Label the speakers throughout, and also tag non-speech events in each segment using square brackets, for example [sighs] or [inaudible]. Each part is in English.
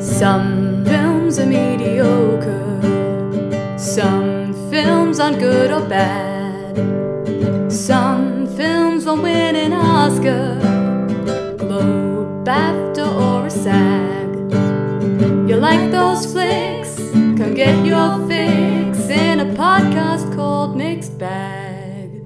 Speaker 1: Some films are mediocre, some films aren't good or bad, some films won't win an Oscar, Globe, BAFTA, or a SAG. You like those flicks? Come get your fix in a podcast called Mixed Bag.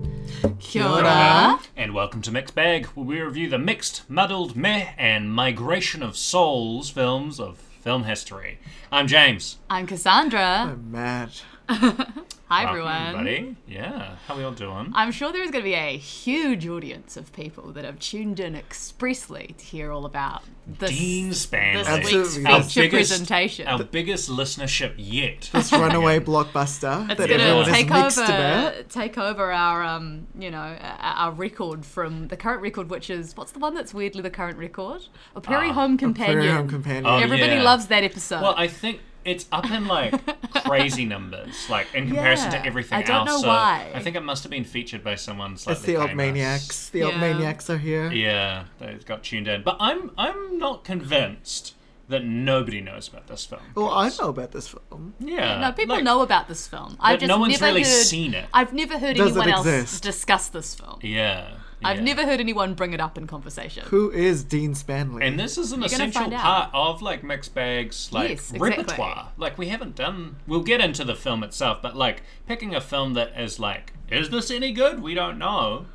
Speaker 1: Kia ora.
Speaker 2: And welcome to Mixed Bag, where we review the mixed, muddled, meh, and migration of souls films of film history. I'm James.
Speaker 1: I'm Cassandra. [laughs]
Speaker 3: Matt.
Speaker 1: Hi,
Speaker 2: Welcome,
Speaker 1: everyone.
Speaker 2: Buddy. Yeah. How we all doing?
Speaker 1: I'm sure there's going to be a huge audience of people that have tuned in expressly to hear all about this,
Speaker 2: Dean Spanley.
Speaker 1: this week's
Speaker 3: Absolutely.
Speaker 1: feature
Speaker 3: Our
Speaker 2: biggest-
Speaker 1: presentation.
Speaker 2: Our biggest listenership yet.
Speaker 3: This runaway blockbuster
Speaker 1: it's
Speaker 3: that
Speaker 1: going
Speaker 3: everyone
Speaker 1: to
Speaker 3: is
Speaker 1: take
Speaker 3: mixed about.
Speaker 1: over, take over our, um, you know, our- our record from the current record, which is what's the one that's weirdly the current record? A Prairie Home Companion.
Speaker 3: Ah, Prairie Home Companion.
Speaker 2: Oh,
Speaker 1: Everybody
Speaker 2: yeah.
Speaker 1: loves that episode.
Speaker 2: Well, I think it's up in like
Speaker 1: [laughs]
Speaker 2: crazy numbers, like in comparison
Speaker 1: Yeah.
Speaker 2: to everything
Speaker 1: I don't
Speaker 2: else.
Speaker 1: know
Speaker 2: so
Speaker 1: why.
Speaker 2: I think it must have been featured by someone slightly
Speaker 3: It's the old
Speaker 2: famous.
Speaker 3: maniacs. The old
Speaker 1: Yeah.
Speaker 3: maniacs are here.
Speaker 2: Yeah, they got tuned in. But I'm I'm not convinced that nobody knows about this film.
Speaker 3: Well, I
Speaker 2: guys.
Speaker 3: know about this film.
Speaker 2: Yeah.
Speaker 1: no, people
Speaker 2: like,
Speaker 1: know about this film. I've
Speaker 2: but
Speaker 1: just
Speaker 2: no one's
Speaker 1: never
Speaker 2: really
Speaker 1: heard,
Speaker 2: seen it.
Speaker 1: I've never heard
Speaker 3: Does it
Speaker 1: anyone else
Speaker 3: exist?
Speaker 1: discuss this film.
Speaker 2: Yeah.
Speaker 1: I've
Speaker 2: yeah.
Speaker 1: never heard anyone bring it up in conversation.
Speaker 3: Who is Dean Spanley?
Speaker 2: And this is an
Speaker 1: gonna
Speaker 2: essential
Speaker 1: find out.
Speaker 2: part of like mixed bags, like
Speaker 1: Yes, exactly.
Speaker 2: repertoire. Like we haven't done. We'll get into the film itself, but like picking a film that is like, is this any good? We don't know.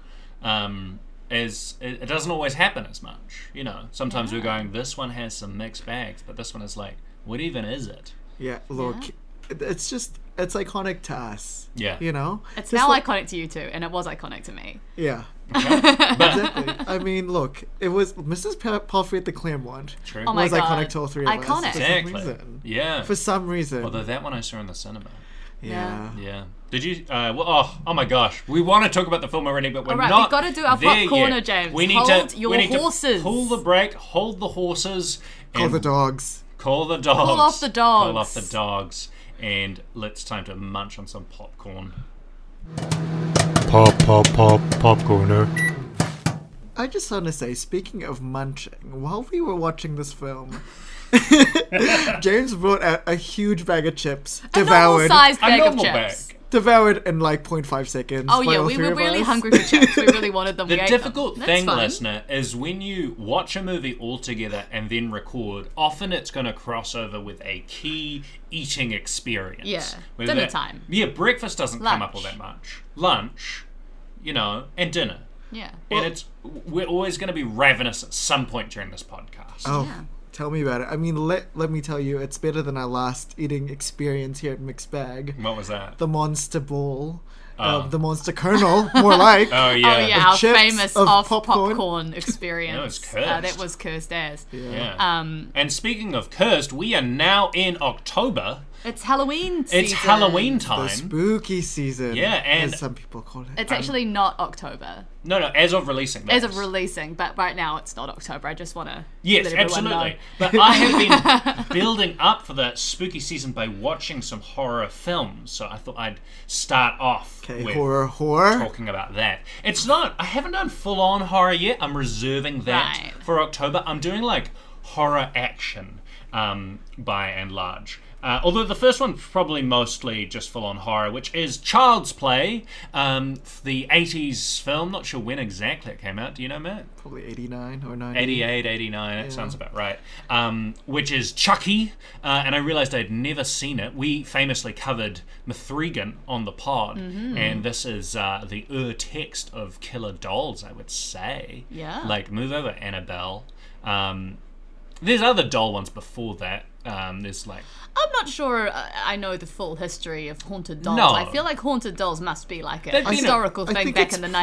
Speaker 2: Um, is it, it doesn't always happen as much, you know. Sometimes we're going, this one has some mixed bags, but this one is like, what even is it?
Speaker 3: yeah, look, it- it's just it's iconic to us.
Speaker 2: Yeah.
Speaker 3: you know,
Speaker 1: It's
Speaker 3: Just
Speaker 1: now
Speaker 3: like-
Speaker 1: iconic to you too, and it was iconic to me.
Speaker 3: yeah.
Speaker 1: [laughs]
Speaker 2: But
Speaker 3: Exactly. I mean, look, it was Mrs. Pa- Palfrey at the Claremont.
Speaker 2: true.
Speaker 1: Oh my
Speaker 3: was
Speaker 1: God.
Speaker 3: iconic to all three of
Speaker 1: Iconic.
Speaker 3: us for some
Speaker 2: exactly.
Speaker 3: reason.
Speaker 2: Yeah.
Speaker 3: For some reason,
Speaker 2: Although that one I saw in the cinema.
Speaker 3: yeah.
Speaker 2: Yeah. Did you? Uh, well, oh, oh my gosh. We want to talk about the film already, but we're
Speaker 1: All right,
Speaker 2: not.
Speaker 1: we've gotta do our
Speaker 2: there
Speaker 1: pop corner,
Speaker 2: yet.
Speaker 1: James.
Speaker 2: We need
Speaker 1: Hold
Speaker 2: to.
Speaker 1: your
Speaker 2: we need
Speaker 1: horses.
Speaker 2: To pull the brake. Hold the horses.
Speaker 3: Call
Speaker 2: and
Speaker 3: the dogs.
Speaker 2: Call the dogs.
Speaker 1: Call off the dogs.
Speaker 2: Call off the dogs. And let's time to munch on some popcorn.
Speaker 4: Pop, pop, pop, popcorner.
Speaker 3: I just want to say, speaking of munching, while we were watching
Speaker 1: [laughs]
Speaker 3: this film, James brought out a huge bag of chips,
Speaker 1: A
Speaker 3: devoured,
Speaker 1: normal-sized
Speaker 2: A
Speaker 1: bag of
Speaker 2: normal
Speaker 1: chips.
Speaker 2: bag.
Speaker 3: devoured in like 0.5 seconds.
Speaker 1: Oh
Speaker 3: by
Speaker 1: yeah,
Speaker 3: all
Speaker 1: we
Speaker 3: three
Speaker 1: were
Speaker 3: of
Speaker 1: really
Speaker 3: us.
Speaker 1: hungry for chips. We
Speaker 3: [laughs]
Speaker 1: really wanted them. we
Speaker 2: The
Speaker 1: ate them.
Speaker 2: difficult
Speaker 1: That's
Speaker 2: thing,
Speaker 1: fun.
Speaker 2: listener, is when you watch a movie all together and then record, often it's going to cross over with a key eating experience.
Speaker 1: Yeah.
Speaker 2: Whether
Speaker 1: Dinner
Speaker 2: that-
Speaker 1: time.
Speaker 2: Yeah, breakfast doesn't come up all
Speaker 1: Lunch.
Speaker 2: that much. Lunch, you know, and dinner.
Speaker 1: Yeah.
Speaker 2: and it's we're always going to be ravenous at some point during this podcast.
Speaker 3: Oh,
Speaker 1: Yeah.
Speaker 3: tell me about it. I mean, let let me tell you, it's better than our last eating experience here at Mixed Bag.
Speaker 2: What was that?
Speaker 3: The monster ball,
Speaker 2: Oh.
Speaker 3: uh, the monster kernel, more like.
Speaker 2: [laughs] oh yeah.
Speaker 1: Oh yeah,
Speaker 3: Of
Speaker 1: our
Speaker 3: chips,
Speaker 1: famous
Speaker 3: of
Speaker 1: off popcorn, [laughs]
Speaker 3: popcorn.
Speaker 1: experience.
Speaker 2: That was
Speaker 1: Uh, that
Speaker 2: cursed.
Speaker 1: was cursed as.
Speaker 2: Yeah.
Speaker 1: Um,
Speaker 2: and speaking of cursed, we are now in October.
Speaker 1: it's Halloween season.
Speaker 2: It's Halloween
Speaker 3: The
Speaker 2: time.
Speaker 3: spooky season.
Speaker 2: Yeah, and-
Speaker 3: as some people call it.
Speaker 1: It's actually not October
Speaker 2: no, no, as of releasing this.
Speaker 1: as of releasing, but right now it's not October. I just want to
Speaker 2: Yes,
Speaker 1: let everyone
Speaker 2: absolutely.
Speaker 1: know.
Speaker 2: But I have been
Speaker 1: [laughs]
Speaker 2: building up for that spooky season by watching some horror films, so I thought I'd start off
Speaker 3: okay,
Speaker 2: with
Speaker 3: horror, horror.
Speaker 2: talking about that. It's not. I haven't done full on horror yet. I'm reserving that
Speaker 1: Right.
Speaker 2: for October. I'm doing like horror action, um, by and large. Uh, although the first one's probably mostly just full on horror, which is Child's Play, um, the 80s film. Not sure when exactly it came out. Do you know, Matt?
Speaker 3: Probably 89 or 90.
Speaker 2: 88, 89, that sounds about right. Um, which is Chucky, uh, and I realised I'd never seen it. We famously covered Mithrigan on the pod, and this is uh, the ur text of Killer Dolls, I would say.
Speaker 1: Yeah.
Speaker 2: Like, move over, Annabelle. Um, there's other doll ones before that. Um, there's like
Speaker 1: I'm not sure I I know the full history of haunted dolls.
Speaker 2: No.
Speaker 1: I feel like haunted dolls must be like a
Speaker 2: They've been a-
Speaker 1: historical
Speaker 3: I
Speaker 1: thing
Speaker 3: think
Speaker 1: back
Speaker 3: it's
Speaker 1: in the 19th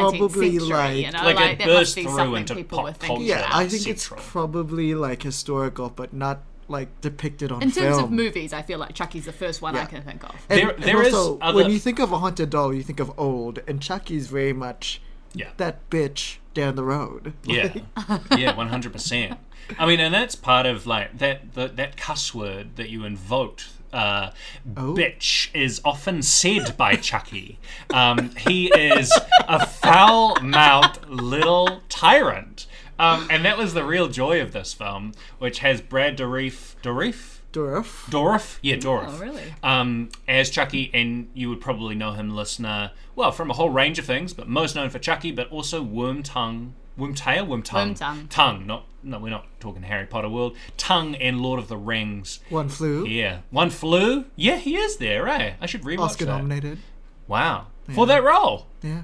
Speaker 1: century.
Speaker 3: probably
Speaker 1: you
Speaker 3: like-
Speaker 1: know,
Speaker 2: Like, it
Speaker 1: like that must
Speaker 2: burst
Speaker 1: be
Speaker 2: through
Speaker 1: something
Speaker 2: into
Speaker 1: people
Speaker 2: pop
Speaker 1: were thinking
Speaker 2: culture.
Speaker 3: Yeah,
Speaker 1: about.
Speaker 3: I think it's
Speaker 2: Central.
Speaker 3: probably like historical, but not like depicted on
Speaker 1: in
Speaker 3: film.
Speaker 1: terms of movies, I feel like Chucky's the first one I
Speaker 3: Yeah.
Speaker 1: can think
Speaker 3: [laughs]
Speaker 1: of.
Speaker 3: And,
Speaker 2: There-
Speaker 3: and
Speaker 2: there is
Speaker 3: also,
Speaker 2: other-
Speaker 3: when you think of a haunted doll, you think of old, and Chucky's very much
Speaker 2: yeah.
Speaker 3: that bitch down the road.
Speaker 2: Yeah, [laughs] yeah, one hundred percent. I mean, and that's part of like that the, that cuss word that you invoked. Uh, Bitch is often said by Chucky. Um, he is a foul mouthed little tyrant Um, and that was the real joy of this film, which has Brad Dourif, Dourif,
Speaker 3: Dorif.
Speaker 2: Dorif, yeah, Dorif.
Speaker 1: Oh, really?
Speaker 2: Um, as Chucky, and you would probably know him, listener, well, from a whole range of things, but most known for Chucky, but also Worm Tongue, Worm Tail, Worm Tongue,
Speaker 1: Worm Tongue.
Speaker 2: Not, no, we're not talking Harry Potter world. Tongue and Lord of the Rings.
Speaker 3: One flew.
Speaker 2: Yeah, one flew. Yeah, he is there, eh? I should rewatch
Speaker 3: Oscar
Speaker 2: that.
Speaker 3: nominated.
Speaker 2: Wow, for that role.
Speaker 3: Yeah.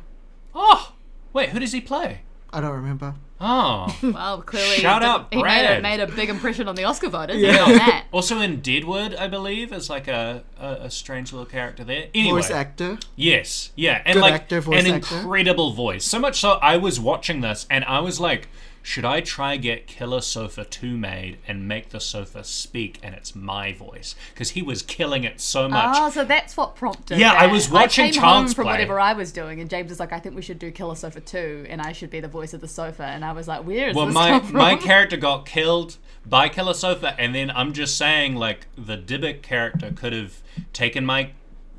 Speaker 2: Oh, wait, who does he play?
Speaker 3: I don't remember.
Speaker 1: [laughs]
Speaker 2: Oh,
Speaker 1: Well, clearly, he
Speaker 2: Shout
Speaker 1: did-
Speaker 2: out
Speaker 1: he made a,
Speaker 2: Brad.
Speaker 1: made a big impression on the Oscar voters.
Speaker 3: Yeah.
Speaker 1: Yeah. that.
Speaker 2: also in Deadwood, I believe, is like a, a, a strange little character there. Anyway,
Speaker 3: Voice actor.
Speaker 2: yes, yeah, and
Speaker 3: Good
Speaker 2: like
Speaker 3: actor, voice
Speaker 2: an
Speaker 3: actor.
Speaker 2: incredible voice. So much so, I was watching this and I was like, should I try get Killer Sofa Two made and make the sofa speak and it's my voice because he was killing it so [laughs] much.
Speaker 1: Oh, so that's what prompted.
Speaker 2: Yeah, I
Speaker 1: that.
Speaker 2: was watching
Speaker 1: I came
Speaker 2: Child's
Speaker 1: home from
Speaker 2: Play.
Speaker 1: whatever I was doing, and James is like, "I think we should do Killer Sofa 2, and I should be the voice of the sofa." And I was like, "Where is
Speaker 2: Well,
Speaker 1: this
Speaker 2: my
Speaker 1: come from?
Speaker 2: my character got killed by Killer Sofa, and then I'm just saying like the Dybbuk character could have taken my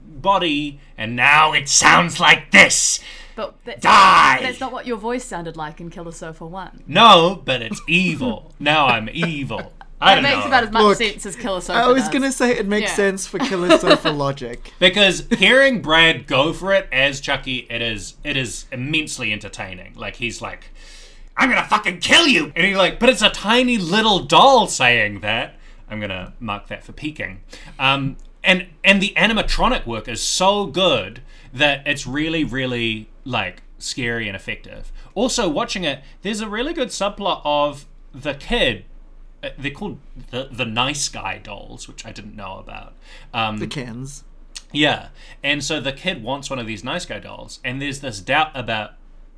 Speaker 2: body, and now it sounds like this.
Speaker 1: but that's,
Speaker 2: Die!
Speaker 1: That's not what your voice sounded like in Killer Sofa One.
Speaker 2: No, but it's evil. now I'm evil. I
Speaker 1: It
Speaker 2: don't
Speaker 1: makes
Speaker 2: know
Speaker 1: about as much
Speaker 3: Look,
Speaker 1: sense as Killer Sofa.
Speaker 3: I was
Speaker 1: does.
Speaker 3: gonna say it makes
Speaker 1: Yeah.
Speaker 3: sense for
Speaker 1: [laughs]
Speaker 3: Killer Sofa logic.
Speaker 2: because hearing Brad go for it as Chucky, it is it is immensely entertaining. Like he's like, "I'm gonna fucking kill you," and he like, but it's a tiny little doll saying that. I'm gonna mark that for peeking. Um, and and the animatronic work is so good that it's really really like scary and effective. Also, watching it, there's a really good subplot of the kid. uh, They're called the the nice guy dolls, which I didn't know about. Um,
Speaker 3: The cans.
Speaker 2: yeah. And so the kid wants one of these nice guy dolls. And there's this doubt about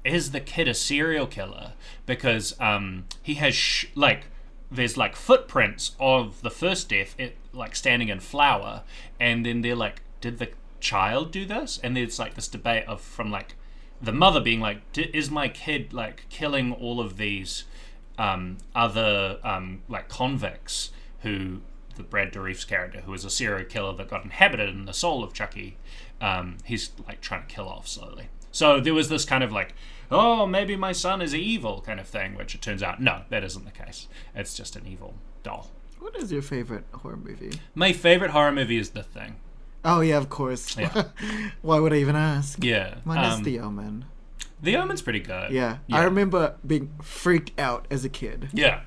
Speaker 2: is the kid a serial killer? Because um, he has, sh- like, there's like footprints of the first death, it, like standing in flour. And then they're like, did the child do this? And there's like this debate of from like the mother being like, D- is my kid like killing all of these um, other um, like convicts who the Brad Dourif's character, who is a serial killer that got inhabited in the soul of Chucky, um, he's like trying to kill off slowly. So there was this kind of like, oh, maybe my son is evil kind of thing, which it turns out no, that isn't the case. It's just an evil doll.
Speaker 3: What is your favorite horror movie?
Speaker 2: My favorite horror movie is The Thing.
Speaker 3: Oh yeah, of course.
Speaker 2: Yeah.
Speaker 3: [laughs] Why would I even ask?
Speaker 2: Yeah,
Speaker 3: Mine is
Speaker 2: um,
Speaker 3: The Omen.
Speaker 2: The Omen's pretty good.
Speaker 3: Yeah.
Speaker 2: yeah,
Speaker 3: I remember being freaked out as a kid.
Speaker 2: yeah.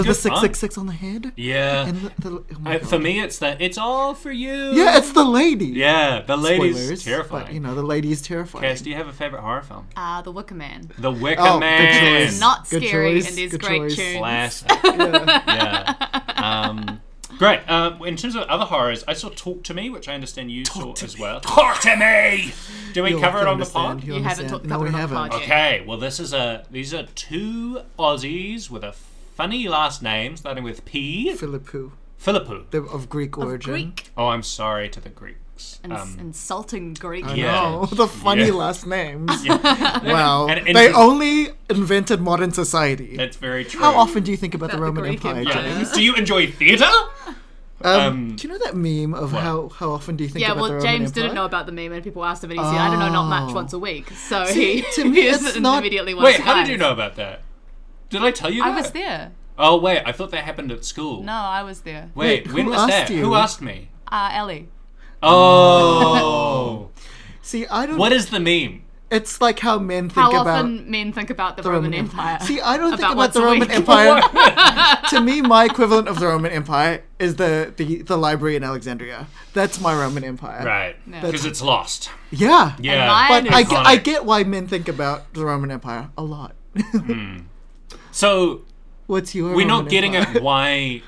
Speaker 2: It's
Speaker 3: of the
Speaker 2: good fun.
Speaker 3: six six six on the head.
Speaker 2: Yeah,
Speaker 3: And the, the oh my
Speaker 2: I- for
Speaker 3: God.
Speaker 2: me, it's the it's all for you.
Speaker 3: Yeah, it's the lady.
Speaker 2: yeah. The lady's
Speaker 3: Spoilers,
Speaker 2: terrifying.
Speaker 3: But you know, the lady's terrifying.
Speaker 2: Cass, do you have a favorite horror film?
Speaker 1: Ah, The Wicker Man.
Speaker 2: The Wicker
Speaker 3: Oh, good
Speaker 2: Man.
Speaker 3: choice.
Speaker 1: Not
Speaker 3: Good
Speaker 1: scary,
Speaker 3: choice,
Speaker 1: and there's
Speaker 3: good
Speaker 1: great
Speaker 3: choice.
Speaker 1: tunes.
Speaker 2: Classic.
Speaker 3: Yeah.
Speaker 2: yeah. Um, great. Uh, in terms of other horrors, I saw Talk to Me, which I understand you saw as well. Talk to Me. Do [laughs] we
Speaker 3: You'll-
Speaker 2: cover it
Speaker 3: you'll
Speaker 2: on the
Speaker 3: understand,
Speaker 2: pod?
Speaker 3: you'll
Speaker 1: You haven't
Speaker 3: understand.
Speaker 1: talked
Speaker 3: No,
Speaker 1: about
Speaker 3: we
Speaker 1: it on the
Speaker 3: haven't.
Speaker 1: pod yet.
Speaker 2: Okay. Well, this is a. These are two Aussies with a funny last name starting with P.
Speaker 3: Philippou,
Speaker 2: Philippou.
Speaker 3: the, of Greek origin. Um,
Speaker 1: Greek
Speaker 2: Oh, I'm sorry to the Greeks. Um,
Speaker 1: and insulting Greek.
Speaker 3: I
Speaker 2: Yeah.
Speaker 3: know, the funny
Speaker 2: Yeah.
Speaker 3: last
Speaker 1: [laughs]
Speaker 3: names.
Speaker 2: yeah,
Speaker 3: Wow,
Speaker 2: And- and-
Speaker 3: they only invented modern society.
Speaker 2: that's very true.
Speaker 3: How often do you think about the
Speaker 1: About the
Speaker 3: Roman
Speaker 1: Greek
Speaker 3: Empire?
Speaker 1: Empire.
Speaker 3: James?
Speaker 2: James, do you enjoy theatre?
Speaker 3: Um,
Speaker 2: Um,
Speaker 3: do you know that meme of how, how often do you think
Speaker 1: Yeah,
Speaker 3: about the
Speaker 1: well,
Speaker 3: Roman
Speaker 1: James
Speaker 3: Empire?
Speaker 1: didn't know about the meme, and people asked him, and he said, "I don't know, not much,
Speaker 3: Oh.
Speaker 1: once a week." So
Speaker 3: See,
Speaker 1: he, [laughs]
Speaker 3: to me,
Speaker 1: he
Speaker 3: it's
Speaker 1: isn't
Speaker 3: not-
Speaker 1: immediately one
Speaker 2: Wait,
Speaker 1: of the
Speaker 2: how did you
Speaker 1: guys.
Speaker 2: know about that? Did I tell you
Speaker 1: I
Speaker 2: that?
Speaker 1: was there.
Speaker 2: Oh wait, I thought that happened at school.
Speaker 1: No, I was there.
Speaker 2: Wait,
Speaker 3: Wait,
Speaker 2: when
Speaker 3: who
Speaker 2: was
Speaker 3: asked
Speaker 2: that?
Speaker 3: you?
Speaker 2: Who asked me?
Speaker 1: Uh, Ellie.
Speaker 2: Oh.
Speaker 3: See, I don't.
Speaker 2: what is the meme?
Speaker 3: It's like how men think
Speaker 1: How
Speaker 3: about
Speaker 1: often men think about the,
Speaker 3: the
Speaker 1: Roman, Empire?
Speaker 3: See, I don't think about
Speaker 1: once
Speaker 3: the
Speaker 1: a [laughs]
Speaker 3: Roman
Speaker 1: week.
Speaker 3: Empire. to me, my equivalent of the Roman Empire is the, the, the library in Alexandria. That's my Roman Empire.
Speaker 2: Right. Because it's lost.
Speaker 3: Yeah.
Speaker 2: Yeah.
Speaker 1: mine
Speaker 3: But I,
Speaker 1: Iconic.
Speaker 3: get, I get why men think about the Roman Empire a lot.
Speaker 2: So
Speaker 3: [laughs] What's your?
Speaker 2: we're
Speaker 3: Roman
Speaker 2: Hmm. not getting
Speaker 3: Empire?
Speaker 2: at why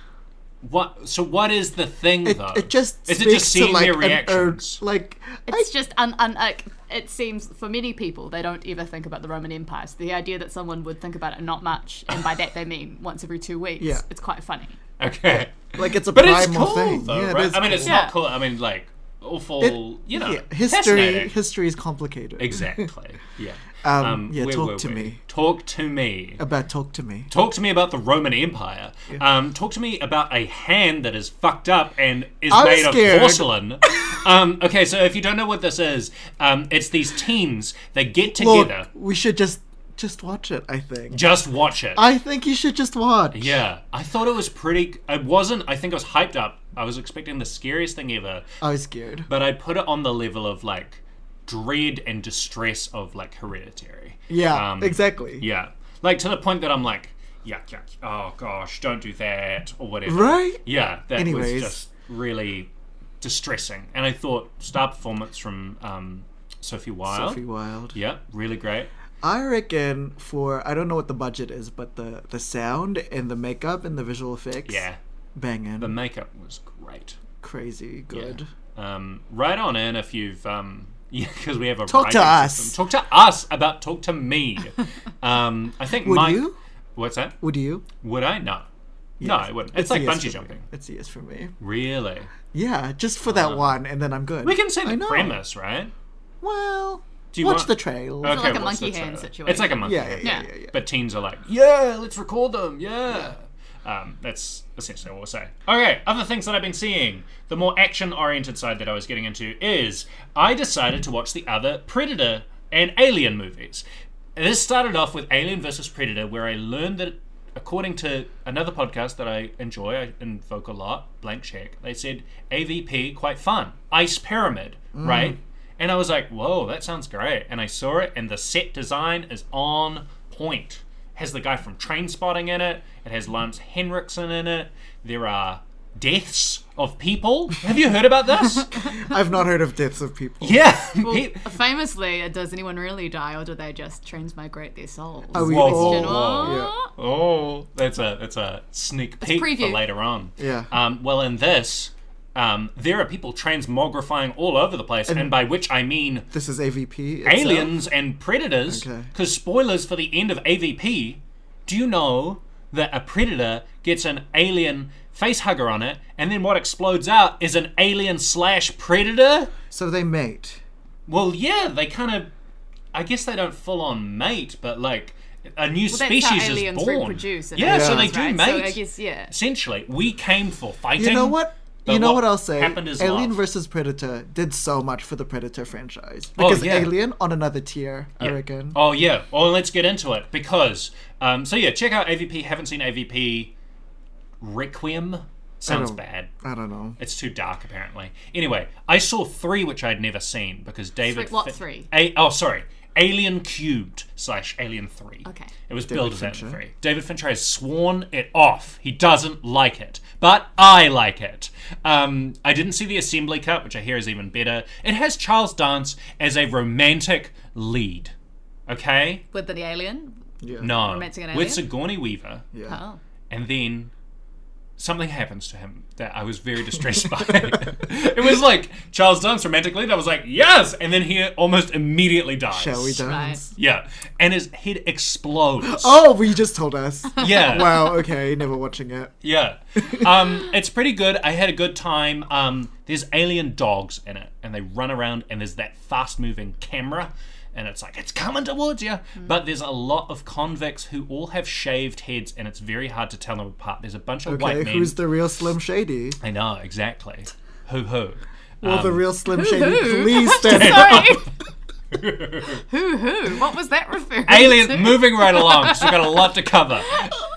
Speaker 2: what so what is the thing
Speaker 3: It,
Speaker 2: though?
Speaker 3: it just
Speaker 2: is it
Speaker 3: speaks
Speaker 2: just seeing
Speaker 3: to like
Speaker 2: their
Speaker 3: an ur-
Speaker 2: reactions?
Speaker 3: like I,
Speaker 1: It's just un, un, like, it seems for many people they don't ever think about the Roman Empire. So the idea that someone would think about it not much, and by that they mean once every two weeks,
Speaker 3: Yeah.
Speaker 1: it's quite funny.
Speaker 2: okay.
Speaker 3: like it's a
Speaker 2: But it's
Speaker 3: primal
Speaker 2: cool
Speaker 3: thing.
Speaker 2: though,
Speaker 3: yeah, it
Speaker 2: right?
Speaker 3: is
Speaker 2: I mean
Speaker 3: cool.
Speaker 2: it's
Speaker 1: cool.
Speaker 2: not cool. I mean like awful you know
Speaker 3: yeah,
Speaker 2: fascinating.
Speaker 3: history. History is complicated.
Speaker 2: Exactly. [laughs] Yeah.
Speaker 3: Um, yeah,
Speaker 2: where
Speaker 3: talk
Speaker 2: were
Speaker 3: to
Speaker 2: we?
Speaker 3: me.
Speaker 2: Talk to me.
Speaker 3: About talk to me.
Speaker 2: Talk to me about the Roman Empire. Um, talk to me about a hand that is fucked up and is
Speaker 3: I was
Speaker 2: made
Speaker 3: scared.
Speaker 2: of porcelain. um, okay, so if you don't know what this is, um, it's these teens that get
Speaker 3: Look,
Speaker 2: together.
Speaker 3: we should just just watch it. I think.
Speaker 2: Just watch it.
Speaker 3: I think you should just watch.
Speaker 2: yeah, I thought it was pretty. I wasn't. I think I was hyped up. I was expecting the scariest thing ever,
Speaker 3: I was scared.
Speaker 2: but I put it on the level of like dread and distress of like hereditary.
Speaker 3: Yeah,
Speaker 2: Um,
Speaker 3: exactly.
Speaker 2: Yeah. Like to the point that I'm like, yuck, yuck. Oh gosh, don't do that or whatever.
Speaker 3: Right?
Speaker 2: Yeah. That was
Speaker 3: Anyways.
Speaker 2: just really distressing. And I thought star performance from um, Sophie Wilde.
Speaker 3: Sophie Wild.
Speaker 2: Yeah, really great.
Speaker 3: I reckon for I don't know what the budget is, but the the sound and the makeup and the visual effects.
Speaker 2: Yeah.
Speaker 3: Banging.
Speaker 2: The makeup was great.
Speaker 3: Crazy good.
Speaker 2: Um, right on in if you've um, [laughs] yeah, because we have a
Speaker 3: Talk to
Speaker 2: rating
Speaker 3: us.
Speaker 2: system. Talk to us about talk to
Speaker 3: [laughs]
Speaker 2: me. um, I think
Speaker 3: Would
Speaker 2: Mike.
Speaker 3: you?
Speaker 2: What's that?
Speaker 3: Would you?
Speaker 2: Would I? No. No, I wouldn't. It's,
Speaker 3: a
Speaker 2: like
Speaker 3: yes for
Speaker 2: bungee
Speaker 3: me.
Speaker 2: jumping.
Speaker 3: It's a yes for me.
Speaker 2: Really?
Speaker 3: Yeah, just for that one, and then I'm good.
Speaker 2: Uh, We can say
Speaker 3: I
Speaker 2: the
Speaker 3: know.
Speaker 2: premise, right?
Speaker 3: Well,
Speaker 2: Do you
Speaker 3: watch
Speaker 2: want-
Speaker 3: the trail.
Speaker 2: Okay,
Speaker 5: like a
Speaker 2: what's
Speaker 5: monkey
Speaker 2: the
Speaker 5: hand
Speaker 2: trailer?
Speaker 5: situation.
Speaker 2: It's like a monkey
Speaker 3: Yeah, yeah,
Speaker 2: hand.
Speaker 3: yeah,
Speaker 5: Yeah.
Speaker 3: yeah, yeah.
Speaker 2: But teens are like, yeah, let's record them, yeah. Um, that's essentially what we'll say. Okay, other things that I've been seeing. The more action oriented side that I was getting into is I decided to watch the other Predator and Alien movies. And this started off with Alien versus Predator, where I learned that, according to another podcast that I enjoy, I invoke a lot, Blank Check, they said AVP, quite fun. Ice Pyramid, right? And I was like, whoa, that sounds great. And I saw it, and the set design is on point. Has the guy from Train Spotting in it, it has Lance Henriksen in it. There are deaths of people. Have you heard about
Speaker 5: [laughs]
Speaker 2: this? [laughs]
Speaker 3: I've not heard of deaths of people.
Speaker 2: yeah.
Speaker 5: Well,
Speaker 2: Pe-
Speaker 5: famously, does anyone really die, or do they just transmigrate their souls?
Speaker 3: Are we
Speaker 2: Whoa,
Speaker 3: all-
Speaker 5: Question,
Speaker 2: whoa,
Speaker 5: oh,
Speaker 2: Oh, that's a that's a sneak peek for
Speaker 5: preview.
Speaker 2: later on.
Speaker 3: Yeah.
Speaker 2: Um, well, in this, um, there are people transmogrifying all over the place, and, by which I mean
Speaker 3: This is AVP. itself.
Speaker 2: aliens and predators.
Speaker 3: Okay.
Speaker 2: Because spoilers for the end of AVP. Do you know that a predator gets an alien face hugger on it, and then what explodes out is an alien slash predator?
Speaker 3: So they mate.
Speaker 2: Well, yeah, they kind of. I guess they don't full on mate, but like a new
Speaker 5: Well, that's
Speaker 2: species
Speaker 5: how
Speaker 2: is
Speaker 5: aliens
Speaker 2: born.
Speaker 5: reproduce. in
Speaker 2: yeah, so they
Speaker 5: animals,
Speaker 2: do
Speaker 5: right?
Speaker 2: mate.
Speaker 5: So I guess yeah.
Speaker 2: Essentially, we came for fighting.
Speaker 3: You know what?
Speaker 2: But
Speaker 3: you know
Speaker 2: what
Speaker 3: what, I'll say?
Speaker 2: happened is
Speaker 3: Alien
Speaker 2: love.
Speaker 3: versus Predator did so much for the Predator franchise.
Speaker 2: Oh,
Speaker 3: Because
Speaker 2: yeah.
Speaker 3: Alien on another tier, I
Speaker 2: Yeah.
Speaker 3: reckon.
Speaker 2: Oh yeah. Well, let's get into it because. Um, so yeah, check out AVP. Haven't seen AVP. Requiem sounds
Speaker 3: don't-
Speaker 2: bad.
Speaker 3: I don't know.
Speaker 2: It's too dark, apparently. Anyway, I saw three which I'd never seen because David.
Speaker 5: Three- what
Speaker 2: Fi-
Speaker 5: three?
Speaker 2: A- oh, sorry. Alien Cubed slash Alien 3.
Speaker 5: Okay.
Speaker 2: It was billed as
Speaker 3: Fincher.
Speaker 2: Alien 3. David Fincher has sworn it off. He doesn't like it. But I like it. Um, I didn't see the assembly cut, which I hear is even better. It has Charles Dance as a romantic lead. Okay?
Speaker 5: With the alien.
Speaker 3: Yeah.
Speaker 2: No.
Speaker 5: Romancing an
Speaker 2: With
Speaker 5: alien?
Speaker 2: Sigourney Weaver
Speaker 3: Yeah.
Speaker 2: [laughs]
Speaker 5: Oh.
Speaker 2: and then something happens to him that I was very distressed
Speaker 3: [laughs]
Speaker 2: by. it was like Charles Dance romantically. That was like yes, and then he almost immediately dies.
Speaker 3: Shall we
Speaker 5: Right.
Speaker 3: dance?
Speaker 2: Yeah, and his head explodes.
Speaker 3: [laughs] Oh, well, you just told
Speaker 5: [laughs]
Speaker 3: us.
Speaker 2: Yeah,
Speaker 3: wow, okay, never watching it.
Speaker 2: yeah. Um, it's pretty good. I had a good time. Um, there's alien dogs in it, and they run around, and there's that fast-moving camera. And it's like, it's coming towards you.
Speaker 3: Hmm.
Speaker 2: But there's a lot of convicts who all have shaved heads, and it's very hard to tell them apart. There's a bunch of white
Speaker 3: Okay,
Speaker 2: men.
Speaker 3: who's the real Slim Shady?
Speaker 2: I know, exactly. Hoo hoo.
Speaker 3: Well,
Speaker 2: Um,
Speaker 3: the real Slim Shady,
Speaker 5: who?
Speaker 3: please
Speaker 2: [laughs]
Speaker 3: stand up.
Speaker 5: Sorry. who who? What was that referring to?
Speaker 2: Alien, moving right along, because we've got a lot to cover.
Speaker 5: Is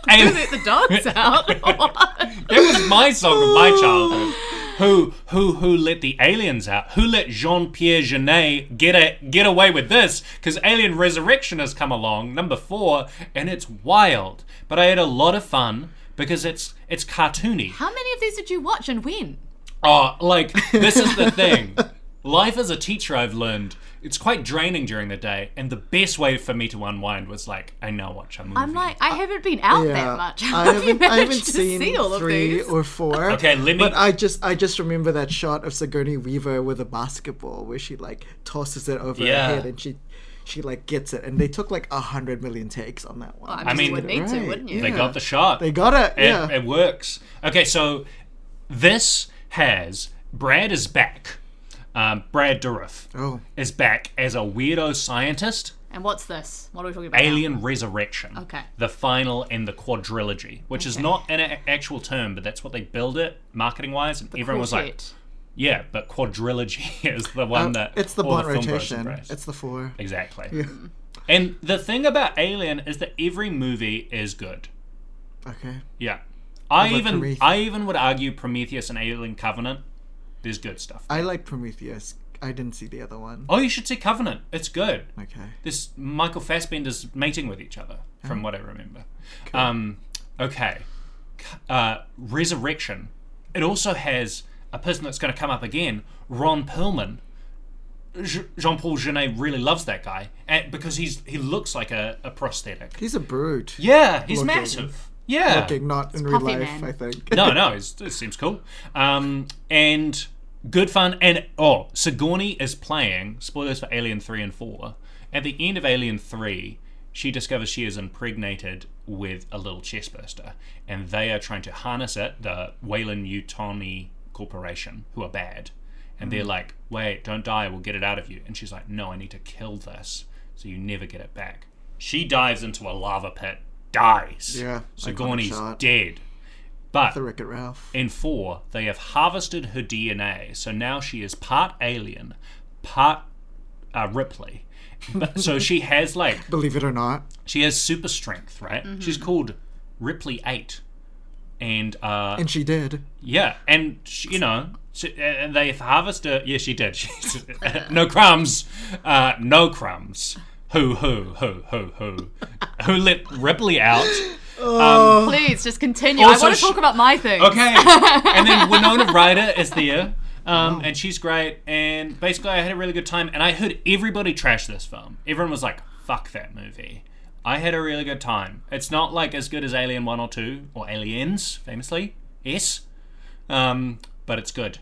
Speaker 2: Alien,
Speaker 5: it the
Speaker 2: [laughs]
Speaker 5: dogs out?
Speaker 2: that was my song of my childhood. Who, who, who let the aliens out? Who let Jean-Pierre Jeunet get a, get away with this? Because Alien Resurrection has come along, number four, and it's wild. But I had a lot of fun because it's it's cartoony.
Speaker 5: How many of these did you watch and when?
Speaker 2: Oh, like this is the
Speaker 3: [laughs]
Speaker 2: thing. Life as a teacher, I've learned it's quite draining during the day, and the best way for me to unwind was like I now watch a movie.
Speaker 5: I'm like, I haven't been out
Speaker 3: Yeah,
Speaker 5: that much. [laughs] How
Speaker 3: I
Speaker 5: have you
Speaker 3: haven't, I
Speaker 5: managed
Speaker 3: haven't
Speaker 5: to
Speaker 3: seen
Speaker 5: see all of
Speaker 3: three
Speaker 5: these?
Speaker 3: or four.
Speaker 2: Okay, let me-
Speaker 3: But I just, I just remember that shot of Sigourney Weaver with a basketball where she like tosses it over
Speaker 2: Yeah.
Speaker 3: her head and she, she like gets it, and they took like a hundred million takes on that one.
Speaker 5: I
Speaker 2: mean,
Speaker 5: mean, you would need to,
Speaker 3: right,
Speaker 5: wouldn't you?
Speaker 2: they got the shot.
Speaker 3: they got it.
Speaker 2: it,
Speaker 3: Yeah.
Speaker 2: it works. Okay, so this has Brad is back. Um, Brad Dourif
Speaker 3: oh,
Speaker 2: is back as a weirdo scientist.
Speaker 5: And what's this? What are we talking about? now?
Speaker 3: Oh.
Speaker 2: Alien Resurrection.
Speaker 5: Okay.
Speaker 2: The final and the quadrilogy, which is not an a- actual term, but that's what they build it marketing wise, and everyone was like,
Speaker 5: Quartet.
Speaker 2: Yeah, but quadrilogy [laughs] is the one that
Speaker 3: Oh, Uh, it's the
Speaker 2: all
Speaker 3: Bond
Speaker 2: film bros
Speaker 3: rotation.
Speaker 2: embrace.
Speaker 3: It's the four.
Speaker 2: exactly. And the thing about Alien is that every movie is good.
Speaker 3: Okay.
Speaker 2: Yeah. I
Speaker 3: about
Speaker 2: even
Speaker 3: Prometheus?
Speaker 2: I even would argue Prometheus and Alien Covenant. There's good stuff.
Speaker 3: I like Prometheus. I didn't see the other one.
Speaker 2: Oh, you should see Covenant. It's good.
Speaker 3: Okay.
Speaker 2: This Michael Fassbender's mating with each other,
Speaker 3: Mm-hmm.
Speaker 2: from what I remember. Um, okay. C- Uh, Resurrection. It also has a person that's going to come up again, Ron Perlman. Je- Jean-Paul Genet really loves that guy and because he's he looks like a, a prosthetic.
Speaker 3: He's a brute.
Speaker 2: Yeah, he's
Speaker 3: Looking.
Speaker 2: massive. Yeah.
Speaker 3: Okay, not in real
Speaker 5: Puffy
Speaker 3: life,
Speaker 5: Man.
Speaker 3: I think.
Speaker 2: no, no, it's, it seems cool. Um, and good fun. And oh, Sigourney is playing spoilers for Alien Three and Four. At the end of Alien Three, she discovers she is impregnated with a little chestburster, and they are trying to harness it. The Whalen Utani Corporation, who are bad, and
Speaker 3: Hmm.
Speaker 2: they're like, "Wait, don't die. We'll get it out of you." And she's like, "No, I need to kill this, so you never get it back." She dives into a lava pit, dies.
Speaker 3: Yeah, iconic
Speaker 2: Sigourney's
Speaker 3: shot.
Speaker 2: dead. But
Speaker 3: The Wreck It Ralph.
Speaker 2: in four, they have harvested her DNA, so now she is part alien, part uh, Ripley. But so she has like
Speaker 3: Believe it or not.
Speaker 2: she has super strength, right? She's called Ripley Eight, and uh,
Speaker 3: And she did.
Speaker 2: yeah, and she, you know, she, and they harvest her. Yeah, she did. [laughs] She, no crumbs, uh, no crumbs. Who, who, who, who, who, who let Ripley out?
Speaker 3: Oh.
Speaker 5: Please just continue. I
Speaker 2: Also
Speaker 5: want
Speaker 2: sh-
Speaker 5: to talk about my thing.
Speaker 2: Okay. and then Winona Ryder is there. Um, And she's great. And basically, I had a really good time. And I heard everybody trash this film. Everyone was like, fuck that movie. I had a really good time. It's not like as good as Alien 1 or 2, or Aliens, famously. Yes. Um, but it's good.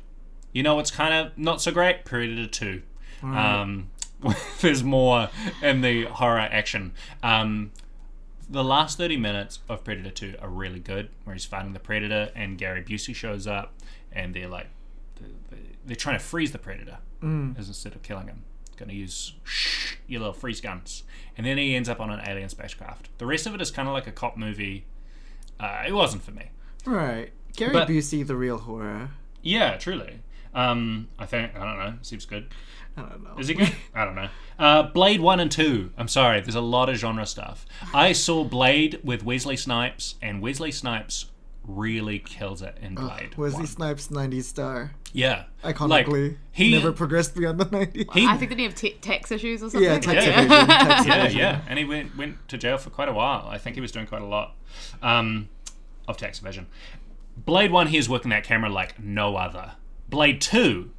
Speaker 2: You know what's kind of not so great? Predator 2. Um, [laughs] there's more in the horror action. Um, the last 30 minutes of Predator 2 are really good, where he's fighting the Predator and Gary Busey shows up and they're like, they're, they're trying to freeze the Predator as instead of killing him. Gonna use shh, your little freeze guns. And then he ends up on an alien spacecraft. The rest of it is kind of like a cop movie. Uh, it wasn't for me.
Speaker 3: Right. Gary
Speaker 2: But-
Speaker 3: Busey, the real horror.
Speaker 2: Yeah, truly. Um, I think, I don't know, seems good.
Speaker 3: I don't know.
Speaker 2: Is it good? [laughs] I don't know. Uh, Blade 1 and 2. I'm sorry, there's a lot of genre stuff. I saw Blade with Wesley Snipes, and Wesley Snipes really kills it in Blade.
Speaker 3: Wesley
Speaker 2: 1.
Speaker 3: Snipes, 90s star.
Speaker 2: Yeah. Like,
Speaker 3: Iconically.
Speaker 2: he,
Speaker 3: never progressed beyond the 90s.
Speaker 2: he,
Speaker 5: I think that you have t- tax issues or
Speaker 3: [laughs]
Speaker 5: something.
Speaker 3: yeah, tax
Speaker 2: Yeah.
Speaker 3: evasion. tax
Speaker 2: [laughs] yeah,
Speaker 3: evasion.
Speaker 2: yeah. And he went, went to jail for quite a while. I think he was doing quite a lot um, of tax evasion. Blade 1, he is working that camera like no other. Blade 2,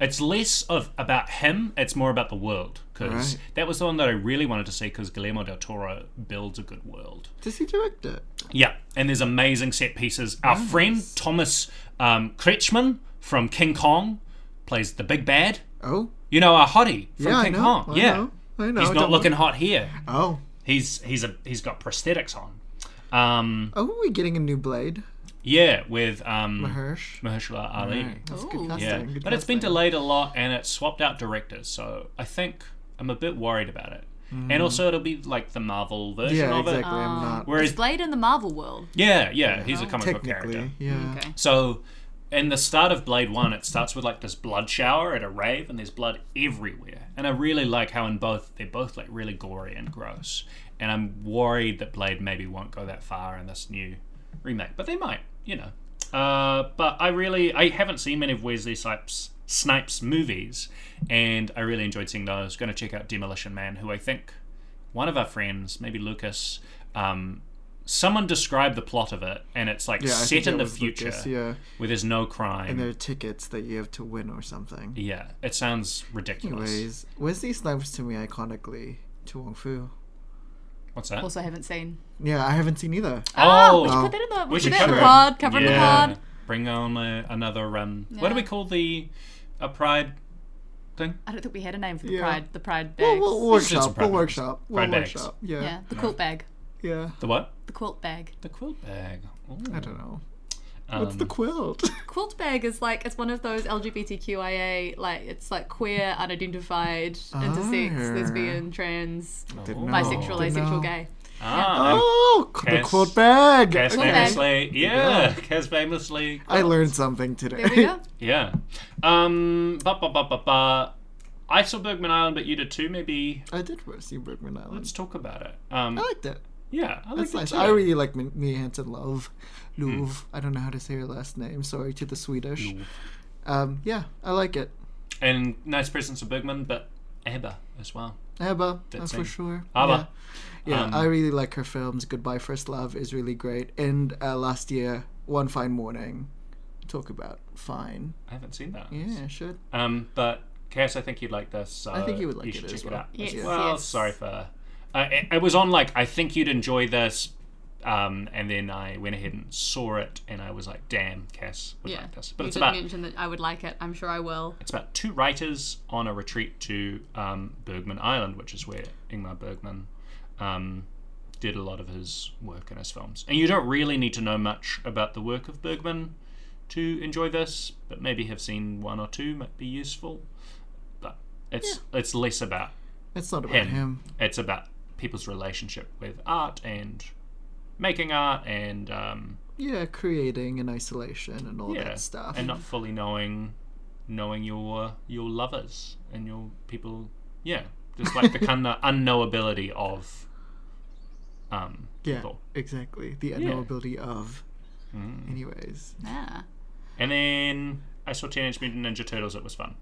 Speaker 2: it's less of about him, it's more about the world. Because
Speaker 3: Right.
Speaker 2: that was the one that I really wanted to see because Guillermo del Toro builds a good world.
Speaker 3: Does he direct it?
Speaker 2: Yeah, and there's amazing set pieces. Our friend Thomas um, Kretschmann from King Kong plays the big bad.
Speaker 3: Oh.
Speaker 2: You know, our hottie from
Speaker 3: Yeah, I
Speaker 2: King
Speaker 3: know,
Speaker 2: Kong.
Speaker 3: I
Speaker 2: yeah.
Speaker 3: know, I know.
Speaker 2: He's
Speaker 3: I
Speaker 2: not
Speaker 3: don't-
Speaker 2: looking hot here.
Speaker 3: Oh.
Speaker 2: He's he's a he's got prosthetics on. Um,
Speaker 3: Oh, are we getting a new blade?
Speaker 2: yeah, with um,
Speaker 3: Hirsch.
Speaker 2: Mahershala Ali.
Speaker 3: Right. That's
Speaker 5: Ooh.
Speaker 3: good casting.
Speaker 2: Yeah,
Speaker 3: good
Speaker 2: but it's been
Speaker 3: casting.
Speaker 2: delayed a lot, and it's swapped out directors, so I think I'm a bit worried about it. And also, it'll be like the Marvel version
Speaker 3: Mm. Yeah,
Speaker 2: of
Speaker 3: exactly.
Speaker 2: it.
Speaker 5: Ah.
Speaker 3: I'm not.
Speaker 2: Whereas,
Speaker 5: Blade in the Marvel world.
Speaker 2: yeah, yeah, he's a comic book character.
Speaker 3: Technically, yeah.
Speaker 5: Okay.
Speaker 2: So, in the start of Blade One, it starts with like this blood shower at a rave, and there's blood everywhere. And I really like how in both they're both like really gory and gross. And I'm worried that Blade maybe won't go that far in this new remake, but they might, you know. Uh, but I really I haven't seen many of Wesley Snipes Snipes movies, and I really enjoyed seeing those. Going to check out Demolition Man, who I think one of our friends, maybe Lucas. Um, Someone described the plot of it, and it's like
Speaker 3: Yeah, I think
Speaker 2: set
Speaker 3: that
Speaker 2: in the
Speaker 3: was
Speaker 2: future
Speaker 3: Lucas, yeah.
Speaker 2: where there's no
Speaker 3: And there
Speaker 2: crime.
Speaker 3: are tickets that you have to win or something.
Speaker 2: Yeah, it sounds ridiculous.
Speaker 3: Anyways, Wesley Snipes to me iconically to Wong Fu.
Speaker 2: What's that?
Speaker 5: Also haven't seen.
Speaker 3: Yeah, I haven't seen either.
Speaker 5: Oh,
Speaker 2: Oh.
Speaker 5: we should
Speaker 3: Oh.
Speaker 5: put that in the, we
Speaker 2: We
Speaker 5: should
Speaker 2: should
Speaker 5: put that in
Speaker 2: cover
Speaker 5: the
Speaker 2: it.
Speaker 5: pod. Cover it in the pod.
Speaker 2: Bring on a, another um. What
Speaker 5: Yeah.
Speaker 2: do we call the a pride thing?
Speaker 5: I don't think we had a name for the
Speaker 3: Yeah.
Speaker 5: pride. The pride
Speaker 3: Well,
Speaker 5: bags.
Speaker 3: we'll
Speaker 2: It's just a
Speaker 3: workshop.
Speaker 2: pride
Speaker 3: We'll
Speaker 2: bags.
Speaker 3: workshop. We'll
Speaker 2: Pride bags.
Speaker 3: workshop.
Speaker 5: yeah,
Speaker 3: Yeah.
Speaker 5: the quilt bag.
Speaker 3: Yeah.
Speaker 2: The what?
Speaker 5: The quilt bag.
Speaker 2: The quilt bag. Ooh,
Speaker 3: I don't know.
Speaker 2: um,
Speaker 3: What's the quilt?
Speaker 5: Quilt bag is like it's one of those LGBTQIA like it's like queer, unidentified, intersex,
Speaker 2: Oh.
Speaker 3: Ah.
Speaker 5: lesbian, trans,
Speaker 3: Didn't know.
Speaker 5: bisexual,
Speaker 3: Didn't
Speaker 5: asexual,
Speaker 3: know.
Speaker 5: gay.
Speaker 2: Ah,
Speaker 3: [laughs] Oh, c- the
Speaker 2: Cass-
Speaker 3: quilt bag.
Speaker 2: Cass
Speaker 5: Quilt bag.
Speaker 2: famously. Yeah, Cass famously. [laughs]
Speaker 3: I learned something today.
Speaker 5: There we go.
Speaker 2: Yeah. Um. Ba, ba, ba, ba, ba. I saw Bergman Island, but you did too. Maybe
Speaker 3: [laughs] I did see Bergman Island.
Speaker 2: let's talk about it. Um,
Speaker 3: I liked it.
Speaker 2: yeah, I
Speaker 3: Oh, That's
Speaker 2: liked it
Speaker 3: nice.
Speaker 2: too.
Speaker 3: I really like Mi- Mia Hansen Love. Louvre. I don't know how to say her last name. Sorry to the Swedish. Um, yeah, I like it.
Speaker 2: and nice presence of Bergman, but Abba as well.
Speaker 3: Abba,
Speaker 2: That
Speaker 3: that's for
Speaker 2: same.
Speaker 3: sure.
Speaker 2: Abba.
Speaker 3: Yeah, yeah
Speaker 2: Um,
Speaker 3: I really like her films. Goodbye First Love is really great. And uh, last year, One Fine Morning. Talk about fine.
Speaker 2: I haven't seen that.
Speaker 3: Yeah, should.
Speaker 2: Um, but Cass, I think you'd like this. So
Speaker 3: I think you would like it
Speaker 2: should
Speaker 3: as
Speaker 2: check
Speaker 3: well.
Speaker 2: out
Speaker 5: Yes,
Speaker 2: as well.
Speaker 5: yes.
Speaker 2: Sorry for. Uh, it, it was on like I think you'd enjoy this, um, and then I went ahead and saw it, and I was like, "Damn, Cass would
Speaker 5: Yeah,
Speaker 2: like this." But
Speaker 5: you
Speaker 2: it's
Speaker 5: did
Speaker 2: about
Speaker 5: mention that I would like it. I'm sure I will.
Speaker 2: it's about two writers on a retreat to um, Bergman Island, which is where Ingmar Bergman um, did a lot of his work in his films. And you don't really need to know much about the work of Bergman to enjoy this, but maybe have seen one or two might be useful. But it's it's less about
Speaker 3: It's not about
Speaker 2: him.
Speaker 3: him.
Speaker 2: It's about people's relationship with art and making art and um,
Speaker 3: Yeah, creating in isolation and all
Speaker 2: yeah,
Speaker 3: that stuff.
Speaker 2: and not fully knowing knowing your your lovers and your people yeah just like
Speaker 3: [laughs]
Speaker 2: the kind of unknowability of um
Speaker 3: yeah,
Speaker 2: people Mm.
Speaker 3: exactly. The unknowability of. Anyways.
Speaker 5: Yeah.
Speaker 2: and then i saw teenage mutant ninja turtles it was
Speaker 3: [laughs]
Speaker 2: fun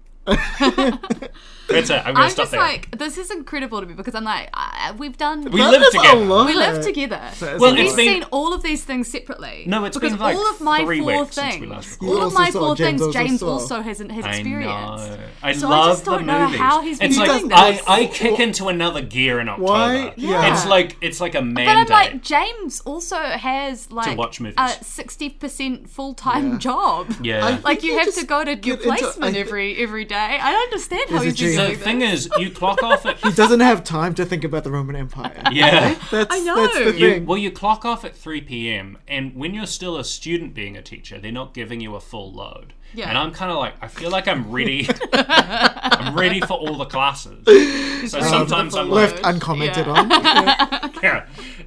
Speaker 2: that's it i'm gonna
Speaker 5: I'm
Speaker 2: stop
Speaker 5: just
Speaker 2: there
Speaker 5: like, this is incredible to me because I'm like, I, we've done.
Speaker 2: we
Speaker 3: That
Speaker 2: live
Speaker 3: is a
Speaker 2: together
Speaker 3: lot.
Speaker 5: we live together.
Speaker 3: is
Speaker 2: Well,
Speaker 3: a
Speaker 2: it's
Speaker 5: We've
Speaker 2: been-
Speaker 3: lot.
Speaker 5: seen all of these things separately.
Speaker 2: No, it's
Speaker 5: because
Speaker 2: been, like,
Speaker 5: all of my
Speaker 2: three
Speaker 5: four
Speaker 2: weeks since
Speaker 5: things.
Speaker 2: we last
Speaker 5: all of
Speaker 3: recorded.
Speaker 5: my
Speaker 3: You also
Speaker 5: four
Speaker 3: saw James
Speaker 5: things.
Speaker 3: also
Speaker 5: James
Speaker 3: saw.
Speaker 5: also has has
Speaker 2: I
Speaker 5: experienced.
Speaker 2: know. I
Speaker 5: So I
Speaker 2: love
Speaker 5: just
Speaker 2: the
Speaker 5: don't know
Speaker 2: movies.
Speaker 5: how he's been
Speaker 2: it's like
Speaker 5: doing
Speaker 2: I,
Speaker 5: this.
Speaker 2: I kick into another gear in October.
Speaker 3: Why? Yeah.
Speaker 2: It's like it's like a
Speaker 5: But I'm
Speaker 2: mandate.
Speaker 5: like, James also has like
Speaker 2: uh, watch movies.
Speaker 5: a sixty percent full time job.
Speaker 2: yeah.
Speaker 3: I-
Speaker 5: [laughs] Like you
Speaker 3: You
Speaker 5: have to
Speaker 3: just
Speaker 5: go to your
Speaker 3: get into- I
Speaker 5: placement
Speaker 3: thi-
Speaker 5: every every day. I don't understand how
Speaker 3: Is
Speaker 5: he's
Speaker 3: it
Speaker 5: been
Speaker 3: James?
Speaker 2: the
Speaker 5: doing
Speaker 2: thing
Speaker 5: this.
Speaker 2: is, you clock off
Speaker 3: [laughs]
Speaker 2: at
Speaker 3: He [laughs] doesn't have time to think about the Roman Empire.
Speaker 2: [laughs] yeah.
Speaker 3: That's,
Speaker 5: I know.
Speaker 3: That's the
Speaker 2: You-
Speaker 3: thing.
Speaker 2: well, you clock off at 3 p.m., and when you're still a student being a teacher, they're not giving you a full load.
Speaker 5: Yeah.
Speaker 2: And I'm kind of like, I feel like I'm
Speaker 5: [laughs]
Speaker 2: ready. I'm ready for all the classes. So sometimes I'm like,
Speaker 3: Left uncommented
Speaker 5: Yeah.
Speaker 3: on.
Speaker 5: [laughs]
Speaker 2: yeah.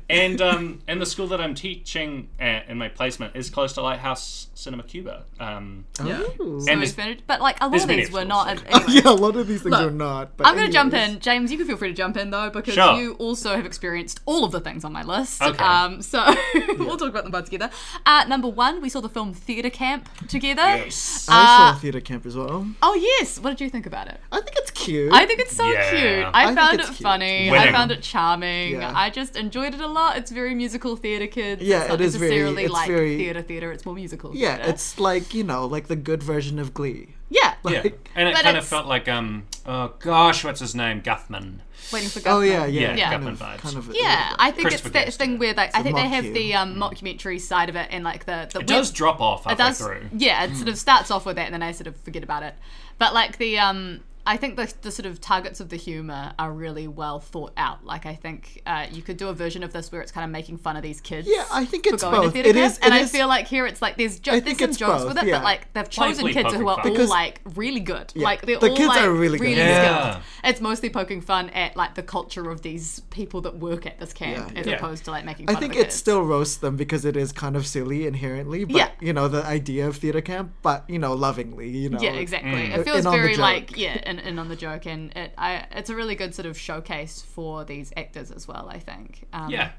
Speaker 2: And um, and the school that I'm teaching at, in my placement is close to Lighthouse Cinema Cuba. Um,
Speaker 3: Ooh.
Speaker 2: and
Speaker 5: So
Speaker 2: there's-
Speaker 5: he's been- But like a lot
Speaker 2: there's
Speaker 5: of
Speaker 2: many
Speaker 5: these were
Speaker 2: examples, [laughs]
Speaker 5: not.
Speaker 2: yeah.
Speaker 5: anyway.
Speaker 3: [laughs] yeah, a lot of these things
Speaker 5: Look,
Speaker 3: are not. But
Speaker 5: I'm going to jump
Speaker 3: anyways.
Speaker 5: in. James, you can feel free to jump in though, because
Speaker 2: Sure.
Speaker 5: you also have experienced all of the things on my list.
Speaker 2: Okay.
Speaker 5: Um, so [laughs] we'll talk about them both together. Uh, number one, we saw the film Theatre Camp together.
Speaker 2: yes.
Speaker 3: I
Speaker 5: Uh,
Speaker 3: saw theater camp as well.
Speaker 5: Oh, yes. What did you think about it?
Speaker 3: I think it's cute.
Speaker 5: I think it's so
Speaker 2: Yeah.
Speaker 5: cute.
Speaker 2: I
Speaker 5: I,
Speaker 3: think
Speaker 5: found it
Speaker 3: it's cute.
Speaker 5: funny. I
Speaker 2: Winning.
Speaker 5: found it charming.
Speaker 3: Yeah.
Speaker 5: I just enjoyed it a lot. It's very musical theatre kids.
Speaker 3: Yeah,
Speaker 5: it's not
Speaker 3: it is very-
Speaker 5: necessarily
Speaker 3: it's
Speaker 5: like
Speaker 3: very-
Speaker 5: theatre theatre. It's more musical.
Speaker 3: yeah,
Speaker 5: theatre.
Speaker 3: it's like you know, like the good version of Glee.
Speaker 5: yeah.
Speaker 2: Yeah.
Speaker 3: Like-
Speaker 2: And it
Speaker 5: But
Speaker 2: kind of
Speaker 5: it's-
Speaker 2: felt like, um, oh gosh, what's his name? Guthman.
Speaker 5: Waiting for Guthman.
Speaker 3: Oh yeah,
Speaker 2: Yeah,
Speaker 3: yeah, Kind,
Speaker 5: Yeah.
Speaker 2: Gutman
Speaker 3: of,
Speaker 2: vibes.
Speaker 3: kind of.
Speaker 5: Yeah, I think it's
Speaker 2: Christopher
Speaker 5: that
Speaker 2: Guest,
Speaker 5: thing
Speaker 2: yeah.
Speaker 5: where like I think they
Speaker 3: mock
Speaker 5: have
Speaker 3: you.
Speaker 5: the um, mockumentary side of it and like the the
Speaker 2: It does drop off halfway
Speaker 5: it does
Speaker 2: through. Hmm.
Speaker 5: yeah it sort of starts off with that and then i sort of forget about it but like the um i think the, the sort of targets of the humor are really well thought out like i think uh, you could do a version of this where it's kind of making fun of these kids
Speaker 3: Yeah, I think
Speaker 5: for
Speaker 3: it's
Speaker 5: going to
Speaker 3: both.
Speaker 5: theatre
Speaker 3: It
Speaker 5: camp.
Speaker 3: is.
Speaker 5: and
Speaker 3: it
Speaker 5: i
Speaker 3: is-
Speaker 5: feel like here it's like there's, jo-
Speaker 3: I
Speaker 5: there's
Speaker 3: think
Speaker 5: some
Speaker 3: it's
Speaker 5: jokes
Speaker 3: both,
Speaker 5: with it
Speaker 3: yeah.
Speaker 5: but like they've chosen
Speaker 2: Playfully
Speaker 5: kids who
Speaker 2: poking
Speaker 5: are
Speaker 2: fun.
Speaker 5: all
Speaker 2: Because
Speaker 5: like really good like they're
Speaker 3: the
Speaker 5: all
Speaker 3: kids
Speaker 5: like
Speaker 3: are really good.
Speaker 2: Yeah.
Speaker 5: skilled. it's mostly poking fun at like the culture of these people that work at this camp
Speaker 3: Yeah,
Speaker 5: as
Speaker 2: yeah.
Speaker 5: opposed to like making
Speaker 3: I
Speaker 5: fun
Speaker 3: think
Speaker 5: of the
Speaker 3: it
Speaker 5: kids.
Speaker 3: still roasts them because it is kind of silly inherently, but
Speaker 5: Yeah.
Speaker 3: you know the idea of theater camp, but you know lovingly, you know.
Speaker 5: Yeah, exactly.
Speaker 3: Uh,
Speaker 2: mm.
Speaker 5: It feels
Speaker 3: in on the
Speaker 5: very
Speaker 3: joke.
Speaker 5: like yeah, and, and on the joke, and it I, it's a really good sort of showcase for these actors as well. I think. Um,
Speaker 2: Yeah.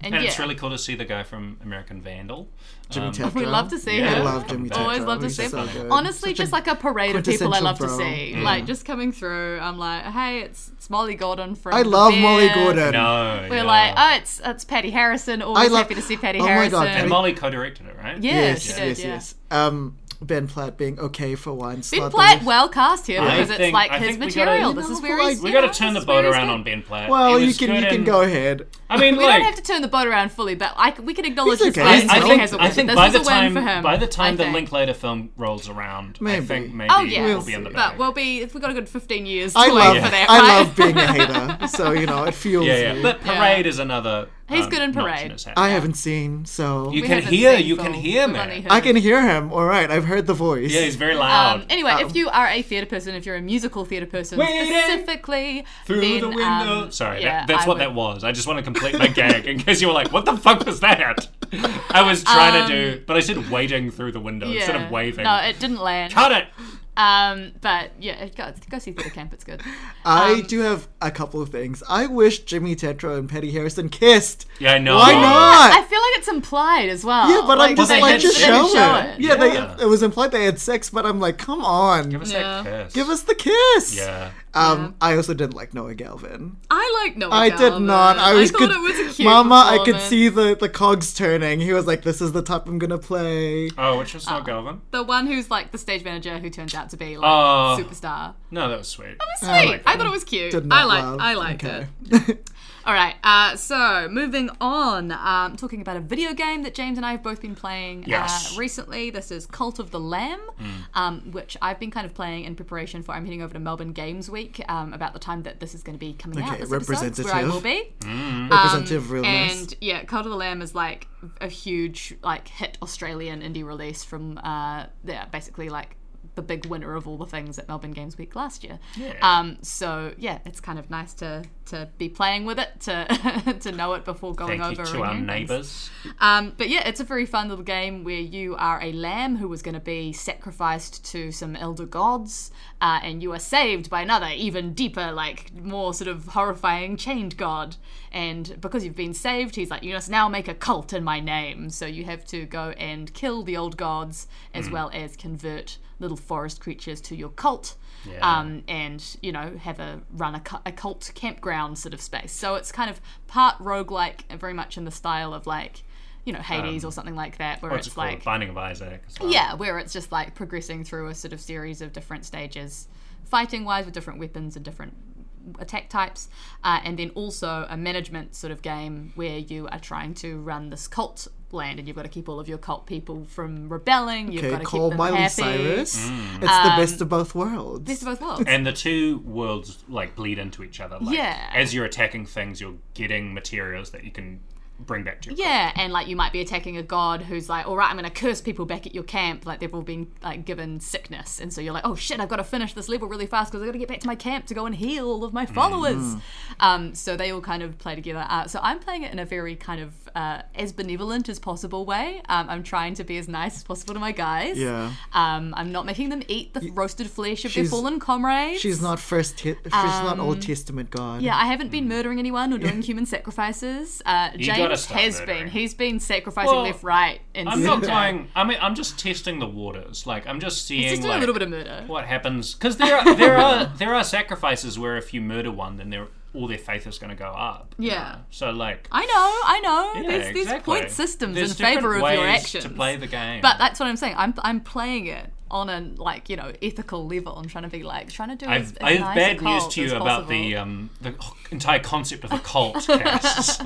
Speaker 5: and,
Speaker 2: And
Speaker 5: yeah,
Speaker 2: it's
Speaker 5: [laughs]
Speaker 2: really cool to see the guy from American Vandal.
Speaker 3: Jimmy
Speaker 2: Um,
Speaker 3: Tetra.
Speaker 5: we love to see
Speaker 2: Yeah.
Speaker 5: him.
Speaker 3: I love Jimmy Tetra.
Speaker 5: Always love to
Speaker 3: He's
Speaker 5: see him.
Speaker 3: so good.
Speaker 5: Honestly,
Speaker 3: Such a
Speaker 5: just like a parade of people I
Speaker 3: quintessential
Speaker 5: love to
Speaker 3: bro.
Speaker 5: see.
Speaker 2: Mm.
Speaker 5: Like just coming through, I'm like, hey, it's, it's Molly Gordon from.
Speaker 3: I
Speaker 5: The
Speaker 3: love Molly
Speaker 5: Bear.
Speaker 3: Gordon.
Speaker 2: No.
Speaker 5: We're
Speaker 2: yeah.
Speaker 5: like, oh, it's it's Patty Harrison. Always
Speaker 3: love-
Speaker 5: happy to see Patty
Speaker 3: Oh my God,
Speaker 5: Harrison.
Speaker 2: And
Speaker 3: Patty-
Speaker 2: Molly co-directed it, right?
Speaker 5: yeah,
Speaker 3: yes,
Speaker 5: she
Speaker 3: yes,
Speaker 5: did.
Speaker 3: yes,
Speaker 5: yeah.
Speaker 3: Um, Ben Platt being okay for once.
Speaker 5: Ben Platt, well cast here
Speaker 2: I
Speaker 5: because it's
Speaker 2: think-
Speaker 5: like
Speaker 2: I
Speaker 5: his
Speaker 2: think we gotta-
Speaker 5: material.
Speaker 2: You
Speaker 5: this
Speaker 3: know,
Speaker 5: is where
Speaker 3: like-
Speaker 5: he's.
Speaker 2: We
Speaker 5: you
Speaker 2: got
Speaker 5: know,
Speaker 2: to turn
Speaker 5: this
Speaker 2: the
Speaker 5: is where
Speaker 2: boat
Speaker 5: he's
Speaker 2: around
Speaker 5: good.
Speaker 2: on Ben Platt.
Speaker 3: well,
Speaker 2: He
Speaker 3: you
Speaker 2: was
Speaker 3: can
Speaker 2: good
Speaker 3: you can
Speaker 2: in-
Speaker 3: go ahead.
Speaker 2: I mean,
Speaker 5: We
Speaker 2: like,
Speaker 5: don't have to turn the boat around fully, but I, c- we can acknowledge
Speaker 3: He's
Speaker 5: his
Speaker 3: okay.
Speaker 5: place.
Speaker 3: I- I
Speaker 5: he
Speaker 3: think-
Speaker 5: has a
Speaker 2: I
Speaker 5: win.
Speaker 2: think
Speaker 5: This
Speaker 2: by
Speaker 5: is
Speaker 2: the
Speaker 5: a win
Speaker 2: time
Speaker 5: for him.
Speaker 2: by the time
Speaker 5: I
Speaker 2: the
Speaker 5: think.
Speaker 2: Linklater film rolls around, I
Speaker 3: Maybe.
Speaker 2: think maybe
Speaker 5: Oh yeah,
Speaker 2: we'll be in the
Speaker 5: but
Speaker 2: back.
Speaker 5: we'll be if we got a good fifteen years. To
Speaker 3: I
Speaker 5: wait
Speaker 3: love
Speaker 5: for that.
Speaker 3: I
Speaker 5: right?
Speaker 3: love
Speaker 5: [laughs]
Speaker 3: being a hater, so you know it feels.
Speaker 2: yeah, yeah.
Speaker 3: me.
Speaker 2: But
Speaker 5: Yeah.
Speaker 2: Parade is another.
Speaker 5: He's
Speaker 2: um,
Speaker 5: good in
Speaker 2: notch
Speaker 5: Parade.
Speaker 2: his hat.
Speaker 3: I haven't seen, so
Speaker 2: you
Speaker 5: We
Speaker 2: can
Speaker 5: haven't
Speaker 2: hear.
Speaker 5: seen
Speaker 2: You
Speaker 5: full-
Speaker 2: can hear,
Speaker 5: we've only
Speaker 2: man.
Speaker 5: heard-
Speaker 3: I can hear him. All right, I've heard the voice.
Speaker 2: Yeah, he's very loud.
Speaker 5: Um, anyway,
Speaker 2: oh.
Speaker 5: if you are a theatre person, if you're a musical theatre person
Speaker 2: Waiting
Speaker 5: specifically,
Speaker 2: Through
Speaker 5: then,
Speaker 2: the window.
Speaker 5: um,
Speaker 2: Sorry,
Speaker 5: yeah,
Speaker 2: that, that's
Speaker 5: I
Speaker 2: what
Speaker 5: would-
Speaker 2: that was. I just want to complete my gag in case you were like, "What the fuck was that?" I was trying to do, but I said waiting through the window instead
Speaker 5: Um, yeah.
Speaker 2: of waving.
Speaker 5: No, it didn't land.
Speaker 2: Cut it.
Speaker 5: Um, but yeah, go, go see Theatre Camp. It's good.
Speaker 3: I do have a couple of things. I wish Jimmy Tetra and Petty Harrison kissed.
Speaker 2: Yeah, I know.
Speaker 3: Why not?
Speaker 5: I feel like it's implied as well.
Speaker 3: yeah, but I'm
Speaker 5: Like,
Speaker 3: just
Speaker 5: Oh, they
Speaker 3: like,
Speaker 5: didn't-
Speaker 3: just
Speaker 5: they didn't
Speaker 3: show, it.
Speaker 2: Yeah.
Speaker 3: Yeah, They, it was implied they had sex, but I'm like, come on,
Speaker 2: Give us
Speaker 5: Yeah.
Speaker 2: that kiss.
Speaker 3: give us the kiss.
Speaker 2: Yeah.
Speaker 3: Um, I also didn't like Noah Galvin.
Speaker 5: I like Noah.
Speaker 3: I did
Speaker 5: Galvin.
Speaker 3: not. I was
Speaker 5: thought
Speaker 3: could,
Speaker 5: it was a cute
Speaker 3: Mama, I could
Speaker 5: performance.
Speaker 3: see the the cogs turning. He was like, "This is the type I'm gonna play."
Speaker 2: Oh, which was
Speaker 5: Uh,
Speaker 2: not Galvin.
Speaker 5: the one who's like the stage manager who turns out to be like
Speaker 2: Oh.
Speaker 5: superstar.
Speaker 2: No, that was sweet.
Speaker 5: Sweet.
Speaker 2: I
Speaker 5: I,
Speaker 2: like that.
Speaker 5: thought it was cute.
Speaker 3: Did not
Speaker 5: I like.
Speaker 3: love.
Speaker 5: I liked it.
Speaker 3: [laughs] okay. it.
Speaker 5: All right. Uh, so moving on, um, talking about a video game that James and I have both been playing
Speaker 2: Yes. Mm.
Speaker 5: uh, recently. This is Cult of the Lamb, um, which I've been kind of playing in preparation for. I'm heading over to Melbourne Games Week um, about the time that this is going to be coming out.
Speaker 3: Okay,
Speaker 5: This episode, where I
Speaker 3: representative.
Speaker 5: will be.
Speaker 2: Mm.
Speaker 5: Um,
Speaker 3: Representative realness.
Speaker 5: And yeah, Cult of the Lamb is like a huge like hit Australian indie release from uh yeah, basically like the big winner of all the things at Melbourne Games Week last year.
Speaker 2: Yeah.
Speaker 5: Um so yeah, it's kind of nice to to be playing with it, to [laughs] to know it before going
Speaker 2: Thank you
Speaker 5: over
Speaker 2: to our
Speaker 5: and hearing things.
Speaker 2: neighbours.
Speaker 5: Um, but yeah, it's a very fun little game where you are a lamb who was going to be sacrificed to some elder gods, uh, and you are saved by another, even deeper, like more sort of horrifying chained god. And because you've been saved, he's like, you must now make a cult in my name. So you have to go and kill the old gods as well as convert little forest creatures to your cult.
Speaker 2: Yeah.
Speaker 5: Um, and you know have a run a, cu- a cult campground sort of space. So it's kind of part roguelike, and very much in the style of like you know Hades
Speaker 3: Um,
Speaker 5: or something like that, where
Speaker 2: What's
Speaker 5: it's
Speaker 2: it called?
Speaker 5: like
Speaker 2: Binding of Isaac. as well.
Speaker 5: yeah, where it's just like progressing through a sort of series of different stages, fighting wise with different weapons and different attack types, uh, and then also a management sort of game where you are trying to run this cult land and you've got to keep all of your cult people from rebelling. You've got
Speaker 3: Okay,
Speaker 5: to
Speaker 3: call
Speaker 5: keep them
Speaker 3: Miley
Speaker 5: happy. Um,
Speaker 3: Cyrus.
Speaker 2: Mm.
Speaker 3: It's the best of both worlds.
Speaker 5: Best of both worlds.
Speaker 2: And the two worlds like bleed into each other. Like,
Speaker 5: Yeah.
Speaker 2: As you're attacking things, you're getting materials that you can bring back to your
Speaker 5: Yeah, and like you might be attacking a god who's like, all right, I'm going to curse people back at your camp. Like they've all been like given sickness, and so you're like, oh shit, I've got to finish this level really fast because I've got to get back to my camp to go and heal all of my
Speaker 3: Mm.
Speaker 5: followers. Um, so they all kind of play together. Uh, so I'm playing it in a very kind of uh, as benevolent as possible way. Um, I'm trying to be as nice as possible to my guys.
Speaker 3: Yeah.
Speaker 5: Um, I'm not making them eat the roasted flesh of their
Speaker 3: She's-
Speaker 5: fallen comrades.
Speaker 3: She's not first. Te- she's not Old Testament God.
Speaker 5: Um, Yeah, I haven't been murdering anyone or doing human sacrifices. Uh,
Speaker 2: Hmm. gotta
Speaker 5: James
Speaker 2: start
Speaker 5: has
Speaker 2: murdering.
Speaker 5: been. He's been sacrificing
Speaker 2: Well,
Speaker 5: left, right, and
Speaker 2: I'm not
Speaker 5: [laughs] centre.
Speaker 2: going. I mean, I'm just testing the waters. Like, I'm just seeing
Speaker 5: He's just doing
Speaker 2: like,
Speaker 5: a little bit of murder.
Speaker 2: what happens. Because there are there
Speaker 5: [laughs]
Speaker 2: are there are sacrifices where if you murder one, then their all their faith is going to go up. you
Speaker 5: Yeah.
Speaker 2: know? So like,
Speaker 5: I know, I know.
Speaker 2: yeah,
Speaker 5: there's, there's
Speaker 2: exactly.
Speaker 5: point systems
Speaker 2: There's
Speaker 5: in favour of
Speaker 2: different
Speaker 5: your
Speaker 2: ways
Speaker 5: actions.
Speaker 2: to play the game.
Speaker 5: But that's what I'm saying. I'm I'm playing it on a like you know ethical level. I'm trying to be like trying to do. as,
Speaker 2: I've,
Speaker 5: as
Speaker 2: I have
Speaker 5: nice a
Speaker 2: bad
Speaker 5: cult
Speaker 2: news to you
Speaker 5: as
Speaker 2: about
Speaker 5: possible.
Speaker 2: the um, the entire concept of a
Speaker 5: [laughs]
Speaker 2: cult. Cass.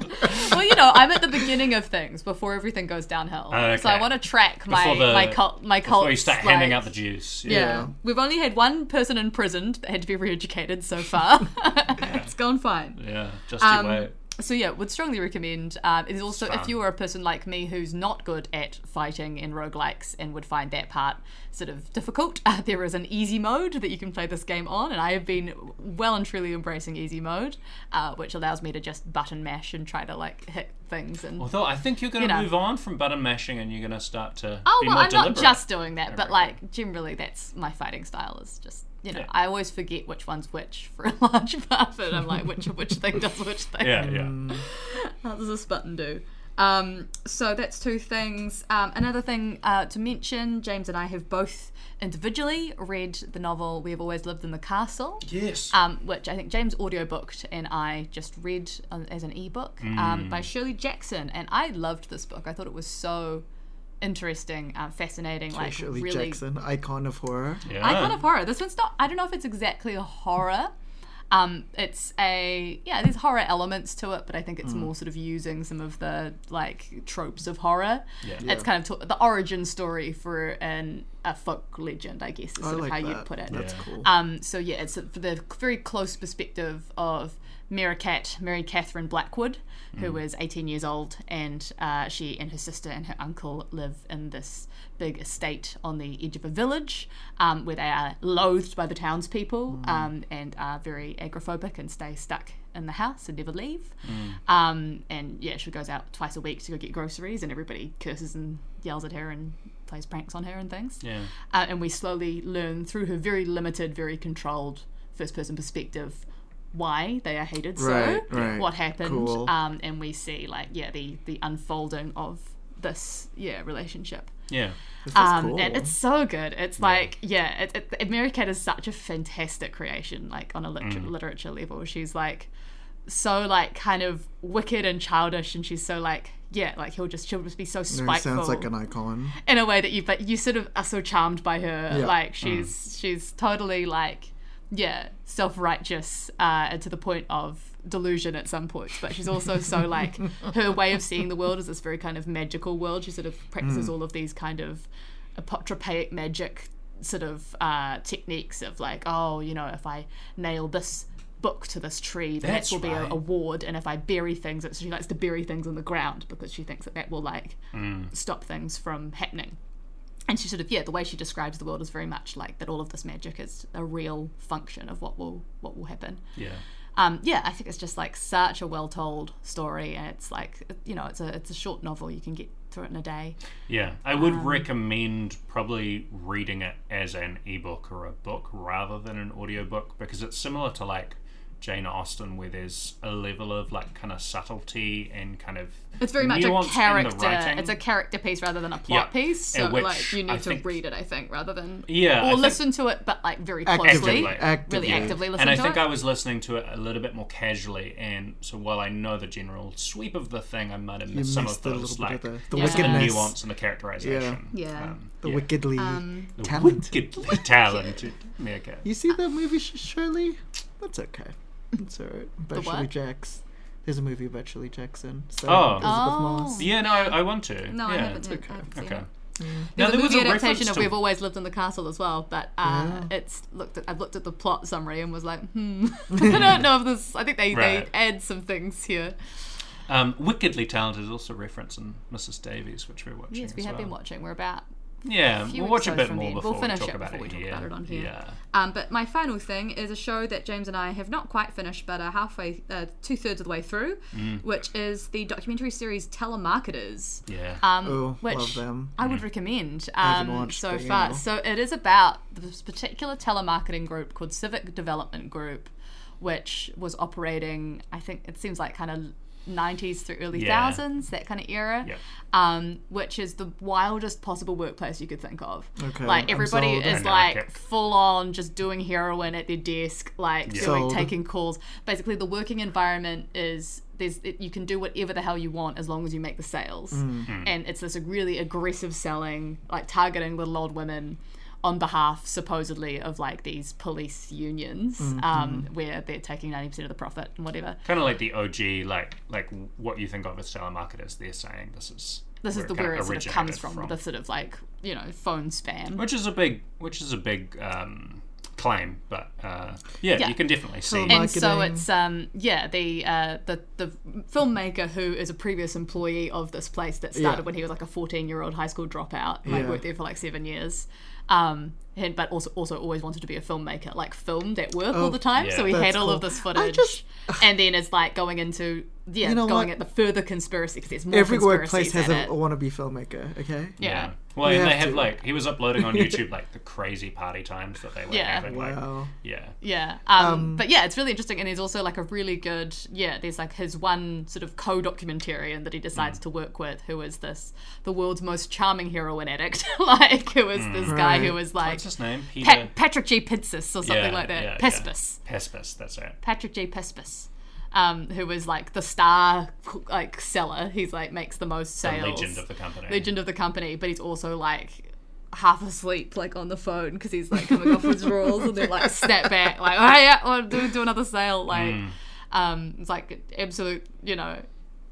Speaker 5: well, you know, I'm at the beginning of things before everything goes downhill.
Speaker 2: Oh,
Speaker 5: So I
Speaker 2: okay.
Speaker 5: want to track my
Speaker 2: Before the-
Speaker 5: my cult my cult.
Speaker 2: Before you start handing out the juice.
Speaker 5: Yeah. We've only had one person imprisoned that had to be re-educated so far. [laughs] it's gone fine.
Speaker 2: Yeah, just you
Speaker 5: Um,
Speaker 2: wait.
Speaker 5: So yeah, would strongly recommend. Um, it is also if
Speaker 2: fun.
Speaker 5: you are a person like me who's not good at fighting in roguelikes and would find that part sort of difficult, [laughs] uh, there is an easy mode that you can play this game on, and I have been well and truly embracing easy mode, uh, which allows me to just button mash and try to like hit things and
Speaker 2: Although I think you're going to
Speaker 5: You know.
Speaker 2: move on from button mashing and you're going to start to
Speaker 5: Oh
Speaker 2: be
Speaker 5: well,
Speaker 2: more
Speaker 5: I'm
Speaker 2: deliberate.
Speaker 5: not just doing that, but
Speaker 2: reckon.
Speaker 5: like generally, that's my fighting style. Is just you know,
Speaker 2: Yeah.
Speaker 5: I always forget which one's which for a [laughs] large part, but I'm like, which which thing
Speaker 2: [laughs]
Speaker 5: does which thing?
Speaker 2: Yeah, yeah.
Speaker 5: Mm. How does this button do? Um, so that's two things. Um, another thing uh, to mention: James and I have both individually read the novel "We Have Always Lived in the Castle."
Speaker 2: Yes.
Speaker 5: um, which I think James audiobooked and I just read on- as an ebook um, by Shirley Jackson. And I loved this book. I thought it was so interesting, um, fascinating, like
Speaker 3: Shirley
Speaker 5: really
Speaker 3: Jackson, icon of horror.
Speaker 2: yeah.
Speaker 5: icon of horror. This one's not. I don't know if it's exactly a horror. Um, it's a yeah. There's horror elements to it, but I think it's
Speaker 3: Mm.
Speaker 5: more sort of using some of the like tropes of horror.
Speaker 2: Yeah.
Speaker 5: It's kind of to- the origin story for an a folk legend, I guess, is
Speaker 3: I
Speaker 5: sort
Speaker 3: like
Speaker 5: of how
Speaker 3: that.
Speaker 5: you'd put it.
Speaker 3: That's cool.
Speaker 5: Um, so yeah, it's for the very close perspective of Mary Cat, Mary Catherine Blackwood, who was 18 years old, and uh, she and her sister and her uncle live in this big estate on the edge of a village, um, where they are loathed by the townspeople um, and are very agrophobic and stay stuck in the house and never leave. Um, and yeah, she goes out twice a week to go get groceries, and everybody curses and yells at her and plays pranks on her and things.
Speaker 2: Yeah.
Speaker 5: Uh, and we slowly learn through her very limited, very controlled first person perspective why they are hated
Speaker 3: Right,
Speaker 5: so
Speaker 3: right.
Speaker 5: what happened
Speaker 3: Cool.
Speaker 5: um, and we see like yeah the the unfolding of this yeah relationship
Speaker 2: Yeah.
Speaker 3: This is
Speaker 5: um,
Speaker 3: cool.
Speaker 5: and it's so good. It's like, yeah, it, it, Americate is such a fantastic creation, like on a liter-
Speaker 3: Mm.
Speaker 5: literature level. She's like so like kind of wicked and childish, and she's so like, yeah, like he'll just she'll just be so
Speaker 3: It
Speaker 5: spiteful
Speaker 3: sounds like an icon.
Speaker 5: in a way that you but you sort of are so charmed by her.
Speaker 3: Yeah.
Speaker 5: Like she's she's totally like yeah self righteous uh, and to the point of delusion at some points. But she's also
Speaker 2: [laughs]
Speaker 5: so like her way of seeing the world is this very kind of magical world. She sort of
Speaker 2: Hmm.
Speaker 5: practices all of these kind of apotropaic magic sort of uh, techniques of like oh you know if I nail this book to this tree then
Speaker 2: That's
Speaker 5: it will be
Speaker 2: right.
Speaker 5: a, a ward and if I bury things it's- she likes to bury things in the ground because she thinks that that will like
Speaker 2: Hmm.
Speaker 5: stop things from happening. And she sort of yeah, the way she describes the world is very much like that. All of this magic is a real function of what will what will happen.
Speaker 2: Yeah.
Speaker 5: Um, yeah, I think it's just like such a well told story, and it's like you know, it's a it's a short novel. You can get through it in a day.
Speaker 2: Yeah. I would
Speaker 5: Um,
Speaker 2: recommend probably reading it as an ebook or a book rather than an audiobook because it's similar to like Jane Austen where there's a level of like kind of subtlety and kind of
Speaker 5: It's very much
Speaker 2: nuance in
Speaker 5: a
Speaker 2: the
Speaker 5: character.
Speaker 2: writing.
Speaker 5: It's a character piece rather than a plot
Speaker 2: Yeah.
Speaker 5: piece. So
Speaker 2: And which
Speaker 5: like you need
Speaker 2: I
Speaker 5: to
Speaker 2: think-
Speaker 5: read it, I think, rather than
Speaker 2: Yeah, I
Speaker 5: or
Speaker 2: think-
Speaker 5: listen to it, but like very closely,
Speaker 2: Actively.
Speaker 5: really
Speaker 3: Actively.
Speaker 5: actively listen
Speaker 2: and I
Speaker 5: to
Speaker 2: think
Speaker 5: it.
Speaker 2: I was listening to it a little bit more casually, and so while I know the general sweep of the thing, I might have
Speaker 3: You
Speaker 2: missed some of
Speaker 3: missed a
Speaker 2: those,
Speaker 3: little
Speaker 2: like
Speaker 3: bit of the, the
Speaker 5: Yeah.
Speaker 2: the
Speaker 3: wickedness,
Speaker 2: nuance and the characterization.
Speaker 5: Yeah.
Speaker 2: Um,
Speaker 3: the
Speaker 2: yeah.
Speaker 3: wickedly
Speaker 5: Um,
Speaker 2: The
Speaker 3: talented.
Speaker 2: wickedly [laughs]
Speaker 5: [laughs]
Speaker 2: talented meerkat.
Speaker 3: You see
Speaker 5: uh,
Speaker 3: that movie, Sh- Shirley? That's
Speaker 5: [laughs]
Speaker 3: okay. It's alright. About
Speaker 5: what?
Speaker 3: Shirley Jacks. There's a movie about Shirley Jackson. So
Speaker 2: Oh.
Speaker 3: Elizabeth
Speaker 5: Oh.
Speaker 3: Moss.
Speaker 2: Yeah, no, I, I want to.
Speaker 5: No,
Speaker 2: yeah.
Speaker 5: I haven't.
Speaker 3: It's okay.
Speaker 5: I haven't seen
Speaker 2: Okay.
Speaker 5: it.
Speaker 2: Now,
Speaker 5: There's a
Speaker 2: there was
Speaker 5: movie
Speaker 2: a reference
Speaker 5: adaptation of
Speaker 2: to
Speaker 5: We've Always Lived in the Castle as well, but uh,
Speaker 3: Yeah.
Speaker 5: it's looked. At, I've looked at the plot summary and was like, hmm, [laughs] I don't know if this. I think they,
Speaker 2: Right.
Speaker 5: they add some things here.
Speaker 2: um, Wickedly Talented is also referenced in Mrs. Davies, which we're watching.
Speaker 5: Yes,
Speaker 2: as
Speaker 5: we have
Speaker 2: well.
Speaker 5: been watching. We're about.
Speaker 2: Yeah,
Speaker 5: few
Speaker 2: we'll watch a
Speaker 5: episodes
Speaker 2: bit
Speaker 5: from the
Speaker 2: more
Speaker 5: end.
Speaker 2: before
Speaker 5: We'll finish
Speaker 2: we talk
Speaker 5: it
Speaker 2: about
Speaker 5: before
Speaker 2: it
Speaker 5: we talk
Speaker 2: here.
Speaker 5: about it on here.
Speaker 2: Yeah.
Speaker 5: Um, but my final thing is a show that James and I have not quite finished, but are halfway, uh, two thirds of the way through,
Speaker 2: Mm.
Speaker 5: which is the documentary series Telemarketers.
Speaker 2: Yeah. Mm.
Speaker 5: Um,
Speaker 3: Oh,
Speaker 5: which
Speaker 3: love them.
Speaker 5: I would recommend
Speaker 3: haven't
Speaker 5: um,
Speaker 3: watched
Speaker 5: so
Speaker 3: it,
Speaker 5: far.
Speaker 3: yeah.
Speaker 5: So it is about this particular telemarketing group called Civic Development Group, which was operating, I think it seems like kind of 90s through early
Speaker 2: Yeah.
Speaker 5: 2000s, that kind of era,
Speaker 2: Yep.
Speaker 5: um, which is the wildest possible workplace you could think of.
Speaker 3: Okay,
Speaker 5: like
Speaker 3: I'm
Speaker 5: everybody
Speaker 3: sold.
Speaker 5: is like
Speaker 2: Anarchic.
Speaker 5: full on just doing heroin at their desk, like doing,
Speaker 3: Sold.
Speaker 5: taking calls. Basically, the working environment is there's it, you can do whatever the hell you want as long as you make the sales, and it's this really aggressive selling, like targeting little old women on behalf supposedly of like these police unions, um, where they're taking ninety percent of the profit and whatever.
Speaker 2: kind of like the OG, like like what you think of as telemarketers. They're saying this is
Speaker 5: This is the
Speaker 2: kinda
Speaker 5: where it sort of
Speaker 2: originated
Speaker 5: comes from, the sort of like you know phone spam.
Speaker 2: which is a big which is a big um, claim, but uh, yeah,
Speaker 5: Yeah.
Speaker 2: you can definitely see.
Speaker 3: Telemark-
Speaker 5: and so
Speaker 3: marketing.
Speaker 5: it's um yeah the uh the the filmmaker who is a previous employee of this place that started
Speaker 3: Yeah.
Speaker 5: when he was like a 14 year old high school dropout like
Speaker 3: Yeah.
Speaker 5: worked there for like seven years um and, but also also always wanted to be a filmmaker like filmed at work all the time so
Speaker 2: yeah.
Speaker 5: he had
Speaker 3: Oh, That's
Speaker 5: all of
Speaker 3: cool.
Speaker 5: this
Speaker 3: I
Speaker 5: footage
Speaker 3: just-
Speaker 5: and then is like going into yeah
Speaker 3: You know
Speaker 5: going
Speaker 3: what?
Speaker 5: at the further conspiracy because there's more
Speaker 3: Every workplace
Speaker 5: conspiracies
Speaker 3: has
Speaker 5: in
Speaker 3: a,
Speaker 5: it.
Speaker 3: wannabe filmmaker, okay?
Speaker 5: yeah.
Speaker 2: Well,
Speaker 3: We
Speaker 2: and they
Speaker 3: have
Speaker 2: have
Speaker 3: to.
Speaker 2: like he was uploading
Speaker 3: [laughs]
Speaker 2: on YouTube like the crazy party times that they were
Speaker 5: Yeah.
Speaker 2: having. Like,
Speaker 3: Wow.
Speaker 2: Yeah.
Speaker 5: Yeah. Um, but yeah, it's really interesting. And there's also like a really good, yeah, there's like his one sort of co documentarian that he
Speaker 2: Mm.
Speaker 5: decides to work with, who is this, the world's most charming heroin addict. [laughs] like, who is
Speaker 2: Mm.
Speaker 5: this guy who
Speaker 3: Right.
Speaker 5: is like
Speaker 2: What's his name? Peter.
Speaker 5: Pat- Patrick G. Pitsis or something
Speaker 2: yeah,
Speaker 5: like that.
Speaker 2: yeah, yeah.
Speaker 5: Pespis.
Speaker 2: Pespis. That's it.
Speaker 5: Patrick J. Pespis, um, who was like the star like seller. He's like makes the most
Speaker 2: The
Speaker 5: sales.
Speaker 2: legend of the company.
Speaker 5: Legend of the company, but he's also like half asleep, like on the phone because he's like coming off withdrawals, and then
Speaker 2: [laughs]
Speaker 5: like snap back, like oh yeah, oh, do do another sale,
Speaker 2: Mm.
Speaker 5: like um, it's like absolute, you know.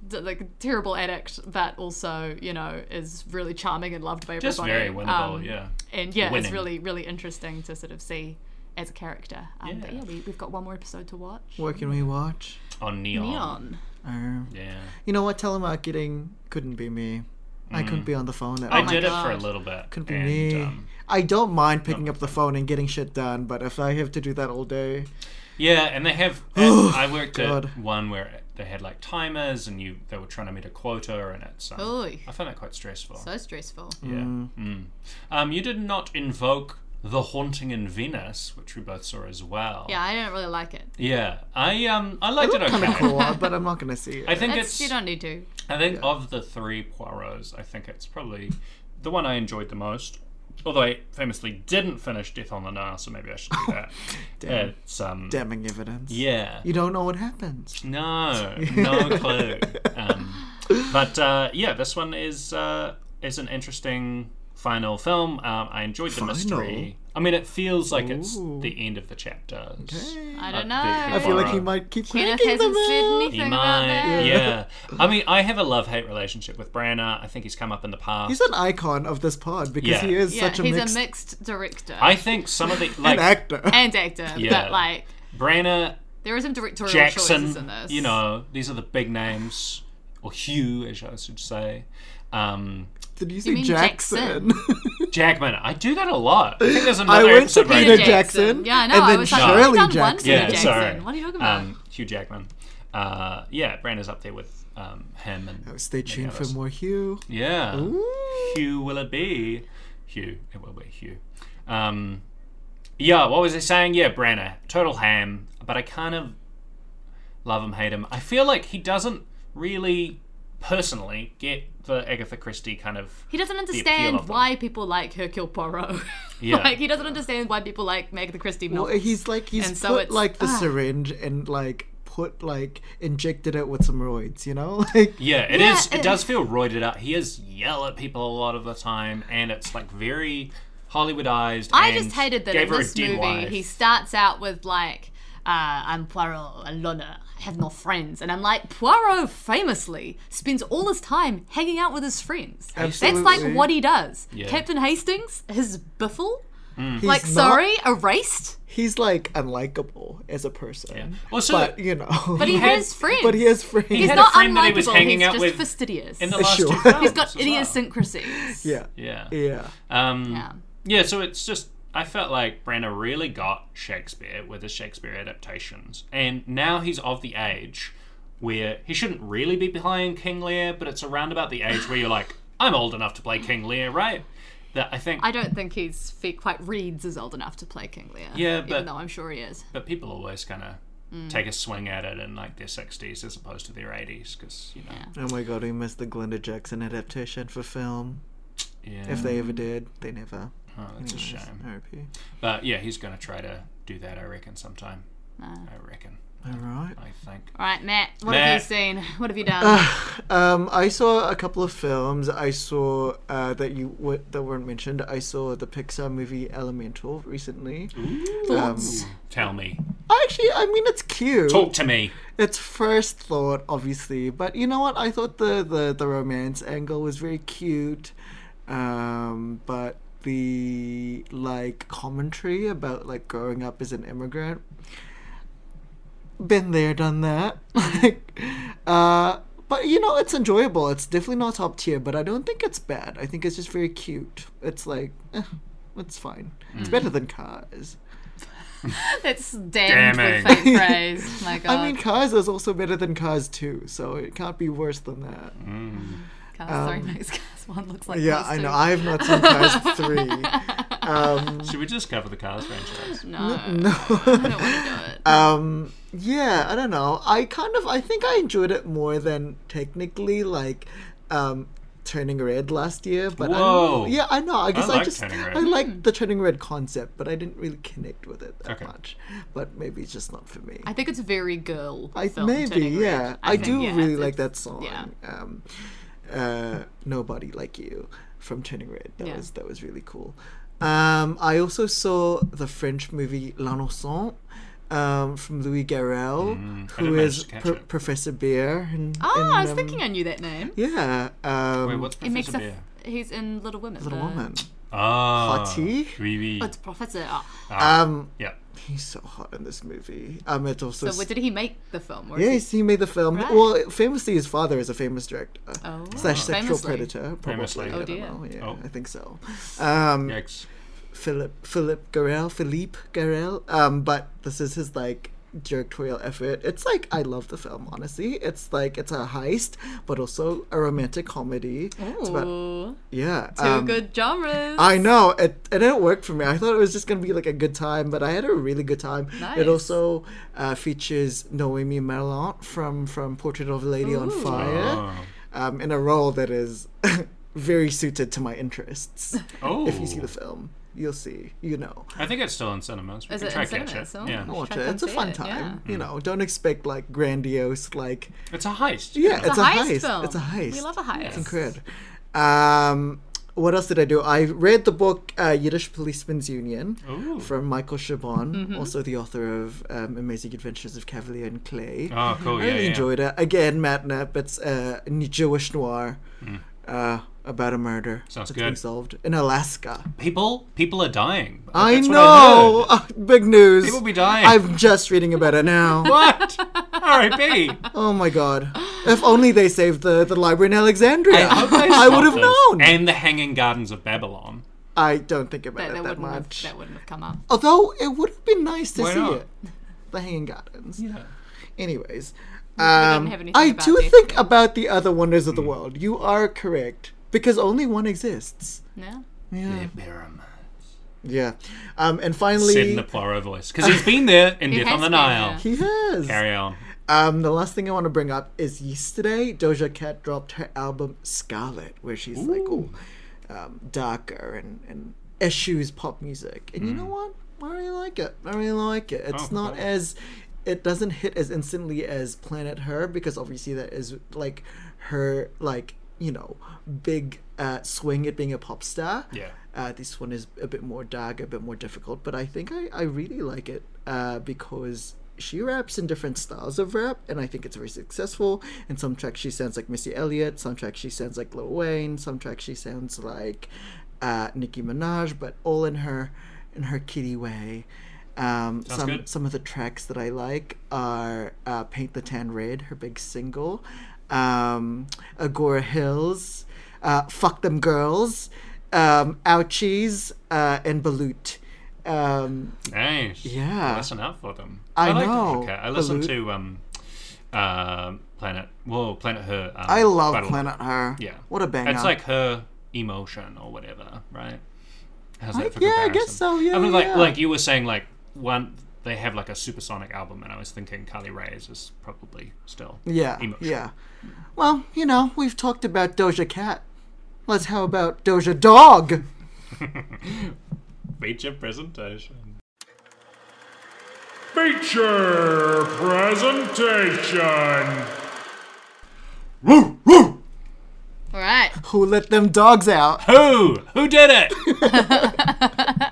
Speaker 5: d- Like terrible addict, but also you know is really charming and loved by everybody.
Speaker 2: Just very winnable.
Speaker 5: Um,
Speaker 2: yeah.
Speaker 5: and yeah, it's
Speaker 2: Winning.
Speaker 5: really, really interesting to sort of see as a character. Um, But
Speaker 2: Yeah.
Speaker 5: yeah, we, we've got one more episode to watch.
Speaker 3: What can we watch?
Speaker 2: On neon.
Speaker 5: Neon.
Speaker 3: Um,
Speaker 2: Yeah.
Speaker 3: you know what? Telemarketing couldn't be me. I couldn't be on the phone at
Speaker 2: I
Speaker 3: all.
Speaker 2: did it for a
Speaker 5: Oh God.
Speaker 2: little bit.
Speaker 3: Couldn't be
Speaker 2: Mm. and,
Speaker 3: me.
Speaker 2: Um,
Speaker 3: I don't mind picking up the phone and getting shit done, but if I have to do that all day,
Speaker 2: Yeah, and they
Speaker 3: [gasps]
Speaker 2: have. and I worked
Speaker 3: God.
Speaker 2: at one where they had like timers, and you they were trying to meet a quota, and it's. Um,
Speaker 5: Ooh.
Speaker 2: I found that quite stressful.
Speaker 5: So stressful.
Speaker 2: yeah. Mm. Um, you did not invoke the haunting in Venice, which we both saw as well.
Speaker 5: Yeah, I don't really like it.
Speaker 2: Yeah, I um I liked it,
Speaker 3: Kind
Speaker 2: okay.
Speaker 3: of cool, but I'm not gonna see it.
Speaker 2: I think
Speaker 5: That's,
Speaker 2: it's
Speaker 5: you don't need to.
Speaker 2: I think of the three Poirot's, I think it's probably the one I enjoyed the most. Although I famously didn't finish Death on the Nile, so maybe I should do that.
Speaker 3: [laughs] Damn.
Speaker 2: It's um
Speaker 3: Damning evidence.
Speaker 2: yeah.
Speaker 3: You don't know what happens. [laughs]
Speaker 2: No, no clue. Um, but uh, yeah, this one is uh, is an interesting final film. Um, I enjoyed the
Speaker 3: Final?
Speaker 2: mystery. I mean, it feels like it's
Speaker 3: Ooh.
Speaker 2: the end of the chapters.
Speaker 5: I
Speaker 2: Uh,
Speaker 5: don't
Speaker 2: the-
Speaker 5: know.
Speaker 3: I feel like he
Speaker 2: Alright.
Speaker 3: might keep
Speaker 5: Kenneth
Speaker 3: cranking
Speaker 5: hasn't
Speaker 3: them
Speaker 5: said
Speaker 3: out.
Speaker 5: anything
Speaker 2: He
Speaker 5: about
Speaker 2: might,
Speaker 3: [laughs]
Speaker 5: that.
Speaker 2: yeah. I mean, I have a love hate relationship with Branagh. I think he's come up in the past.
Speaker 3: He's an icon of this pod because
Speaker 2: Yeah.
Speaker 3: he is
Speaker 5: Yeah,
Speaker 3: such a
Speaker 5: he's
Speaker 3: mixed
Speaker 5: a mixed director
Speaker 2: I think some
Speaker 3: [laughs]
Speaker 2: of the
Speaker 3: an
Speaker 2: like
Speaker 3: actor.
Speaker 5: and actor,
Speaker 2: Yeah.
Speaker 5: but like
Speaker 2: Branagh,
Speaker 5: there are some directorial choices in
Speaker 2: Jackson,
Speaker 5: this.
Speaker 2: you know, these are the big names, or Hugh, as I should say. Um,
Speaker 3: Did you say
Speaker 5: mean
Speaker 3: Jackson?
Speaker 2: Jackman, I do that a lot. I think there's
Speaker 3: I
Speaker 2: another
Speaker 3: went to
Speaker 2: episode where I
Speaker 3: Peter
Speaker 2: did-
Speaker 5: Jack-
Speaker 3: Jackson.
Speaker 5: Yeah, I know,
Speaker 3: And
Speaker 5: I
Speaker 3: then
Speaker 5: was like, I've
Speaker 3: Shirley
Speaker 5: done one
Speaker 3: Jackson.
Speaker 5: Peter
Speaker 2: Yeah,
Speaker 5: Jackson.
Speaker 2: sorry.
Speaker 5: What are you talking about?
Speaker 2: Um, Hugh Jackman. Uh, yeah, Brandon's up there with um, him and
Speaker 3: [laughs] Stay
Speaker 2: many
Speaker 3: tuned for
Speaker 2: others.
Speaker 3: more Hugh.
Speaker 2: Yeah.
Speaker 3: Ooh.
Speaker 2: Hugh will it be? Hugh. It will be Hugh. Um, yeah, what was I saying? Yeah, Branagh. Total ham. But I kind of love him, hate him. I feel like he doesn't really personally get the Agatha Christie kind of
Speaker 5: he doesn't
Speaker 2: appeal of
Speaker 5: understand
Speaker 2: them.
Speaker 5: why people like Hercule Poirot. [laughs]
Speaker 2: Yeah.
Speaker 5: like he doesn't understand why people like Agatha Christie
Speaker 3: Well,
Speaker 5: novels.
Speaker 3: he's like he's
Speaker 5: And
Speaker 3: put
Speaker 5: so it's-
Speaker 3: like the
Speaker 5: ah.
Speaker 3: syringe and like put like injected it with some roids. You know, [laughs] like
Speaker 2: Yeah, it is. It
Speaker 5: Yeah, it-
Speaker 2: does feel roided out. He is yell at people a lot of the time, and it's like very Hollywoodized.
Speaker 5: I
Speaker 2: and
Speaker 5: just hated that
Speaker 2: gave
Speaker 5: in
Speaker 2: her a
Speaker 5: this
Speaker 2: dead
Speaker 5: movie
Speaker 2: wife.
Speaker 5: he starts out with like, uh, "I'm Poirot alone. I have no friends," and I'm like, Poirot famously spends all his time hanging out with his friends. That's
Speaker 3: Absolutely.
Speaker 5: like what he does.
Speaker 2: Yeah. Mm.
Speaker 5: Captain Hastings, his biffle,
Speaker 3: he's
Speaker 5: like
Speaker 3: not-
Speaker 5: sorry, erased.
Speaker 3: he's like unlikable as a person.
Speaker 2: Yeah. Also,
Speaker 3: but you know,
Speaker 5: But he
Speaker 2: had-
Speaker 5: has friends.
Speaker 3: but he has friends.
Speaker 5: he's
Speaker 2: had a
Speaker 5: not
Speaker 2: friend that he
Speaker 5: unlikable.
Speaker 2: was hanging
Speaker 5: he's
Speaker 2: out
Speaker 5: just
Speaker 2: with
Speaker 5: fastidious.
Speaker 3: [laughs]
Speaker 2: in the last
Speaker 3: Sure.
Speaker 2: two films,
Speaker 5: he's got
Speaker 2: as well.
Speaker 3: [laughs]
Speaker 5: idiosyncrasies.
Speaker 3: yeah,
Speaker 2: Yeah.
Speaker 3: yeah.
Speaker 2: Um,
Speaker 5: Yeah.
Speaker 2: Yeah, so it's just I felt like Branagh really got Shakespeare with his Shakespeare adaptations, and now he's of the age where he shouldn't really be playing King Lear, but it's around about the age where you're like, I'm old enough to play King Lear, right? That I think,
Speaker 5: I don't think he's he quite reads is old enough to play King Lear.
Speaker 2: Yeah, but-
Speaker 5: even though I'm sure he is.
Speaker 2: but people always kind of
Speaker 5: Mm.
Speaker 2: take a swing at it in like their 60s as opposed to their 80s, because you know,
Speaker 3: Oh my god, we missed the Glenda Jackson adaptation for film.
Speaker 2: yeah,
Speaker 3: If they ever did, they never.
Speaker 2: oh, that's a shame.
Speaker 3: R.I.P.
Speaker 2: But yeah, he's gonna try to do that, I reckon, sometime. I reckon,
Speaker 3: All right.
Speaker 2: I think.
Speaker 5: All right, Matt. What
Speaker 2: Matt.
Speaker 5: have you seen? [laughs] What have you done?
Speaker 3: Um, I saw a couple of films. I saw uh, that you w- that weren't mentioned. I saw the Pixar movie Elemental recently. Um,
Speaker 2: Tell me,
Speaker 3: actually, I mean it's cute.
Speaker 2: talk to me.
Speaker 3: It's first thought, obviously, but you know what? I thought the the, the romance angle was very cute, um, but the like commentary about like growing up as an immigrant been there, done that. [laughs] Like, uh, but you know, it's enjoyable. It's definitely not top tier, but I don't think it's bad. I think it's just very cute. It's like, eh, it's fine. It's better than Cars.
Speaker 5: That's damned
Speaker 2: Damning.
Speaker 5: with
Speaker 3: [laughs]
Speaker 5: faint praise. My God.
Speaker 3: I mean, Cars is also better than Cars 2, so it can't be worse than that.
Speaker 2: Mm.
Speaker 5: Cars, sorry, Max. Cars one looks like
Speaker 3: um, Yeah,
Speaker 5: those
Speaker 3: I
Speaker 5: two.
Speaker 3: know. I have not seen
Speaker 5: [laughs]
Speaker 3: Cars 3.
Speaker 2: Should we just cover the Cars franchise?
Speaker 5: no,
Speaker 2: [laughs]
Speaker 5: I
Speaker 3: Um, No.
Speaker 5: don't want to do
Speaker 3: [laughs]
Speaker 5: it.
Speaker 3: um, yeah, I don't know. I kind of, I think I enjoyed it more than technically, like, um, Turning Red last year. But I don't know.
Speaker 2: Whoa.
Speaker 3: yeah, I know. I guess I,
Speaker 2: like
Speaker 3: just,
Speaker 2: Turning Red. Hmm.
Speaker 3: I like the Turning Red concept, but I didn't really connect with it that
Speaker 2: Okay.
Speaker 3: much. But maybe it's just not for me.
Speaker 5: I think it's very girl.
Speaker 3: I
Speaker 5: film,
Speaker 3: maybe
Speaker 5: Turning Red.
Speaker 3: yeah. I,
Speaker 5: think,
Speaker 3: do
Speaker 5: yeah,
Speaker 3: really
Speaker 5: it's-
Speaker 3: like that song.
Speaker 5: yeah.
Speaker 3: Um, uh, Nobody like you from Turning Red. That
Speaker 5: Yeah.
Speaker 3: was that was really cool. Um, I also saw the French movie L'Innocent um, from Louis Garrel, who
Speaker 2: didn't manage
Speaker 3: is
Speaker 2: to catch
Speaker 3: Pro-
Speaker 2: it.
Speaker 3: Professor Beer. And,
Speaker 5: Oh, I was thinking I knew that name.
Speaker 3: um, Yeah. Um,
Speaker 2: Wait, what's
Speaker 5: It makes
Speaker 2: Professor
Speaker 5: a.
Speaker 2: Beer?
Speaker 5: He's in Little Women.
Speaker 3: Little
Speaker 5: the-
Speaker 3: Woman.
Speaker 2: Ah,
Speaker 3: Hottie?
Speaker 2: Oui, oui. Ah,
Speaker 5: Oh, it's Professor. Oh.
Speaker 3: Um,
Speaker 2: yeah.
Speaker 3: he's so hot in this movie. Um, it also.
Speaker 5: So,
Speaker 3: s-
Speaker 5: what- did he make the film? Or is
Speaker 3: Yes, he made the film.
Speaker 5: Right.
Speaker 3: Well, famously, his father is a famous director
Speaker 5: Oh.
Speaker 3: slash sexual
Speaker 5: Famously.
Speaker 3: predator. Probably.
Speaker 2: Famously.
Speaker 3: I
Speaker 2: Oh,
Speaker 3: don't
Speaker 5: dear.
Speaker 3: know. Yeah,
Speaker 2: Oh.
Speaker 3: I think so. Um,
Speaker 2: Yikes.
Speaker 3: Philip Philip Garrel, Philippe Garrel. Um, but this is his like directorial effort. It's like I love the film, honestly. It's like it's a heist, but also a romantic comedy. It's about
Speaker 5: Ooh,
Speaker 3: yeah. um,
Speaker 5: two good genres.
Speaker 3: I know it. It didn't work for me. I thought it was just gonna be like a good time, but I had a really good time.
Speaker 5: Nice.
Speaker 3: It also uh, features Noemi Merlant from from Portrait of a Lady on Fire,
Speaker 2: Oh.
Speaker 3: um, in a role that is [laughs] very suited to my
Speaker 2: [laughs]
Speaker 3: interests.
Speaker 2: Oh.
Speaker 3: If you see the film, you'll see. You know,
Speaker 2: I think it's still in cinemas. We
Speaker 5: Is
Speaker 2: can
Speaker 5: it
Speaker 2: try
Speaker 5: in
Speaker 2: catch
Speaker 5: cinemas?
Speaker 2: it.
Speaker 5: Oh.
Speaker 2: Yeah.
Speaker 5: Oh.
Speaker 3: watch
Speaker 5: Check
Speaker 3: it.
Speaker 5: and
Speaker 3: It's a
Speaker 5: see
Speaker 3: fun
Speaker 5: it,
Speaker 3: time.
Speaker 2: Hmm.
Speaker 3: You know, don't expect like grandiose like
Speaker 2: It's a heist.
Speaker 3: yeah. It's,
Speaker 5: a heist film.
Speaker 3: It's a heist.
Speaker 5: We love a heist.
Speaker 3: It's incredible. Um, what else did I do? I read the book uh, Yiddish Policeman's Union
Speaker 2: Ooh. Mm-hmm.
Speaker 3: from Michael Chabon, also the author of um, Amazing Adventures of Cavalier and Clay.
Speaker 2: Oh, cool.
Speaker 3: I
Speaker 2: Yeah,
Speaker 3: really
Speaker 2: yeah.
Speaker 3: enjoyed it. Again, Matt Knapp. It's a Jewish noir uh, about a murder
Speaker 2: Mm. Sounds
Speaker 3: that's
Speaker 2: good.
Speaker 3: been solved in Alaska.
Speaker 2: People, people are dying.
Speaker 3: I
Speaker 2: That's what
Speaker 3: know.
Speaker 2: I heard.
Speaker 3: [laughs] Uh, big news.
Speaker 2: People be dying.
Speaker 3: I'm just reading about it
Speaker 2: [laughs]
Speaker 3: now.
Speaker 2: What?
Speaker 5: [laughs]
Speaker 2: R.I.P.
Speaker 3: oh my god! If only they saved the, the library in Alexandria,
Speaker 2: I hope they
Speaker 3: [laughs] I would have
Speaker 2: stop this.
Speaker 3: known.
Speaker 2: And the Hanging Gardens of Babylon.
Speaker 3: I don't think about
Speaker 5: That,
Speaker 3: it that
Speaker 5: that, wouldn't
Speaker 3: much.
Speaker 5: have, that wouldn't have come up.
Speaker 3: Although it would have been nice to
Speaker 2: Why
Speaker 3: see
Speaker 2: not?
Speaker 3: it, the Hanging Gardens.
Speaker 2: Yeah.
Speaker 3: Anyways, um,
Speaker 5: have anything
Speaker 3: I
Speaker 5: about
Speaker 3: do
Speaker 5: Death
Speaker 3: think about the other wonders of
Speaker 2: Hmm.
Speaker 3: the world. You are correct because only one exists.
Speaker 5: No.
Speaker 3: Yeah,
Speaker 2: Biram.
Speaker 3: yeah. Um,
Speaker 2: Said in
Speaker 3: and finally,
Speaker 2: the Poirot voice. Because he's been there in
Speaker 5: He
Speaker 2: Death
Speaker 5: has
Speaker 2: on the
Speaker 5: been
Speaker 2: Nile.
Speaker 3: he has.
Speaker 2: Carry on.
Speaker 3: Um, the last thing I want to bring up is yesterday, Doja Cat dropped her album Scarlet, where she's like, oh, um, darker and, and eschews pop music. And you know what? I really like it. I really like it. It's
Speaker 2: Mm. Oh,
Speaker 3: not
Speaker 2: cool.
Speaker 3: as, it doesn't hit as instantly as Planet Her, because obviously that is like her, like, you know, big uh, swing at being a pop star.
Speaker 2: Yeah.
Speaker 3: Uh, this one is a bit more dark, a bit more difficult, but I think I, I really like it uh, because she raps in different styles of rap, and I think it's very successful. In some tracks, she sounds like Missy Elliott, some tracks, she sounds like Lil Wayne, some tracks, she sounds like uh, Nicki Minaj, but all in her in her kitty way. Um,
Speaker 2: Sounds
Speaker 3: some
Speaker 2: good.
Speaker 3: some of the tracks that I like are uh, "Paint the Tan Red," her big single, um, "Agora Hills," uh, "Fuck Them Girls," um, "Ouchies," uh, and "Balut." Um,
Speaker 2: Nice.
Speaker 3: Yeah.
Speaker 2: Listen out for them.
Speaker 3: I
Speaker 2: like
Speaker 3: know.
Speaker 2: Doja Cat. I listen
Speaker 3: Balut.
Speaker 2: to um, uh, Planet. Whoa, Planet Her. Um,
Speaker 3: I love
Speaker 2: quite a lot.
Speaker 3: Planet Her.
Speaker 2: Yeah.
Speaker 3: what a banger!
Speaker 2: It's like her emotion or whatever, right? How's that
Speaker 3: I-
Speaker 2: for
Speaker 3: yeah, I
Speaker 2: comparison?
Speaker 3: guess so, yeah,
Speaker 2: I mean, like
Speaker 3: yeah.
Speaker 2: like you were saying, like one they have like a supersonic album, and I was thinking Carly Rae's is probably still
Speaker 3: yeah,
Speaker 2: emotional.
Speaker 3: yeah. Well, you know, we've talked about Doja Cat. Let's how about Doja Dog?
Speaker 2: feature presentation.
Speaker 6: Feature presentation.
Speaker 5: All right.
Speaker 3: Who let them
Speaker 2: [laughs]
Speaker 3: dogs out?
Speaker 2: Who who did it? [laughs]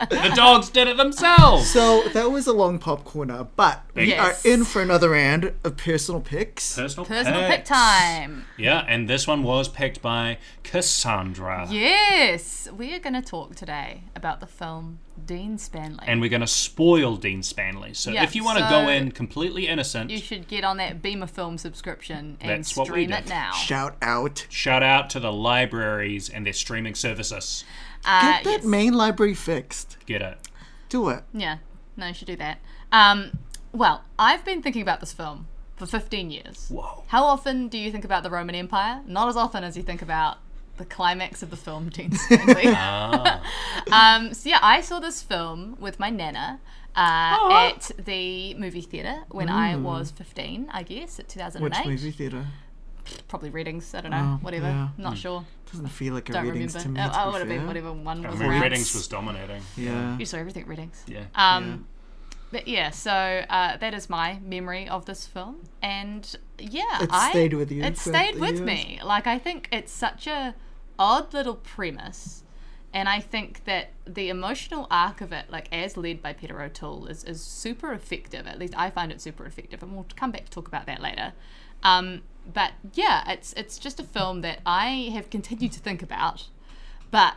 Speaker 2: the dogs did it themselves.
Speaker 3: So that was a long pop corner, but we
Speaker 5: Yes.
Speaker 3: are in for another round of personal picks.
Speaker 2: Personal,
Speaker 5: Personal pick
Speaker 2: picks.
Speaker 5: time.
Speaker 2: Yeah, and this one was picked by Cassandra.
Speaker 5: Yes. We are going to talk today about the film Dean Stanley.
Speaker 2: And we're going to spoil Dean Stanley. So
Speaker 5: Yeah,
Speaker 2: if you want to
Speaker 5: so-
Speaker 2: go in completely innocent,
Speaker 5: you should get on that Beamer Film subscription and
Speaker 2: That's what we
Speaker 5: stream it
Speaker 2: did.
Speaker 5: now.
Speaker 3: Shout out.
Speaker 2: Shout out to the libraries and their streaming services.
Speaker 5: Uh,
Speaker 3: Get that
Speaker 5: yes. Mm,
Speaker 3: main library fixed.
Speaker 2: Get it.
Speaker 3: Do it.
Speaker 5: Yeah, no, you should do that. Um, well, I've been thinking about this film for 15 years.
Speaker 2: Whoa.
Speaker 5: How often do you think about the Roman Empire? Not as often as you think about the climax of the film, [laughs] Dean Stanley. [laughs] um, so yeah, I saw this film with my nana uh, at the movie theater when I was 15, I guess, at 2008.
Speaker 3: Which movie theater?
Speaker 5: Probably readings. I don't know. whatever.
Speaker 3: yeah.
Speaker 5: Not sure.
Speaker 3: Doesn't feel like a
Speaker 5: Don't
Speaker 3: Mm. readings
Speaker 5: remember.
Speaker 3: to me.
Speaker 5: oh,
Speaker 3: to
Speaker 5: I
Speaker 3: be
Speaker 5: would have
Speaker 3: fair.
Speaker 5: been whatever one
Speaker 2: I
Speaker 5: was
Speaker 2: mean,
Speaker 5: around.
Speaker 2: Readings was dominating.
Speaker 3: Yeah.
Speaker 5: You saw everything at readings.
Speaker 2: Yeah.
Speaker 5: Um, But yeah, so uh, that is my memory of this film, and yeah,
Speaker 3: It
Speaker 5: I,
Speaker 3: stayed with you
Speaker 5: It
Speaker 3: throughout
Speaker 5: stayed
Speaker 3: the
Speaker 5: with
Speaker 3: years.
Speaker 5: me. Like I think it's such a odd little premise, and I think that the emotional arc of it, like as led by Peter O'Toole, is is super effective. At least I find it super effective, and we'll come back to talk about that later. Um, but yeah, it's it's just a film that I have continued to think about, but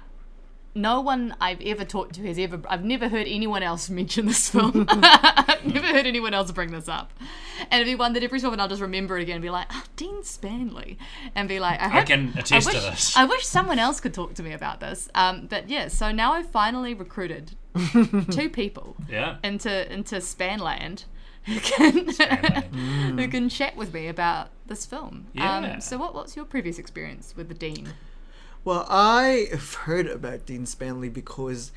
Speaker 5: no one I've ever talked to has ever. I've never heard anyone else [laughs] mention this film. I've never heard anyone else bring this up. And it'd be one that every so often I'll just remember it again and be like, oh, Dean Spanley. And be like, I, hope,
Speaker 2: can attest to
Speaker 5: wish,
Speaker 2: this.
Speaker 5: I wish someone else could talk to me about this. Um, but yeah, so now [laughs] I've finally recruited two people
Speaker 2: Yeah.
Speaker 5: into into Spanland who can [laughs] who can chat with me about this film.
Speaker 2: Yeah.
Speaker 5: Um, so what what's your previous experience with the dean?
Speaker 3: Well, I've heard about Dean Spanley because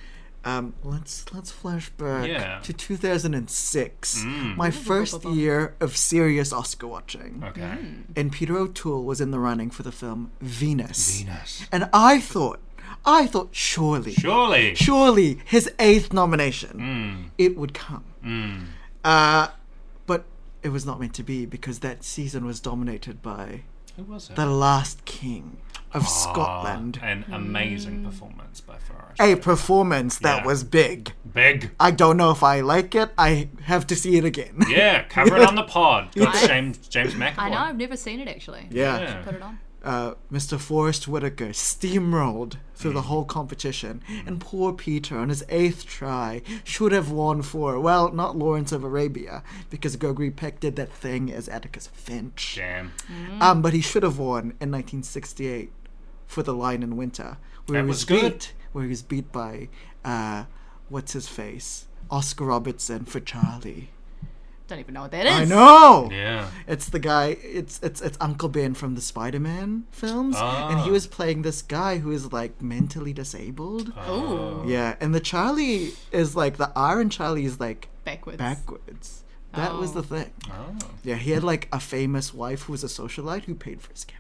Speaker 3: um, let's let's flash back
Speaker 2: Yeah.
Speaker 3: to 2006, my first year of serious Oscar watching,
Speaker 2: Okay.
Speaker 3: and Peter O'Toole was in the running for the film Venus.
Speaker 2: Venus.
Speaker 3: And I thought, I thought, surely,
Speaker 2: Surely.
Speaker 3: surely his eighth
Speaker 2: Mm.
Speaker 3: nomination, it would come. Uh, but it was not meant to be because that season was dominated by
Speaker 2: Who was it?
Speaker 3: the last king of Scotland.
Speaker 2: Ah, An
Speaker 5: Mm.
Speaker 2: amazing performance by Forrest.
Speaker 3: a performance that
Speaker 2: Yeah.
Speaker 3: was big.
Speaker 2: Big.
Speaker 3: I don't know if I like it. I have to see it again.
Speaker 2: Yeah, cover
Speaker 3: [laughs]
Speaker 2: it on the pod. Got James James McAvoy.
Speaker 5: I know I've never seen it actually.
Speaker 3: Yeah.
Speaker 2: Yeah.
Speaker 5: Put it on.
Speaker 3: Uh, Mr. Forrest Whitaker steamrolled through
Speaker 2: Mm.
Speaker 3: the whole competition, and poor Peter, on his eighth try, should have won for, well, not Lawrence of Arabia, because Gregory Peck did that thing as Atticus Finch.
Speaker 2: Jam.
Speaker 5: Mm.
Speaker 3: Um, but he should have won in 1968 for The Lion in Winter, where
Speaker 2: That
Speaker 3: he
Speaker 2: was
Speaker 3: was
Speaker 2: good.
Speaker 3: beat, where he was beat by uh, what's his face, Oscar Robertson for Charlie.
Speaker 5: Don't even know what that is.
Speaker 3: I know.
Speaker 2: Yeah.
Speaker 3: It's the guy. It's it's it's Uncle Ben from the Spider-Man films, and he
Speaker 2: Ah.
Speaker 3: was playing this guy who is like mentally disabled.
Speaker 2: Oh.
Speaker 5: Ooh,
Speaker 3: Yeah, and the Charlie is like the R in Charlie is like
Speaker 5: backwards.
Speaker 3: backwards. That was the
Speaker 5: Oh.
Speaker 3: thing.
Speaker 2: Oh.
Speaker 3: Yeah, he had like a famous wife who was a socialite who paid for his campaign.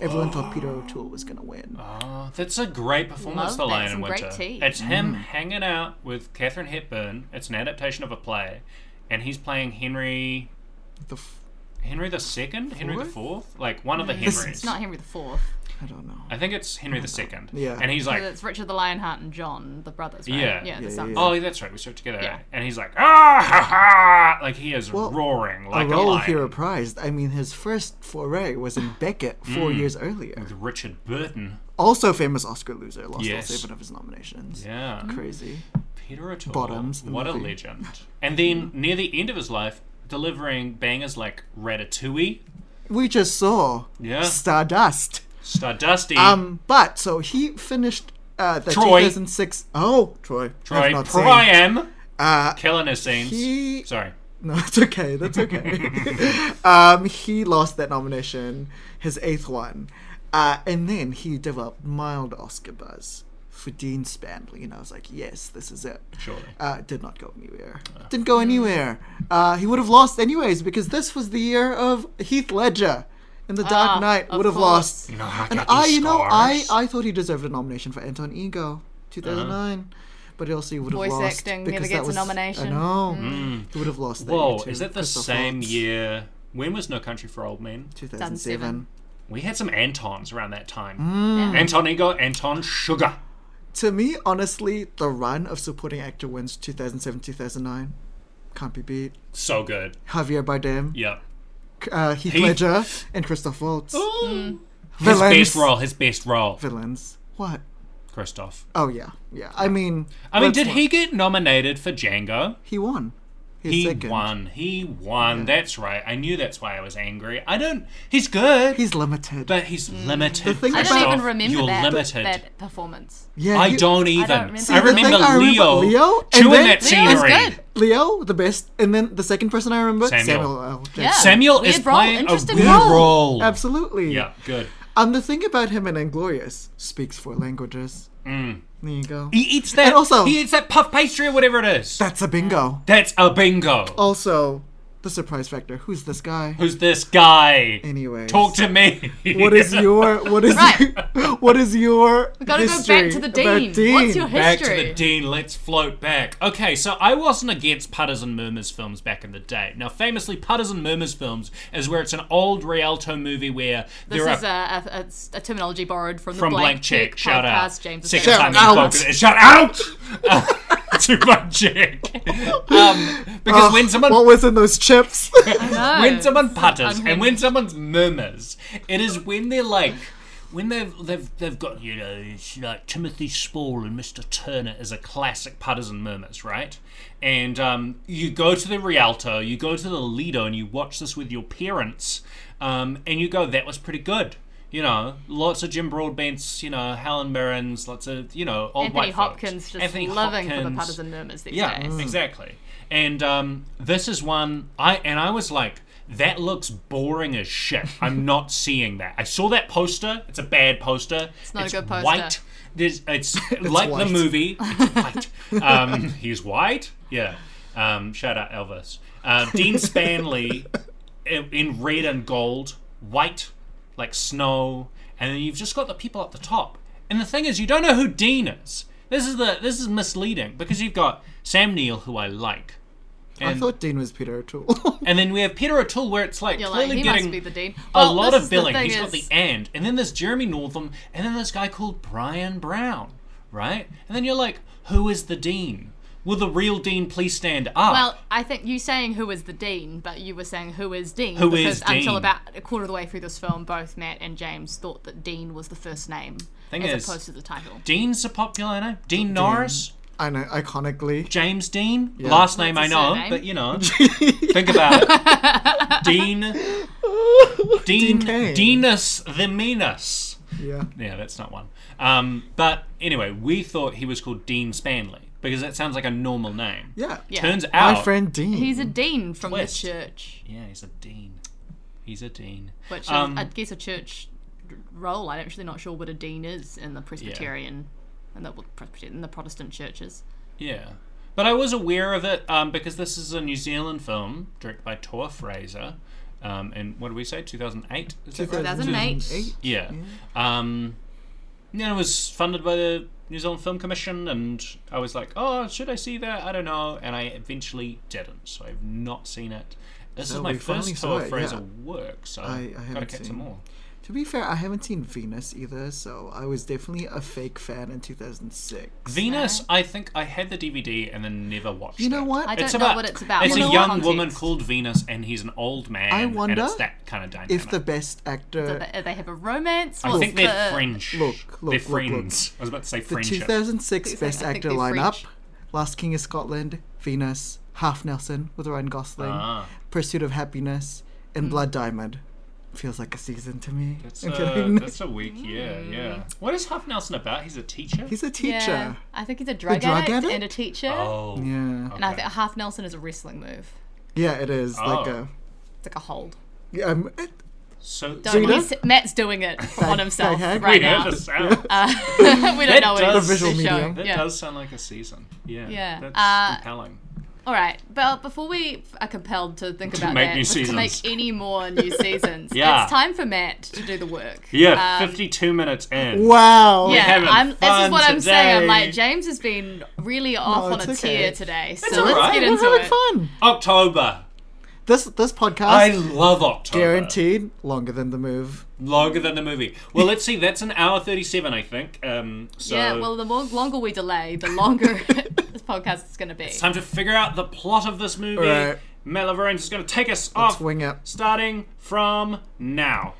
Speaker 3: Everyone thought Peter
Speaker 2: Ah.
Speaker 3: O'Toole was gonna win.
Speaker 2: Oh, that's a great performance,
Speaker 5: Love
Speaker 2: The
Speaker 5: that.
Speaker 2: Lion in
Speaker 5: Some great
Speaker 2: Winter.
Speaker 5: tea.
Speaker 2: It's him
Speaker 3: Mm.
Speaker 2: hanging out with Catherine Hepburn. It's an adaptation of a play, and he's playing Henry
Speaker 3: The f-
Speaker 2: Henry the Second, Henry the Fourth, like one of the
Speaker 3: This-
Speaker 2: Henrys.
Speaker 5: It's not Henry the Fourth.
Speaker 3: I don't know.
Speaker 2: I think it's Henry the Second.
Speaker 3: Yeah.
Speaker 2: and he's like,
Speaker 5: It's Richard the Lionheart and John, the brothers. Right?
Speaker 2: Yeah.
Speaker 5: yeah, the
Speaker 3: Yeah,
Speaker 5: sons.
Speaker 3: yeah,
Speaker 2: Oh, that's right. We saw it together.
Speaker 5: Yeah.
Speaker 2: And he's like, ah, ha, ha. Like he is
Speaker 3: Well,
Speaker 2: roaring like
Speaker 3: a
Speaker 2: a,
Speaker 3: role
Speaker 2: lion.
Speaker 3: he reprised. I mean, his first foray
Speaker 2: [sighs]
Speaker 3: was in Beckett
Speaker 2: Mm.
Speaker 3: four years earlier.
Speaker 2: With Richard Burton.
Speaker 3: Also, famous Oscar loser lost
Speaker 2: Yes.
Speaker 3: all seven of his nominations.
Speaker 2: Yeah.
Speaker 3: Crazy.
Speaker 2: Peter O'Toole.
Speaker 3: Bottoms, the
Speaker 2: What a
Speaker 3: movie.
Speaker 2: legend. And then near the end of his life, delivering bangers like Ratatouille,
Speaker 3: We just saw
Speaker 2: Yeah.
Speaker 3: Stardust.
Speaker 2: Stardusty,
Speaker 3: Um, but so he finished uh, the
Speaker 2: Troy.
Speaker 3: 2006. Oh, Troy. I've
Speaker 2: Troy
Speaker 3: not seen.
Speaker 2: Priam,
Speaker 3: Uh,
Speaker 2: killing his scenes.
Speaker 3: he.
Speaker 2: Sorry.
Speaker 3: No, it's okay.
Speaker 2: [laughs]
Speaker 3: That's okay. [laughs] um, he lost that nomination, his eighth one, uh, and then he developed mild Oscar buzz for Dean Spanley, and I was like, yes, this is it.
Speaker 2: Surely.
Speaker 3: Uh, did not go anywhere.
Speaker 2: Uh.
Speaker 3: Didn't go anywhere. Uh, he would have lost anyways because this was the year of Heath Ledger. In the Dark
Speaker 5: Ah,
Speaker 3: Knight
Speaker 5: of
Speaker 3: would have
Speaker 5: course.
Speaker 3: lost.
Speaker 2: No, I
Speaker 3: And
Speaker 2: got
Speaker 3: I,
Speaker 2: these
Speaker 3: you know, I,
Speaker 2: scars.
Speaker 3: I thought he deserved a nomination for Anton Ego, 2009. But he also would have
Speaker 5: Voice
Speaker 3: lost
Speaker 5: acting
Speaker 3: because that
Speaker 5: never gets a
Speaker 3: was, I
Speaker 5: nomination. Hmm.
Speaker 3: know. He would have lost. that
Speaker 2: Whoa,
Speaker 3: year to
Speaker 2: is that the
Speaker 3: Christoph
Speaker 2: same
Speaker 3: Waltz,
Speaker 2: year? When was No Country for Old Men?
Speaker 3: 2007.
Speaker 2: We had some Antons around that time.
Speaker 3: Hmm.
Speaker 2: Anton Ego, Anton Sugar.
Speaker 3: To me, honestly, the run of supporting actor wins 2007, 2009 can't be beat.
Speaker 2: So good.
Speaker 3: Javier Bardem,
Speaker 2: Yep.
Speaker 3: uh, Heath
Speaker 2: Heath-
Speaker 3: Ledger, and Christoph Waltz.
Speaker 5: Mm.
Speaker 2: His
Speaker 3: Villains.
Speaker 2: best role, his best role.
Speaker 3: Villains. What?
Speaker 2: Christoph.
Speaker 3: Oh yeah, yeah. I mean,
Speaker 2: I mean,
Speaker 3: that's
Speaker 2: did
Speaker 3: what-
Speaker 2: he get nominated for Django?
Speaker 3: He won. He's
Speaker 2: He
Speaker 3: second.
Speaker 2: won. He won. That's right. I knew that's why I was angry. I don't. He's good,
Speaker 3: He's limited.
Speaker 2: but he's limited.
Speaker 3: The thing
Speaker 5: Mm. I don't
Speaker 2: Christoph.
Speaker 5: even remember
Speaker 2: You're
Speaker 5: that,
Speaker 2: limited.
Speaker 5: that performance.
Speaker 3: yeah,
Speaker 2: I
Speaker 3: he-
Speaker 2: don't even. I,
Speaker 5: remember. See,
Speaker 2: remember,
Speaker 5: the
Speaker 3: thing I remember-
Speaker 2: Leo,
Speaker 3: Leo, and
Speaker 2: chewing
Speaker 3: then-
Speaker 2: that
Speaker 5: Leo was
Speaker 2: scenery.
Speaker 5: good.
Speaker 3: Leo, the best, and then the second person I remember,
Speaker 2: Samuel.
Speaker 3: L. Jackson.
Speaker 5: Yeah.
Speaker 2: Samuel
Speaker 5: Weird
Speaker 2: is
Speaker 5: role,
Speaker 2: playing a
Speaker 5: interesting
Speaker 2: weird
Speaker 5: role.
Speaker 2: role.
Speaker 3: Absolutely.
Speaker 2: Yeah, good.
Speaker 3: Um, the thing about him in Inglorious speaks four languages.
Speaker 2: Mm.
Speaker 3: There you go.
Speaker 5: E,
Speaker 2: He eats that.
Speaker 3: And also-
Speaker 2: he eats that puff pastry or whatever it is.
Speaker 3: That's a bingo.
Speaker 2: That's a bingo.
Speaker 3: Mm. Oh. Also, the surprise factor. Who's this guy?
Speaker 2: Who's this guy?
Speaker 3: Anyway,
Speaker 2: Talk to me.
Speaker 3: What is your what is
Speaker 5: Right.
Speaker 3: your, [laughs] what is your? We
Speaker 5: gotta go back to the dean. What's your hi-
Speaker 2: [laughs] Back to
Speaker 5: History.
Speaker 2: the dean. Let's float back. Okay, so I wasn't against Putters and Murmurs films back in the day. Now, famously, Putters and Murmurs films is where it's an old Rialto movie where
Speaker 5: This
Speaker 2: there
Speaker 5: is
Speaker 2: are.
Speaker 5: a, a, a, a terminology borrowed from the
Speaker 2: from
Speaker 5: blank,
Speaker 2: Blank Check,
Speaker 5: Check
Speaker 2: shout out.
Speaker 5: podcast, James
Speaker 2: Second
Speaker 5: Esposito.
Speaker 2: time
Speaker 3: Shout
Speaker 2: in
Speaker 3: out.
Speaker 2: focus. Shout out uh, [laughs] to Blank Check. Um, because when someone
Speaker 3: Ah, uh, what was in those chips? [laughs]
Speaker 5: No.
Speaker 2: when someone putters and when
Speaker 5: unhinged.
Speaker 2: someone's murmurs, it is when they're like. When they've they've they've got you know it's like Timothy Spall and Mr Turner is a classic putters and murmurs right, and um, you go to the Rialto, you go to the Lido, and you watch this with your parents, um, and you go that was pretty good, you know, lots of Jim Broadbent's, you know, Helen Mirren's, lots of, you know, old
Speaker 5: Anthony
Speaker 2: white folks.
Speaker 5: Hopkins just
Speaker 2: Anthony
Speaker 5: loving for the
Speaker 2: Hopkins.
Speaker 5: partisan murmurs these
Speaker 2: Yeah, Mm.
Speaker 5: days.
Speaker 2: exactly. And um, this is one I and I was like, that looks boring as shit. I'm not seeing that. I saw that poster. It's a bad poster. It's
Speaker 5: not a good poster.
Speaker 2: White. There's, it's, like
Speaker 3: white.
Speaker 2: the movie. It's white. Um, he's white. Yeah. Um, shout out Elvis. Uh, Dean Spanley in, in red and gold, white like snow, and then you've just got the people at the top. And the thing is, you don't know who Dean is. This is the this is misleading because you've got Sam Neill, who I like,
Speaker 3: I
Speaker 2: and
Speaker 3: thought Dean was Peter O'Toole. [laughs]
Speaker 2: and then we have Peter O'Toole, where it's like
Speaker 5: You're like,
Speaker 2: clearly
Speaker 5: he
Speaker 2: getting
Speaker 5: must be the dean.
Speaker 2: a
Speaker 5: Well,
Speaker 2: lot
Speaker 5: this
Speaker 2: of
Speaker 5: is the
Speaker 2: billing.
Speaker 5: thing
Speaker 2: He's got the
Speaker 5: is-
Speaker 2: and, and then there's Jeremy Northam, and then this guy called Brian Brown, right? And then you're like, who is the dean? Will the real dean please stand up?
Speaker 5: Well, I think you saying who is the dean, but you were saying who is dean
Speaker 2: Who
Speaker 5: because
Speaker 2: is
Speaker 5: until
Speaker 2: dean?
Speaker 5: about a quarter of the way through this film, both Matt and James thought that dean was the first name
Speaker 2: Thing
Speaker 5: as
Speaker 2: is-
Speaker 5: opposed to the title.
Speaker 2: Dean's a popular name. Dean Norris,
Speaker 3: I know, iconically.
Speaker 2: James Dean. Last name I
Speaker 5: That's a
Speaker 2: know,
Speaker 5: surname.
Speaker 2: but you know, think about it.
Speaker 5: [laughs]
Speaker 2: Dean, Dean,
Speaker 3: Kane.
Speaker 2: Deanus the Meanus.
Speaker 3: Yeah.
Speaker 2: Yeah, that's not one. Um, but anyway, we thought he was called Dean Spanley because that sounds like a normal name.
Speaker 3: Yeah.
Speaker 5: Yeah.
Speaker 2: Turns
Speaker 3: My
Speaker 2: out,
Speaker 3: friend Dean.
Speaker 5: He's a dean from
Speaker 2: Twist.
Speaker 5: the church,
Speaker 2: yeah, he's a dean. He's a dean.
Speaker 5: which
Speaker 2: Um,
Speaker 5: is, I guess, a church role. I'm actually not sure what a dean is in the Presbyterian and the well, Presbyterian in the Protestant churches.
Speaker 2: Yeah. But I was aware of it um, because this is a New Zealand film directed by Tor Fraser. Um, and what did we say? 2008? Is that right?
Speaker 5: 2008.
Speaker 2: Yeah. Um, yeah, it was funded by the New Zealand Film Commission, and I was like, oh, should I see that? I don't know. And I eventually didn't, so I've not seen it. This
Speaker 3: No,
Speaker 2: is my
Speaker 3: we finally
Speaker 2: first
Speaker 3: saw
Speaker 2: tour
Speaker 3: it,
Speaker 2: of Fraser
Speaker 3: yeah.
Speaker 2: work, so
Speaker 3: I- I
Speaker 2: I, have gotta
Speaker 3: haven't
Speaker 2: catch
Speaker 3: seen
Speaker 2: some
Speaker 3: it.
Speaker 2: more.
Speaker 3: To be fair, I haven't seen Venus either, so I was definitely a fake fan in 2006.
Speaker 2: Venus, I think I had the DVD and then never watched
Speaker 3: You know
Speaker 2: it.
Speaker 3: what?
Speaker 5: I don't
Speaker 2: It's
Speaker 5: know
Speaker 2: about,
Speaker 5: what it's about.
Speaker 2: It's
Speaker 5: You
Speaker 2: a
Speaker 5: know
Speaker 2: young
Speaker 5: what?
Speaker 2: woman
Speaker 5: Context.
Speaker 2: called Venus, and he's an old man.
Speaker 3: I
Speaker 2: and
Speaker 3: wonder
Speaker 2: it's that kind of dynamic.
Speaker 3: if the best actor.
Speaker 5: So they, they have a romance.
Speaker 2: I
Speaker 5: What's
Speaker 2: think they're
Speaker 5: the-
Speaker 2: French.
Speaker 3: Look, look,
Speaker 2: they're
Speaker 3: look, look.
Speaker 2: friends. I was about to say
Speaker 3: The
Speaker 2: friendship.
Speaker 3: 2006
Speaker 5: Please,
Speaker 3: Best
Speaker 5: I think
Speaker 3: Actor
Speaker 5: they're
Speaker 3: lineup:
Speaker 5: French.
Speaker 3: Last King of Scotland, Venus, Half Nelson with Ryan Gosling,
Speaker 2: Ah.
Speaker 3: Pursuit of Happiness, and
Speaker 5: Hmm.
Speaker 3: Blood Diamond. Feels like a season to me.
Speaker 2: That's
Speaker 3: I'm
Speaker 2: a,
Speaker 3: [laughs] kidding.
Speaker 2: that's a week, yeah, yeah. What is Huff Nelson about? He's a teacher?
Speaker 3: He's a teacher.
Speaker 5: Yeah, I think he's a drug,
Speaker 3: drug
Speaker 5: addict,
Speaker 3: addict?
Speaker 5: and a teacher.
Speaker 2: oh.
Speaker 3: Yeah,
Speaker 5: And I
Speaker 2: okay.
Speaker 5: think uh, half Nelson is a wrestling move.
Speaker 3: yeah, it is like
Speaker 2: Oh.
Speaker 3: a.
Speaker 5: It's like a hold.
Speaker 3: Yeah, um, it,
Speaker 2: So,
Speaker 5: Don't,
Speaker 3: Zeta?
Speaker 5: he's, Matt's doing it on himself
Speaker 3: Dag Hag?
Speaker 5: right
Speaker 2: Wait,
Speaker 5: now. [laughs] Uh,
Speaker 2: that, sound, [laughs]
Speaker 5: we don't know what
Speaker 2: does-
Speaker 5: it's
Speaker 2: The
Speaker 3: visual
Speaker 5: it's showing.
Speaker 3: medium.
Speaker 2: that
Speaker 5: Yeah.
Speaker 2: does sound like a season. Yeah.
Speaker 5: Yeah,
Speaker 2: That's
Speaker 5: uh,
Speaker 2: compelling.
Speaker 5: All right, but before we are compelled to think about
Speaker 2: make
Speaker 5: that,
Speaker 2: new
Speaker 5: to make
Speaker 2: seasons.
Speaker 5: any
Speaker 2: [laughs]
Speaker 5: more new seasons,
Speaker 2: Yeah.
Speaker 5: it's time for Matt to do the work.
Speaker 2: Yeah,
Speaker 5: Um,
Speaker 2: 52 minutes in.
Speaker 3: wow.
Speaker 5: Yeah,
Speaker 2: having
Speaker 5: I'm, this is
Speaker 2: fun
Speaker 5: what I'm saying. I'm like,
Speaker 2: today.
Speaker 5: James has been really off on a
Speaker 3: it's okay.
Speaker 5: tear today, so
Speaker 2: all
Speaker 5: let's
Speaker 2: right.
Speaker 5: get
Speaker 2: We're
Speaker 5: into
Speaker 3: We're having
Speaker 5: it.
Speaker 3: fun.
Speaker 2: October.
Speaker 3: This this podcast
Speaker 2: I love October.
Speaker 3: guaranteed longer than the move.
Speaker 2: Longer than the movie. Well, let's see. That's an hour 37, I think. Um, so
Speaker 5: Yeah, well, the more, longer we delay, the longer [laughs] this podcast is going to be.
Speaker 2: it's time to figure out the plot of this movie.
Speaker 3: Right.
Speaker 2: Matt Laverance is going to take us
Speaker 3: Let's
Speaker 2: off
Speaker 3: wing it.
Speaker 2: starting from now.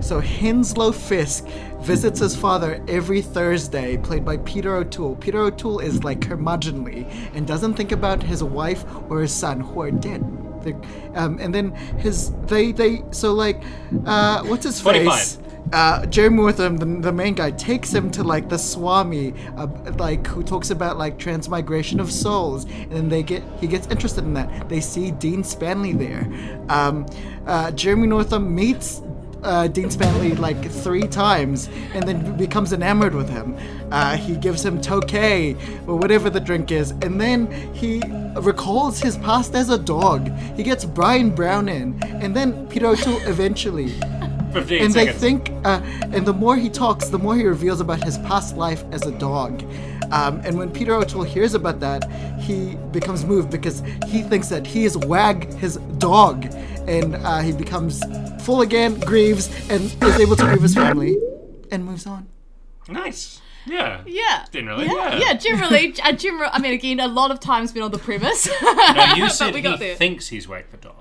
Speaker 3: So Henslow Fisk visits his father every Thursday, played by Peter O'Toole. Peter O'Toole is like curmudgeonly and doesn't think about his wife or his son who are dead. They're- Um, and then his they they so like uh, what's his
Speaker 2: 45.
Speaker 3: face? Uh, Joe Mortham, the, the main guy, takes him to like the Swami, uh, like who talks about like transmigration of souls, and then they get he gets interested in that. They see Dean Spanley there. Um, uh, Jeremy Northam meets uh, Dean Spanley like three times and then becomes enamored with him. Uh, he gives him tokay or whatever the drink is, and then he recalls his past as a dog. He gets Brian Brown in, and then Peter O'Toole eventually
Speaker 2: 15
Speaker 3: and
Speaker 2: seconds.
Speaker 3: they think uh, and the more he talks the more he reveals about his past life as a dog um, and when peter o'toole hears about that he becomes moved because he thinks that he is wag his dog and uh, he becomes full again grieves and is able to grieve his family and moves on
Speaker 2: nice. Yeah.
Speaker 5: Yeah. [laughs]
Speaker 2: Generally,
Speaker 5: Yeah,
Speaker 2: yeah. [laughs]
Speaker 5: yeah generally. uh, general, I mean, again, a lot of times been on the premise. [laughs]
Speaker 2: Now you
Speaker 5: but
Speaker 2: said
Speaker 5: we
Speaker 2: he
Speaker 5: got there.
Speaker 2: thinks he's Wake the Dog.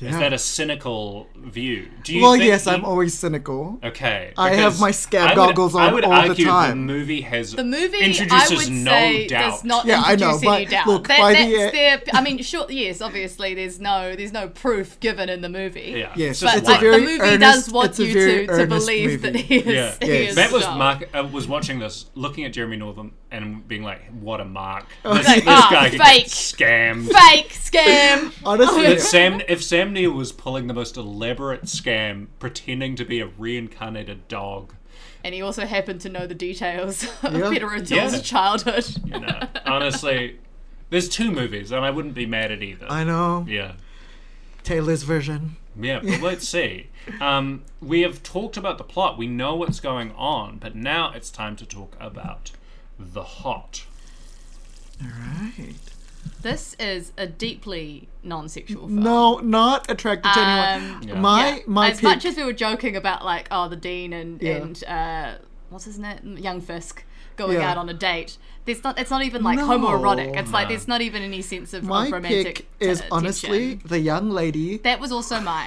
Speaker 2: Is that a cynical view? Do you
Speaker 3: well,
Speaker 2: think
Speaker 3: yes,
Speaker 2: he-
Speaker 3: I'm always cynical.
Speaker 2: Okay.
Speaker 3: I have
Speaker 2: because
Speaker 3: my scab
Speaker 2: I would-
Speaker 3: goggles on
Speaker 2: I would
Speaker 3: all the
Speaker 2: argue
Speaker 3: time.
Speaker 2: The movie has
Speaker 5: The movie,
Speaker 2: introduces
Speaker 5: I would
Speaker 2: no
Speaker 5: say,
Speaker 2: doubt.
Speaker 5: does not
Speaker 3: Yeah, I know,
Speaker 5: introduce any
Speaker 3: but
Speaker 5: doubt.
Speaker 3: look,
Speaker 5: that,
Speaker 3: by the
Speaker 5: that's
Speaker 3: e-
Speaker 5: their. I mean, sure, yes, obviously, there's no, there's no proof given in the movie.
Speaker 2: yeah.
Speaker 3: Yes,
Speaker 5: but
Speaker 3: it's a
Speaker 5: like,
Speaker 3: very
Speaker 5: the movie
Speaker 3: earnest-
Speaker 5: does want
Speaker 3: it's a
Speaker 5: you
Speaker 3: very
Speaker 5: to, to
Speaker 3: earnest
Speaker 5: believe that
Speaker 3: movie.
Speaker 5: he is.
Speaker 2: Yeah.
Speaker 5: he
Speaker 3: Yes.
Speaker 5: is
Speaker 2: That was
Speaker 5: dumb.
Speaker 2: Mark. I was watching this, looking at Jeremy Northam, and being like, "What a mark! This, this
Speaker 5: Like, ah,
Speaker 2: guy could
Speaker 5: fake.
Speaker 2: get scammed."
Speaker 3: [laughs]
Speaker 5: Fake scam.
Speaker 3: Honestly,
Speaker 2: That Sam, if Sam Neill was pulling the most elaborate scam, pretending to be a reincarnated dog,
Speaker 5: and he also happened to know the details of
Speaker 3: Yeah.
Speaker 5: Peter O'Toole's
Speaker 2: Yeah.
Speaker 5: childhood.
Speaker 2: you know,
Speaker 5: [laughs]
Speaker 2: honestly, there's two movies, and I wouldn't be mad at either.
Speaker 3: I know
Speaker 2: yeah.
Speaker 3: Taylor's version.
Speaker 2: Yeah, but let's see. Um, we have talked about the plot. We know what's going on, but now it's time to talk about the hot.
Speaker 3: All right.
Speaker 5: This is a deeply non-sexual film.
Speaker 3: No, not attracted to
Speaker 5: Um,
Speaker 3: anyone.
Speaker 2: Yeah.
Speaker 3: My
Speaker 5: Yeah.
Speaker 3: my
Speaker 5: as much
Speaker 3: pick-
Speaker 5: as we were joking about like oh the dean and
Speaker 3: Yeah.
Speaker 5: and uh, what's his name young fisk going
Speaker 3: Yeah.
Speaker 5: out on a date there's not it's not even like
Speaker 3: No.
Speaker 5: homoerotic it's like there's not even any sense of, of
Speaker 3: my
Speaker 5: romantic
Speaker 3: pick is
Speaker 5: uh,
Speaker 3: honestly
Speaker 5: tension.
Speaker 3: the young lady.
Speaker 5: that was also
Speaker 3: [laughs]
Speaker 5: mine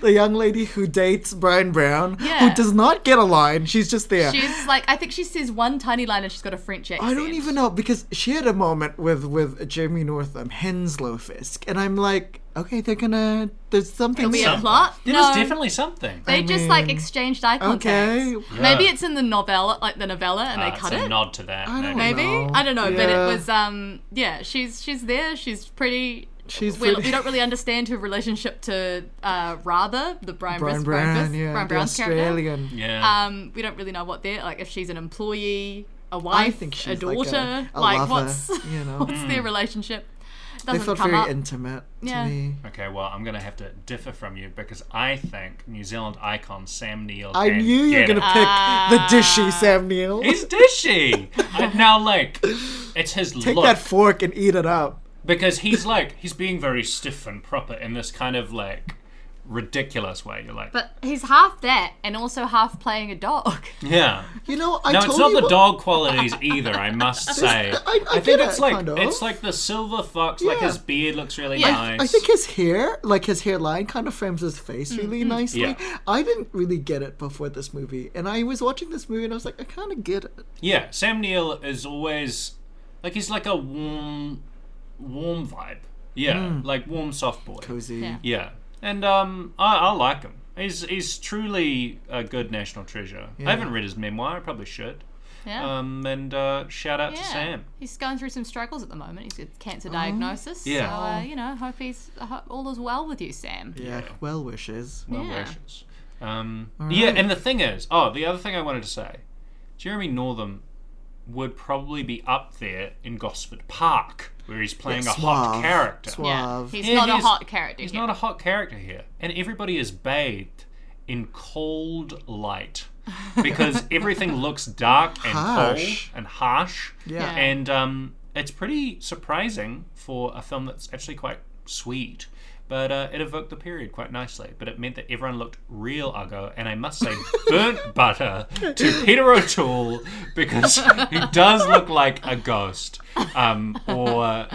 Speaker 3: the young lady who dates Brian Brown, who
Speaker 5: Yeah.
Speaker 3: does not get a line. She's just there.
Speaker 5: she's like i think she says one tiny line and she's got a french accent
Speaker 3: I don't even know because she had a moment with with Jeremy Northam, Henslow Fisk, and I'm like, okay, they're gonna there's something.
Speaker 5: It'll be a
Speaker 2: Something.
Speaker 5: plot
Speaker 2: There
Speaker 5: no.
Speaker 2: was definitely something.
Speaker 5: they just like
Speaker 3: mean,
Speaker 5: exchanged eye contact.
Speaker 3: okay.
Speaker 5: Maybe
Speaker 2: Yeah.
Speaker 5: it's in the novella, like the novella, and
Speaker 2: Uh,
Speaker 5: they
Speaker 2: it's
Speaker 5: cut
Speaker 2: a
Speaker 5: it.
Speaker 2: nod to that.
Speaker 3: I don't
Speaker 2: maybe.
Speaker 5: maybe
Speaker 3: No.
Speaker 5: I don't know, but
Speaker 3: Yeah.
Speaker 5: it was um yeah she's she's there she's pretty
Speaker 3: She's
Speaker 5: we,
Speaker 3: pretty-
Speaker 5: we don't really understand her relationship to uh Rather the Brian
Speaker 3: [laughs] Brian
Speaker 5: Brian,
Speaker 3: Brown, yeah,
Speaker 5: Brian
Speaker 3: the
Speaker 5: Brown's character
Speaker 3: Australian.
Speaker 2: Yeah.
Speaker 5: um we don't really know what they're like if she's an employee a wife
Speaker 3: think
Speaker 5: a
Speaker 3: she's like a-
Speaker 5: daughter
Speaker 3: a
Speaker 5: like
Speaker 3: lover,
Speaker 5: what's
Speaker 3: [laughs] you know. Hmm.
Speaker 5: what's their relationship
Speaker 3: They
Speaker 5: doesn't
Speaker 3: felt
Speaker 5: come
Speaker 3: very
Speaker 5: up
Speaker 3: intimate
Speaker 5: Yeah.
Speaker 3: to me.
Speaker 2: okay, well, I'm going to have to differ from you because I think New Zealand icon Sam Neill.
Speaker 3: I
Speaker 2: can
Speaker 3: knew you were
Speaker 2: get
Speaker 3: gonna
Speaker 2: it.
Speaker 3: pick the dishy
Speaker 5: Ah.
Speaker 3: Sam Neill. [laughs]
Speaker 2: He's dishy. I- now, like, it's his
Speaker 3: Take
Speaker 2: look.
Speaker 3: that fork and eat it up.
Speaker 2: because he's like he's being very stiff and proper in this kind of like ridiculous way. You're like,
Speaker 5: but he's half that and also half playing
Speaker 2: [laughs]
Speaker 5: a dog [laughs]
Speaker 2: yeah.
Speaker 3: You know, I
Speaker 2: No,
Speaker 3: told
Speaker 2: it's not
Speaker 3: you
Speaker 2: the
Speaker 3: what-
Speaker 2: dog qualities either. I
Speaker 3: [laughs]
Speaker 2: must say.
Speaker 3: I- I
Speaker 2: think
Speaker 3: get
Speaker 2: it's
Speaker 3: it,
Speaker 2: like
Speaker 3: kind of.
Speaker 2: it's like the silver fox. Like
Speaker 3: Yeah.
Speaker 2: his beard looks really
Speaker 5: Yeah.
Speaker 2: nice.
Speaker 3: I think his hair, like his hairline, kind of frames his face really nicely.
Speaker 2: Mm-hmm. Yeah.
Speaker 3: I didn't really get it before this movie, and I was watching this movie and I was like, I kind of get it.
Speaker 2: yeah, Sam Neill is always like he's like a warm, warm vibe. Yeah,
Speaker 3: Hmm.
Speaker 2: like warm soft boy.
Speaker 3: Cozy.
Speaker 5: Yeah.
Speaker 2: Yeah, and um, I, I like him. He's he's truly a good national treasure. I haven't read his memoir. I probably should.
Speaker 5: yeah.
Speaker 2: Um, and uh, shout out
Speaker 5: Yeah.
Speaker 2: to Sam.
Speaker 5: He's going through some struggles at the moment. He's got
Speaker 3: Oh.
Speaker 5: cancer diagnosis.
Speaker 2: Yeah.
Speaker 5: So, uh, you know, hope he's I hope all is well with you, Sam.
Speaker 3: Yeah, well wishes.
Speaker 2: Well
Speaker 5: Yeah.
Speaker 2: wishes. Um, Yeah, and the thing is, oh, the other thing I wanted to say, Jeremy Northam would probably be up there in Gosford Park, where he's playing a hot
Speaker 3: suave,
Speaker 2: character.
Speaker 3: suave.
Speaker 5: Yeah.
Speaker 3: Love.
Speaker 5: He's
Speaker 2: Yeah,
Speaker 5: not a
Speaker 2: he's-
Speaker 5: hot character.
Speaker 2: He's
Speaker 5: here.
Speaker 2: not a hot character here, and everybody is bathed in cold
Speaker 5: [laughs]
Speaker 2: light because everything looks dark and
Speaker 3: Harsh.
Speaker 2: cold and harsh.
Speaker 3: Yeah.
Speaker 5: Yeah.
Speaker 2: and um, it's pretty surprising for a film that's actually quite sweet. But uh, it evoked the period quite nicely. But it meant that everyone looked real uggo, and I must
Speaker 5: [laughs]
Speaker 2: say, burnt butter to Peter O'Toole because he does look like a ghost, um, or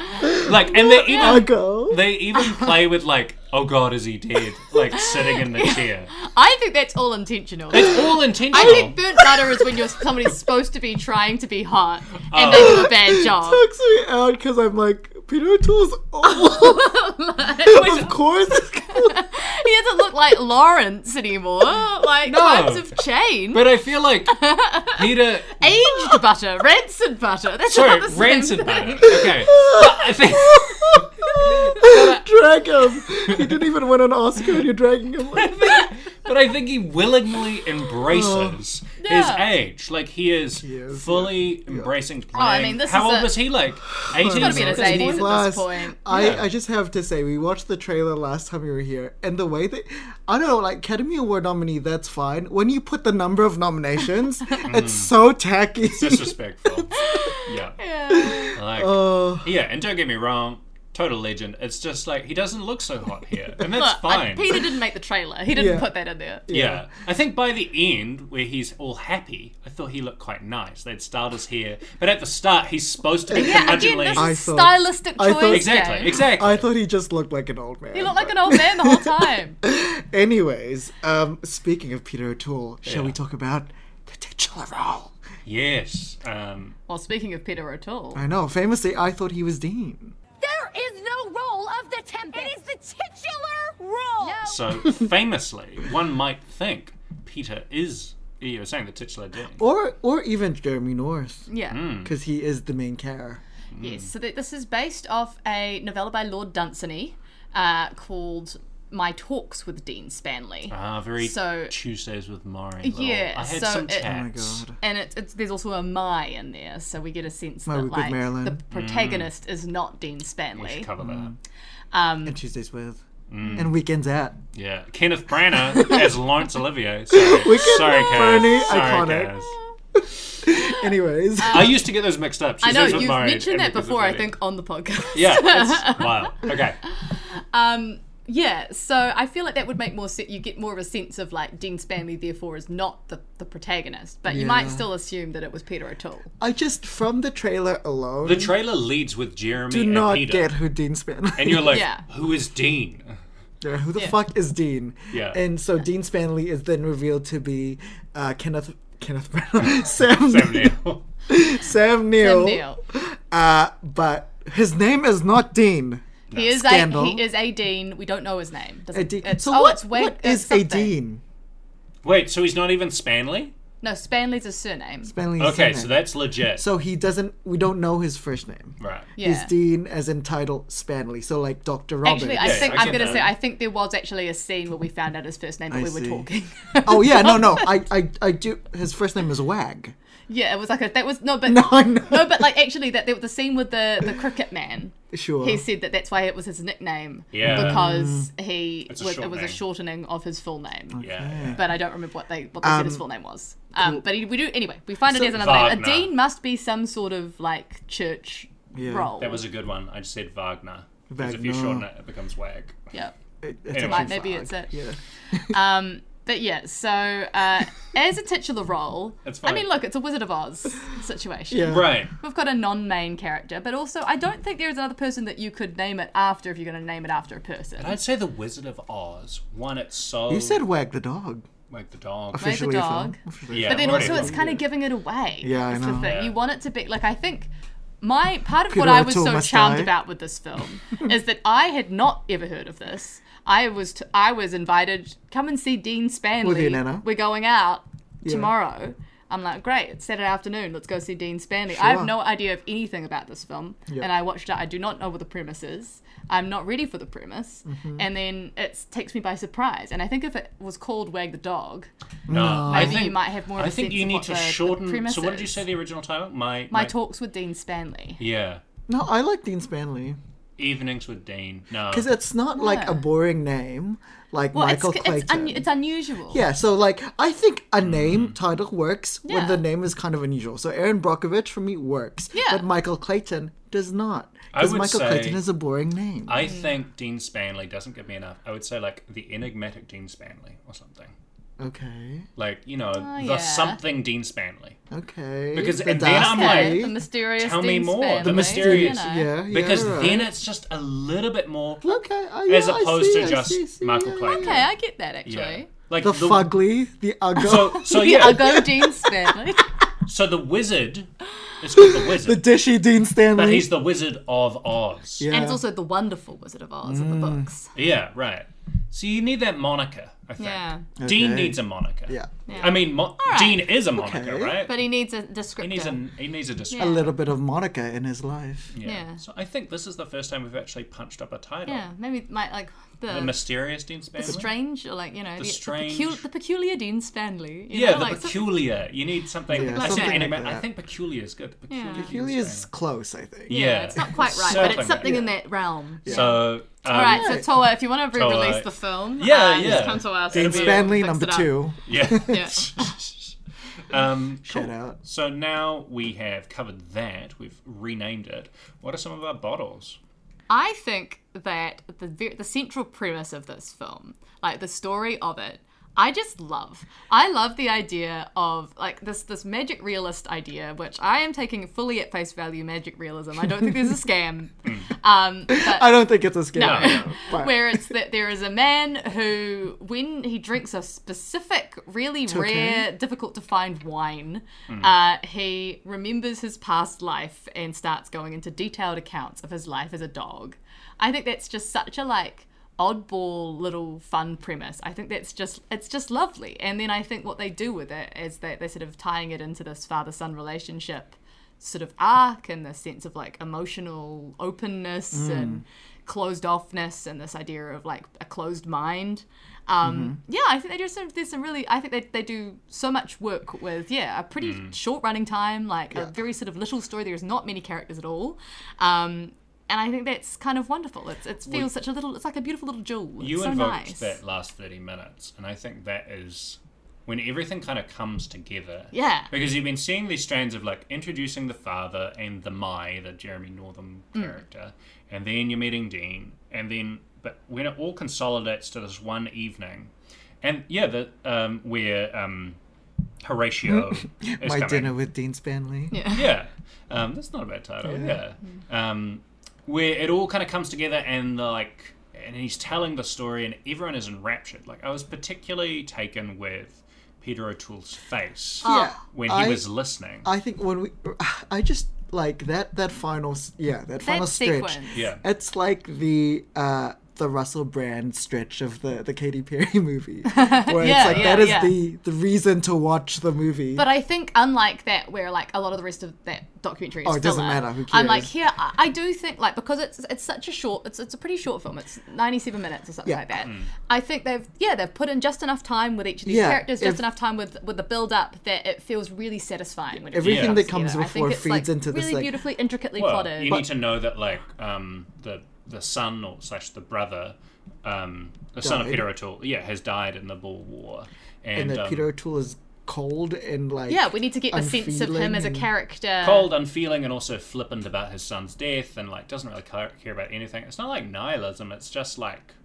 Speaker 2: like, and
Speaker 5: [laughs]
Speaker 2: they
Speaker 3: I'll
Speaker 2: even
Speaker 3: go.
Speaker 2: they even play with like, oh god, is he dead? Like sitting in the chair.
Speaker 5: I think that's all intentional.
Speaker 2: It's all
Speaker 5: I
Speaker 2: intentional.
Speaker 5: think burnt butter is when you're somebody's supposed to be trying to be hot and they
Speaker 2: Oh.
Speaker 5: do
Speaker 2: [laughs]
Speaker 5: a bad job.
Speaker 3: Sucks me out because I'm like, Peter O'Toole's old.
Speaker 2: Oh [laughs]
Speaker 3: of course.
Speaker 5: He doesn't look like Lawrence anymore. Like times have changed.
Speaker 2: but I feel
Speaker 5: [laughs]
Speaker 2: like Peter
Speaker 5: Aged butter, rancid butter. That's
Speaker 2: Sorry,
Speaker 5: not the same
Speaker 2: rancid
Speaker 5: thing.
Speaker 2: butter. Okay. But I
Speaker 5: [laughs]
Speaker 2: think
Speaker 3: Drag him. He didn't even win an Oscar and you're dragging him.
Speaker 2: [laughs] but I think he willingly embraces
Speaker 5: Oh. Yeah. Oh,
Speaker 2: his age. Like he is
Speaker 3: is,
Speaker 2: fully embracing playing.
Speaker 5: I mean, this
Speaker 2: How
Speaker 5: is
Speaker 2: old
Speaker 5: a-
Speaker 2: was he? Like eighteen.
Speaker 5: gotta be in
Speaker 2: or
Speaker 5: his
Speaker 2: something?
Speaker 5: 80s. at this
Speaker 3: Plus,
Speaker 5: point.
Speaker 3: I, I just have to say, we watched the trailer last time we were here, and the way that I don't know, like Academy Award nominee, that's fine. When you put the number of
Speaker 5: [laughs]
Speaker 3: nominations,
Speaker 5: Mm.
Speaker 3: it's so tacky.
Speaker 2: Disrespectful. yeah.
Speaker 5: Yeah.
Speaker 2: Like,
Speaker 3: Oh,
Speaker 2: yeah, and don't get me wrong, total legend. It's just like he doesn't look so hot here, and that's
Speaker 5: Look, I,
Speaker 2: fine.
Speaker 5: Peter didn't make the trailer. He didn't
Speaker 3: Yeah.
Speaker 5: put that in there.
Speaker 2: yeah. I think by the end, where he's all happy, I thought he looked quite nice. They'd styled his hair, but at the start, he's supposed to be
Speaker 5: Yeah, again,
Speaker 2: curmudgeonly.
Speaker 5: this
Speaker 3: I
Speaker 5: is
Speaker 3: thought-
Speaker 5: stylistic
Speaker 3: I
Speaker 5: choice.
Speaker 3: thought-
Speaker 2: exactly,
Speaker 5: game.
Speaker 2: exactly.
Speaker 3: [laughs] I thought he just looked like an old man.
Speaker 5: He looked like an old man the
Speaker 2: [laughs]
Speaker 5: whole time.
Speaker 3: Anyways, um, speaking of Peter O'Toole, shall we
Speaker 2: Yeah.
Speaker 3: talk about the titular role?
Speaker 2: yes. Um,
Speaker 5: well, speaking of Peter O'Toole,
Speaker 3: I know. Famously, I thought he was Dean.
Speaker 6: There is no role of the Tempest. It is the titular role. No.
Speaker 2: so [laughs] famously, one might think Peter is. You were saying the titular dean.
Speaker 5: Oh.
Speaker 3: Or, or even Jeremy North,
Speaker 5: yeah,
Speaker 2: Hmm. Mm.
Speaker 3: because he is the main character.
Speaker 5: yes. So th- this is based off a novella by Lord Dunsany uh, called "My Talks with Dean Spanley."
Speaker 2: Ah, very
Speaker 5: So-
Speaker 2: Tuesdays with Maury. little-
Speaker 5: Yeah,
Speaker 2: I had
Speaker 5: so
Speaker 2: some
Speaker 5: it-
Speaker 2: chats.
Speaker 5: Oh
Speaker 3: Oh my god.
Speaker 5: And it, it's, there's also a my in there, so we get a sense
Speaker 3: My
Speaker 5: that
Speaker 3: Week with
Speaker 5: like
Speaker 3: Marilyn. Mm.
Speaker 5: the protagonist is not Dean
Speaker 2: We should
Speaker 5: Spanley.
Speaker 2: cover that.
Speaker 3: And Tuesdays with.
Speaker 2: Mm.
Speaker 3: And weekends
Speaker 5: [laughs]
Speaker 3: at.
Speaker 2: Yeah, Kenneth Branagh as Laurence Olivier. Sorry, sorry,
Speaker 3: Branagh,
Speaker 2: Kaz. Sorry,
Speaker 3: iconic.
Speaker 2: Kaz.
Speaker 3: Anyways,
Speaker 2: I used to get those mixed up.
Speaker 5: I know
Speaker 2: Tuesdays with
Speaker 5: you've
Speaker 2: Maury
Speaker 5: mentioned
Speaker 2: and
Speaker 5: that
Speaker 2: Because of
Speaker 5: before, I
Speaker 2: Betty.
Speaker 5: think, on the podcast. [laughs]
Speaker 2: Yeah, it's wild. Okay.
Speaker 5: Um, yeah, so I feel like that would make more sense. You get more of a sense of like Dean Spanley, therefore, is not the, the protagonist, but you might
Speaker 3: Yeah.
Speaker 5: still assume that it was Peter O'Toole.
Speaker 3: I just from the trailer alone
Speaker 2: The trailer leads with Jeremy
Speaker 3: do
Speaker 2: and
Speaker 3: not
Speaker 2: Peter.
Speaker 3: get who Dean Spanley.
Speaker 2: and you're like,
Speaker 5: Yeah.
Speaker 2: who is Dean?
Speaker 3: [laughs] Yeah, who the fuck is Dean?
Speaker 2: Yeah.
Speaker 3: And so Dean Spanley is then revealed to be uh, Kenneth Kenneth [laughs] Brown, Sam
Speaker 2: Sam
Speaker 3: [laughs]
Speaker 2: Neill.
Speaker 3: Sam
Speaker 5: Sam
Speaker 3: Neill.
Speaker 5: Neill.
Speaker 3: Uh, but his name is not Dean.
Speaker 5: He is a
Speaker 3: Scandal.
Speaker 5: he is a dean. We don't know his name. Doesn't-
Speaker 3: A Dean.
Speaker 5: It's,
Speaker 3: so
Speaker 5: oh,
Speaker 3: what,
Speaker 5: it's Wade,
Speaker 3: what
Speaker 5: it's
Speaker 3: is a
Speaker 5: something.
Speaker 3: Dean?
Speaker 2: Wait, so he's not even Spanley?
Speaker 5: No, Spanley's a surname.
Speaker 3: Spanley is
Speaker 2: Okay,
Speaker 3: his
Speaker 2: so
Speaker 3: name.
Speaker 2: that's legit.
Speaker 3: so he doesn't. We don't know his first name.
Speaker 2: right.
Speaker 5: yeah.
Speaker 3: He's Dean as in title Spanley. So like Doctor Robert.
Speaker 5: Actually, I
Speaker 2: Yeah,
Speaker 5: think
Speaker 2: I
Speaker 5: I
Speaker 2: get
Speaker 5: am gonna
Speaker 2: that.
Speaker 5: say I think there was actually a scene where we found out his first name, but
Speaker 3: I
Speaker 5: we were
Speaker 3: see.
Speaker 5: talking.
Speaker 3: [laughs] oh yeah, no, no. I, I, I do. His first name is Wag.
Speaker 5: [laughs]
Speaker 3: [laughs]
Speaker 5: yeah, it was like a, that was no, but
Speaker 3: No,
Speaker 5: no,
Speaker 3: I know.
Speaker 5: but like actually that there was the scene with the the
Speaker 3: [laughs]
Speaker 5: cricket man.
Speaker 3: Sure.
Speaker 5: He said that that's why it was his nickname
Speaker 2: Yeah.
Speaker 5: because
Speaker 3: Um,
Speaker 5: he
Speaker 2: a
Speaker 5: was,
Speaker 2: short
Speaker 5: it was a
Speaker 2: name.
Speaker 5: shortening of his full name.
Speaker 2: Yeah.
Speaker 5: But I don't remember what they what they said his full name was. Um, But he, we do anyway. We find it
Speaker 3: So-
Speaker 5: as another name. A
Speaker 2: Wagner.
Speaker 5: dean must be some sort of like church
Speaker 3: Yeah.
Speaker 5: role.
Speaker 2: That was a good one. I just said Wagner. Because if you
Speaker 3: Wagner.
Speaker 2: shorten it, it becomes Wag.
Speaker 5: yeah.
Speaker 3: It- it's
Speaker 2: Anyway.
Speaker 3: actually
Speaker 5: Maybe
Speaker 3: Wag.
Speaker 5: it's it.
Speaker 3: Yeah.
Speaker 5: Um, but yeah, so uh, as a
Speaker 2: [laughs]
Speaker 5: titular role,
Speaker 2: It's
Speaker 5: I
Speaker 2: fine.
Speaker 5: mean, look, it's a Wizard of Oz situation.
Speaker 3: Yeah.
Speaker 2: Right.
Speaker 5: We've got a non-main character, but also I don't think there is another person that you could name it after if you're going to name it after a person.
Speaker 2: I'd say The Wizard of Oz won it so.
Speaker 3: You said Wag the dog.
Speaker 2: Like the dog.
Speaker 5: Wag the
Speaker 3: Oh. Officially a film.
Speaker 5: dog.
Speaker 3: Officially a
Speaker 2: Yeah,
Speaker 5: but then
Speaker 2: already
Speaker 5: also, it's
Speaker 2: won.
Speaker 5: kind of giving it away.
Speaker 3: Yeah, I
Speaker 5: That's
Speaker 3: know.
Speaker 5: the thing.
Speaker 2: Yeah.
Speaker 5: You want it to be like I think my part of what
Speaker 3: Peter
Speaker 5: I was
Speaker 3: O'Toole
Speaker 5: so
Speaker 3: must
Speaker 5: charmed
Speaker 3: die.
Speaker 5: about with this film [laughs] is that I had not ever heard of this. I was t- I was invited. Come and see Dean Spanley.
Speaker 3: With you, Nana."
Speaker 5: We're going out tomorrow. I'm like, great, it's Saturday afternoon, let's go see Dean Spanley. I
Speaker 3: Sure.
Speaker 5: have no idea of anything about this film.
Speaker 3: Yeah.
Speaker 5: And I watched it, I do not know what the premise is. I'm not ready for the premise.
Speaker 3: Mm-hmm.
Speaker 5: And then it takes me by surprise. And I think if it was called Wag the Dog,
Speaker 2: No, I
Speaker 5: Maybe you might have more of
Speaker 2: I
Speaker 5: a
Speaker 2: think
Speaker 5: sense
Speaker 2: you
Speaker 5: of
Speaker 2: need
Speaker 5: what
Speaker 2: to
Speaker 5: the- uh, the
Speaker 2: shorten.
Speaker 5: premise
Speaker 2: so what did you
Speaker 5: is.
Speaker 2: say the original title? My
Speaker 5: My talks with Dean Spanley.
Speaker 2: Yeah,
Speaker 3: No, I like Dean Spanley
Speaker 2: evenings with Dean. No,
Speaker 3: because it's not like a
Speaker 5: Yeah.
Speaker 3: boring name, like
Speaker 5: Well,
Speaker 3: Michael
Speaker 5: it's
Speaker 3: Clayton.
Speaker 5: it's, un- it's unusual.
Speaker 3: yeah, so like I think a name title works when the
Speaker 5: Yeah.
Speaker 3: name is kind of unusual. So Aaron Brockovich for me works,
Speaker 5: Yeah.
Speaker 3: but Michael Clayton does not
Speaker 2: I
Speaker 3: because
Speaker 2: would
Speaker 3: Michael
Speaker 2: say-
Speaker 3: Clayton is a boring name.
Speaker 2: I
Speaker 5: Mm.
Speaker 2: think Dean Spanley doesn't give me enough. I would say like the enigmatic Dean Spanley or something.
Speaker 3: okay,
Speaker 2: Like you know the
Speaker 5: Oh, yeah.
Speaker 2: something Dean Spanley.
Speaker 3: okay.
Speaker 2: Because-
Speaker 3: The
Speaker 2: and then I'm
Speaker 5: Okay,
Speaker 3: Dusty.
Speaker 5: the mysterious.
Speaker 2: Tell me
Speaker 5: Dean
Speaker 2: more, the
Speaker 5: Spanley, you
Speaker 2: mysterious-
Speaker 5: know.
Speaker 3: Oh, yeah, yeah,
Speaker 2: Because
Speaker 3: right.
Speaker 2: then it's just a little bit more
Speaker 3: okay, oh,
Speaker 2: as
Speaker 3: yeah, I
Speaker 2: opposed
Speaker 3: see,
Speaker 2: to
Speaker 3: I
Speaker 2: just
Speaker 3: see, I see,
Speaker 2: Michael
Speaker 3: yeah,
Speaker 2: Clayton.
Speaker 5: Okay, I get that actually.
Speaker 2: Yeah, like
Speaker 3: The, fugly, the ugly, [laughs]
Speaker 2: So so
Speaker 5: Yeah, I'll
Speaker 2: yeah,
Speaker 5: go Dean Spanley.
Speaker 2: so the wizard
Speaker 3: [laughs]
Speaker 2: is called the
Speaker 3: the
Speaker 2: wizard,
Speaker 3: dishy Dean Stanley.
Speaker 2: but he's the Wizard of Oz.
Speaker 3: yeah. Mm.
Speaker 5: And it's also the Wonderful Wizard of Oz in the books.
Speaker 2: Yeah, right. So you need that moniker, I think.
Speaker 5: Yeah.
Speaker 2: Dean
Speaker 3: Okay.
Speaker 2: needs a moniker.
Speaker 3: Yeah.
Speaker 5: Yeah.
Speaker 2: I mean, mo- Dean is a moniker,
Speaker 3: Okay.
Speaker 2: right?
Speaker 5: But he needs a
Speaker 2: he
Speaker 5: descriptor.
Speaker 2: needs a he needs a description.
Speaker 3: a little bit of Monica in his life.
Speaker 2: Yeah.
Speaker 5: Yeah.
Speaker 2: So I think this is the first time we've actually punched up a title.
Speaker 5: yeah, maybe my like the,
Speaker 2: The mysterious Dean Spanley.
Speaker 5: strange or like you know the,
Speaker 2: strange-
Speaker 5: the, pecu- the peculiar Dean Spanley. You
Speaker 2: yeah,
Speaker 5: know,
Speaker 2: the
Speaker 5: like, some-
Speaker 2: peculiar. You need something.
Speaker 3: Yeah,
Speaker 2: I, said
Speaker 5: something like
Speaker 2: anima-
Speaker 3: that.
Speaker 2: I think peculiar is good. The peculiar Dean
Speaker 3: He is
Speaker 2: Spanley.
Speaker 3: close, I think.
Speaker 2: Yeah.
Speaker 5: yeah, it's not quite right, but it's something in that realm.
Speaker 2: Yeah. So. Um,
Speaker 5: All right, so Toa, if you want to
Speaker 2: Toa.
Speaker 5: re-release the film,
Speaker 2: Yeah,
Speaker 5: uh,
Speaker 2: yeah.
Speaker 5: just come to us.
Speaker 2: Dean
Speaker 5: and we'll
Speaker 3: Stanley
Speaker 5: fix
Speaker 3: number
Speaker 5: it up.
Speaker 3: two.
Speaker 2: Yeah.
Speaker 5: Yeah.
Speaker 2: [laughs] um,
Speaker 3: Shout
Speaker 2: cool.
Speaker 3: out.
Speaker 2: So now we have covered that. We've renamed it. What are some of our bottles?
Speaker 5: I think that the ve- the central premise of this film, like the story of it, I just love. I love the idea of like this this magic realist idea, which I am taking fully at face value. Magic realism. I don't think there's a scam.
Speaker 2: [laughs] Hmm.
Speaker 5: um, but-
Speaker 3: I don't think it's a scam.
Speaker 5: No.
Speaker 3: But-
Speaker 5: [laughs] where it's that there is a man who, when he drinks a specific, really rare, difficult to find wine, uh, he remembers his past life and starts going into detailed accounts of his life as a dog. I think that's just such a like oddball little fun premise. I think that's just it's just lovely. And then I think what they do with it is that they're sort of tying it into this father son relationship sort of arc and this sense of like emotional openness and closed offness and this idea of like a closed mind. Um, Yeah, I think they do some. There's some really. I think they they do so much work with yeah a pretty
Speaker 2: Mm.
Speaker 5: short running time, like a very sort of little story. There's not many characters at all. Um, and I think that's kind of wonderful. It's, it feels such a little, it's like a beautiful little jewel. It's
Speaker 2: you
Speaker 5: so
Speaker 2: invoked
Speaker 5: nice.
Speaker 2: that last 30 minutes and i think that is when everything kind of comes together
Speaker 5: Yeah.
Speaker 2: because you've been seeing these strands of like introducing the father and the my the jeremy northam
Speaker 3: Hmm.
Speaker 2: character and then you're meeting dean and then but when it all consolidates to this one evening and yeah the um where um horatio
Speaker 3: [laughs]
Speaker 2: is
Speaker 3: My
Speaker 2: coming.
Speaker 3: dinner with Dean Spanley.
Speaker 2: Yeah, um, that's not a bad title. Yeah, Um, where it all kind of comes together and the, like, and he's telling the story and everyone is enraptured. Like I was particularly taken with Peter O'Toole's face
Speaker 3: Yeah.
Speaker 2: when he
Speaker 3: I-
Speaker 2: was listening.
Speaker 3: I think when we, [sighs] I just like that that final s- yeah that final
Speaker 5: That
Speaker 3: stretch.
Speaker 5: sequence.
Speaker 2: yeah,
Speaker 3: It's like the uh the Russell Brand stretch of the the Katy Perry [laughs] movie, where
Speaker 5: [laughs] Yeah,
Speaker 3: it's like
Speaker 5: yeah,
Speaker 3: that is
Speaker 5: yeah.
Speaker 3: the the reason to watch the movie.
Speaker 5: But I think, unlike that, where like a lot of the rest of that documentary is
Speaker 3: Oh, it doesn't
Speaker 5: filler,
Speaker 3: matter, who
Speaker 5: I'm like
Speaker 3: cares?
Speaker 5: here. I, I do think like because it's it's such a short. It's it's a pretty short film. It's 97 minutes or something
Speaker 3: Yeah.
Speaker 5: like that.
Speaker 2: Mm.
Speaker 5: I think they've yeah they've put in just enough time with each of these
Speaker 3: Yeah,
Speaker 5: characters, just
Speaker 3: if-
Speaker 5: enough time with with the build up that it feels really satisfying. When it
Speaker 3: Everything
Speaker 5: all
Speaker 2: that
Speaker 3: comes
Speaker 5: together. I think
Speaker 3: before
Speaker 5: it's,
Speaker 3: feeds
Speaker 5: like,
Speaker 3: into this,
Speaker 5: really
Speaker 3: like-
Speaker 5: beautifully intricately
Speaker 2: well,
Speaker 5: plotted.
Speaker 2: you need to know that like um, the the son or slash the brother, um, the son of
Speaker 3: Died.
Speaker 2: Peter O'Toole, yeah, has died in the Boer War, and,
Speaker 3: and that
Speaker 2: um,
Speaker 3: Peter O'Toole is cold and like
Speaker 5: yeah, we need to get the sense of him
Speaker 3: unfeeling
Speaker 5: as a
Speaker 3: and-
Speaker 5: character.
Speaker 2: cold, unfeeling, and also flippant about his son's death, and like doesn't really care, care about anything. It's not like nihilism. It's just like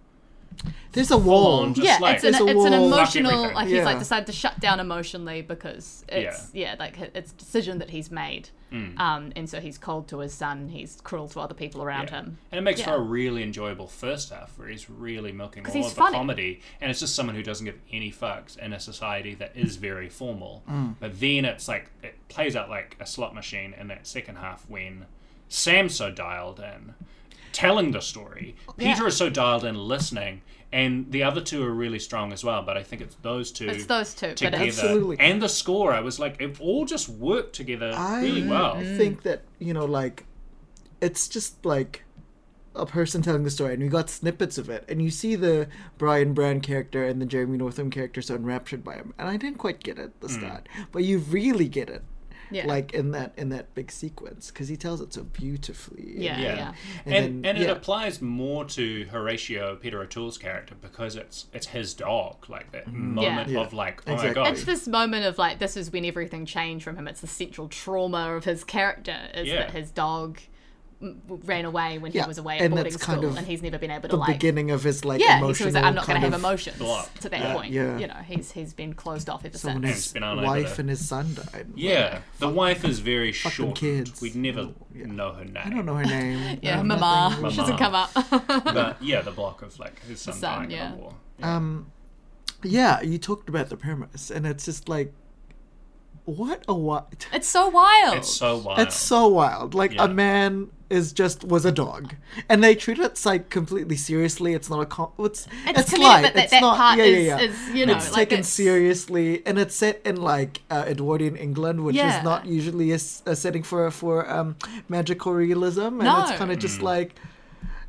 Speaker 3: there's a wall.
Speaker 2: on, just
Speaker 5: Yeah,
Speaker 2: like-
Speaker 5: it's an,
Speaker 3: There's a
Speaker 5: it's an
Speaker 3: wall.
Speaker 2: Fuck
Speaker 5: emotional
Speaker 2: everything.
Speaker 5: like he's like
Speaker 3: Yeah.
Speaker 5: decided to shut down emotionally because it's yeah, like h- it's a decision that he's made,
Speaker 2: Mm.
Speaker 5: um, and so he's cold to his son. He's cruel to other people around
Speaker 2: Yeah.
Speaker 5: him.
Speaker 2: And it makes for
Speaker 5: Yeah.
Speaker 2: a really enjoyable first half where he's really milking all
Speaker 5: he's
Speaker 2: of
Speaker 5: funny.
Speaker 2: the comedy. And it's just someone who doesn't give any fucks in a society that is very formal.
Speaker 3: Mm.
Speaker 2: But then it's like, it plays out like a slot machine in that second half when Sam's so dialed in, telling the story. Peter is so dialed in, listening. And the other two are really strong as well. But I think it's those two.
Speaker 5: It's those two, but
Speaker 2: Together.
Speaker 5: it's,
Speaker 3: Absolutely.
Speaker 2: And the score, I was like, it all just worked together
Speaker 3: I
Speaker 2: really well.
Speaker 3: think that you know, like, it's just like a person telling the story, and we got snippets of it, and you see the Brian Brown character and the Jeremy Northam character so enraptured by him, and I didn't quite get it at the start, but you really get it,
Speaker 5: yeah,
Speaker 3: like in that in that big sequence, because he tells it so beautifully. and-
Speaker 5: yeah, yeah,
Speaker 2: Yeah.
Speaker 3: And
Speaker 2: And and,
Speaker 3: then-
Speaker 2: it
Speaker 3: yeah.
Speaker 2: applies more to Horatio Peter O'Toole's character because it's it's his dog, like that moment
Speaker 3: Mm-hmm. Yeah.
Speaker 2: of like, oh
Speaker 3: Exactly.
Speaker 2: my god,
Speaker 5: It's this moment of like this is when everything changed from him. It's the central trauma of his character is
Speaker 2: Yeah.
Speaker 5: that his dog m- w- ran away when
Speaker 3: Yeah,
Speaker 5: he was away at
Speaker 3: and
Speaker 5: boarding
Speaker 3: that's
Speaker 5: school,
Speaker 3: kind of
Speaker 5: and he's never been able to
Speaker 3: The
Speaker 5: like
Speaker 3: beginning of his like
Speaker 5: yeah. He's
Speaker 3: emotional.
Speaker 5: always like, I'm not going
Speaker 3: kind
Speaker 5: to have
Speaker 3: of-
Speaker 5: emotions
Speaker 2: block.
Speaker 5: to that point.
Speaker 3: yeah.
Speaker 5: You know, he's he's been closed off ever
Speaker 3: Someone
Speaker 5: since.
Speaker 2: it's
Speaker 3: his
Speaker 2: been all over
Speaker 3: wife
Speaker 2: the-
Speaker 3: and his son died.
Speaker 2: yeah. The wife is very short.
Speaker 3: kids.
Speaker 2: We'd never
Speaker 3: Yeah.
Speaker 2: know her name.
Speaker 3: I don't know her name. I
Speaker 5: [laughs] Yeah,
Speaker 3: have
Speaker 5: Mama.
Speaker 3: nothing.
Speaker 5: She doesn't
Speaker 2: Mama.
Speaker 5: come up.
Speaker 3: [laughs]
Speaker 5: [laughs]
Speaker 2: But yeah, the block of like his son,
Speaker 5: son,
Speaker 2: dying
Speaker 5: yeah.
Speaker 2: in the war.
Speaker 3: Um, yeah, you talked about the premise, and it's just like, what a wild.
Speaker 5: it's so wild.
Speaker 2: It's so wild.
Speaker 3: It's so wild. Like
Speaker 2: Yeah.
Speaker 3: a man is just was a dog, and they treat it like completely seriously. It's not a com- it's
Speaker 5: It's
Speaker 3: it's,
Speaker 5: committed,
Speaker 3: light.
Speaker 5: but that-
Speaker 3: it's
Speaker 5: that
Speaker 3: not
Speaker 5: part
Speaker 3: yeah, yeah,
Speaker 5: is-
Speaker 3: yeah.
Speaker 5: is, you know,
Speaker 3: it's
Speaker 5: like
Speaker 3: taken
Speaker 5: it's-
Speaker 3: seriously, and it's set in like uh, Edwardian England, which
Speaker 5: Yeah.
Speaker 3: is not usually a, s- a setting for for um, magical realism, and it's
Speaker 5: No.
Speaker 3: kind of just like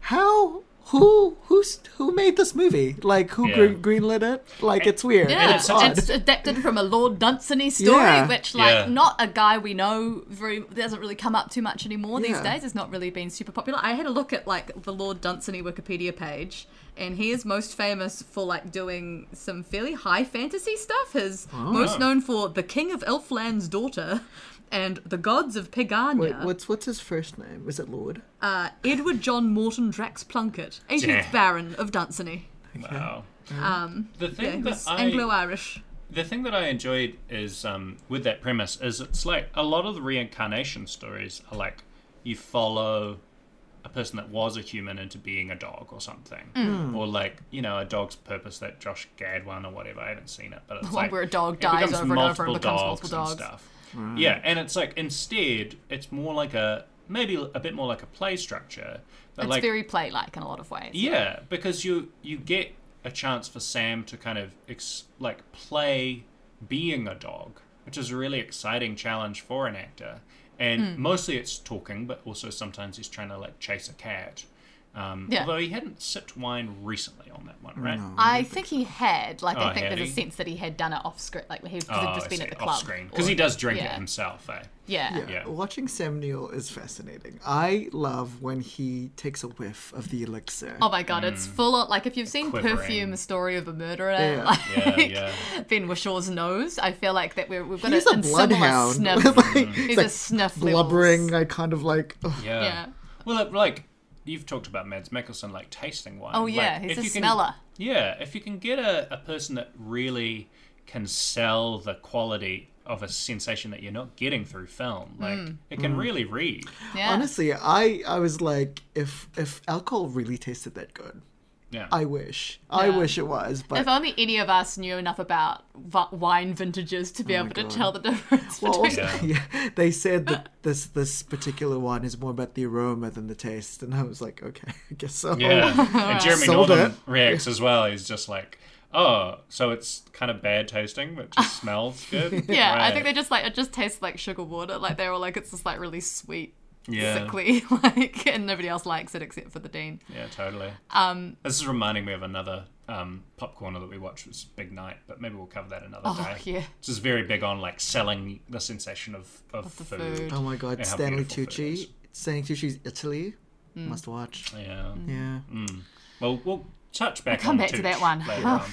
Speaker 3: how. Who who's who made this movie? Like who
Speaker 2: Yeah.
Speaker 3: green, greenlit it? Like it's weird.
Speaker 5: yeah,
Speaker 3: It's
Speaker 5: it's,
Speaker 3: odd.
Speaker 5: adapted from a Lord Dunsany story,
Speaker 3: Yeah.
Speaker 5: which like
Speaker 2: Yeah.
Speaker 5: not a guy we know very doesn't really come up too much anymore these
Speaker 3: Yeah.
Speaker 5: days. It's not really been super popular. I had a look at like the Lord Dunsany Wikipedia page, and he is most famous for like doing
Speaker 3: Oh.
Speaker 5: some fairly high fantasy stuff. His most known for the King of Elfland's Daughter. and the gods of [laughs] Pagania.
Speaker 3: Wait, what's what's his first name? Is it Lord?
Speaker 5: Uh, Edward John Morton Drax Plunkett, 18th
Speaker 2: Yeah.
Speaker 5: Baron of Dunsany.
Speaker 3: [laughs]
Speaker 2: Wow.
Speaker 5: Um,
Speaker 2: The
Speaker 5: yeah, he
Speaker 2: thing that
Speaker 5: was
Speaker 2: I
Speaker 5: Anglo-Irish.
Speaker 2: the thing that I enjoyed is um, with that premise is it's like a lot of the reincarnation stories are like you follow a person that was a human into being a dog or something,
Speaker 5: Mm.
Speaker 2: or like you know a dog's purpose that Josh Gad one or whatever. I haven't seen it, but it's
Speaker 5: one
Speaker 2: like
Speaker 5: where a dog
Speaker 2: it
Speaker 5: dies
Speaker 2: becomes
Speaker 5: over and over and
Speaker 2: multiple
Speaker 5: becomes
Speaker 2: dogs
Speaker 5: multiple
Speaker 2: and
Speaker 5: dogs.
Speaker 2: stuff. Yeah, and it's like instead it's more like a maybe a bit more like a play structure, but
Speaker 5: It's
Speaker 2: like
Speaker 5: very play-like in a lot of ways.
Speaker 2: yeah, because you you get a chance for Sam to kind of ex- like play being a dog, which is a really exciting challenge for an actor. And
Speaker 5: Hmm.
Speaker 2: mostly it's talking, but also sometimes he's trying to like chase a cat. Um,
Speaker 5: Yeah.
Speaker 2: Although he hadn't sipped wine recently on that one, right?
Speaker 5: I think he had, like,
Speaker 2: Oh,
Speaker 5: I think
Speaker 2: had
Speaker 5: there's a
Speaker 2: he?
Speaker 5: sense that he had done it off script, like, he
Speaker 2: Oh,
Speaker 5: had just
Speaker 2: I
Speaker 5: been
Speaker 2: see,
Speaker 5: at the
Speaker 2: off
Speaker 5: club.
Speaker 2: screen because he does drink it
Speaker 5: yeah.
Speaker 2: himself.
Speaker 5: [laughs]
Speaker 2: Eh?
Speaker 5: Yeah.
Speaker 2: Yeah.
Speaker 3: Watching Sam Neill is fascinating. I love when he takes a whiff of the elixir.
Speaker 5: Oh my god, it's full on. Like, if you've seen
Speaker 2: Mm. Quivering.
Speaker 5: Perfume, A Story of a Murderer,
Speaker 3: Yeah.
Speaker 5: like, [laughs]
Speaker 2: Yeah, yeah.
Speaker 5: Ben Wishaw's nose, I feel like that we're, we've got
Speaker 3: He's
Speaker 5: a,
Speaker 3: a
Speaker 5: in similar
Speaker 3: bloodhound. [laughs]
Speaker 5: sniff.
Speaker 3: Like,
Speaker 5: He's
Speaker 3: like
Speaker 5: a sniff
Speaker 3: blubbering.
Speaker 5: levels.
Speaker 3: I kind of like. ugh.
Speaker 2: Yeah.
Speaker 5: Yeah.
Speaker 2: Well, it, like you've talked about Mads Mikkelsen, like tasting wine.
Speaker 5: Oh,
Speaker 2: Like,
Speaker 5: yeah, he's
Speaker 2: if
Speaker 5: a
Speaker 2: you can-
Speaker 5: smeller.
Speaker 2: yeah, if you can get a, a person that really can sell the quality of a sensation that you're not getting through film,
Speaker 5: Hmm.
Speaker 2: like it
Speaker 3: Hmm.
Speaker 2: can really read.
Speaker 5: Yeah.
Speaker 3: Honestly, I I was like, if if alcohol really tasted that good,
Speaker 2: Yeah.
Speaker 3: I wish, I wish it was. But
Speaker 5: If only any of us knew enough about v- wine vintages to be able to tell the difference
Speaker 3: Oh Well,
Speaker 5: between.
Speaker 3: also, [laughs] yeah. they said that this this particular one is more about the aroma than the taste, and I was like, okay, [laughs] I guess so.
Speaker 2: yeah.
Speaker 5: [laughs]
Speaker 2: And Jeremy
Speaker 3: Oh. Sold
Speaker 2: Norman
Speaker 3: it.
Speaker 2: reacts as well. He's just like, oh, so it's kind of bad tasting, but
Speaker 5: [laughs]
Speaker 2: just smells good.
Speaker 5: Yeah, I
Speaker 2: Right.
Speaker 5: think they just like it just tastes like sugar water. Like they were like it's just like really sweet,
Speaker 2: Yeah.
Speaker 5: sickly, [laughs] like and nobody else likes it except for the dean.
Speaker 2: Yeah, totally. Um, this is reminding me of another um, pop corner that we watched was Big Night, but maybe we'll cover that another
Speaker 5: Oh,
Speaker 2: day.
Speaker 5: yeah.
Speaker 2: Which is very big on like selling the sensation of, of,
Speaker 5: the
Speaker 2: food.
Speaker 5: food.
Speaker 3: Oh my god,
Speaker 2: And how
Speaker 3: Stanley
Speaker 2: beautiful food
Speaker 3: Tucci,
Speaker 2: is.
Speaker 3: Stanley Tucci's Italy,
Speaker 5: Mm.
Speaker 3: must watch.
Speaker 2: Yeah.
Speaker 3: Yeah,
Speaker 2: Well, we'll touch back.
Speaker 5: come
Speaker 2: on
Speaker 5: back to
Speaker 2: Tucci
Speaker 5: that one.
Speaker 2: later
Speaker 5: [laughs]
Speaker 2: on.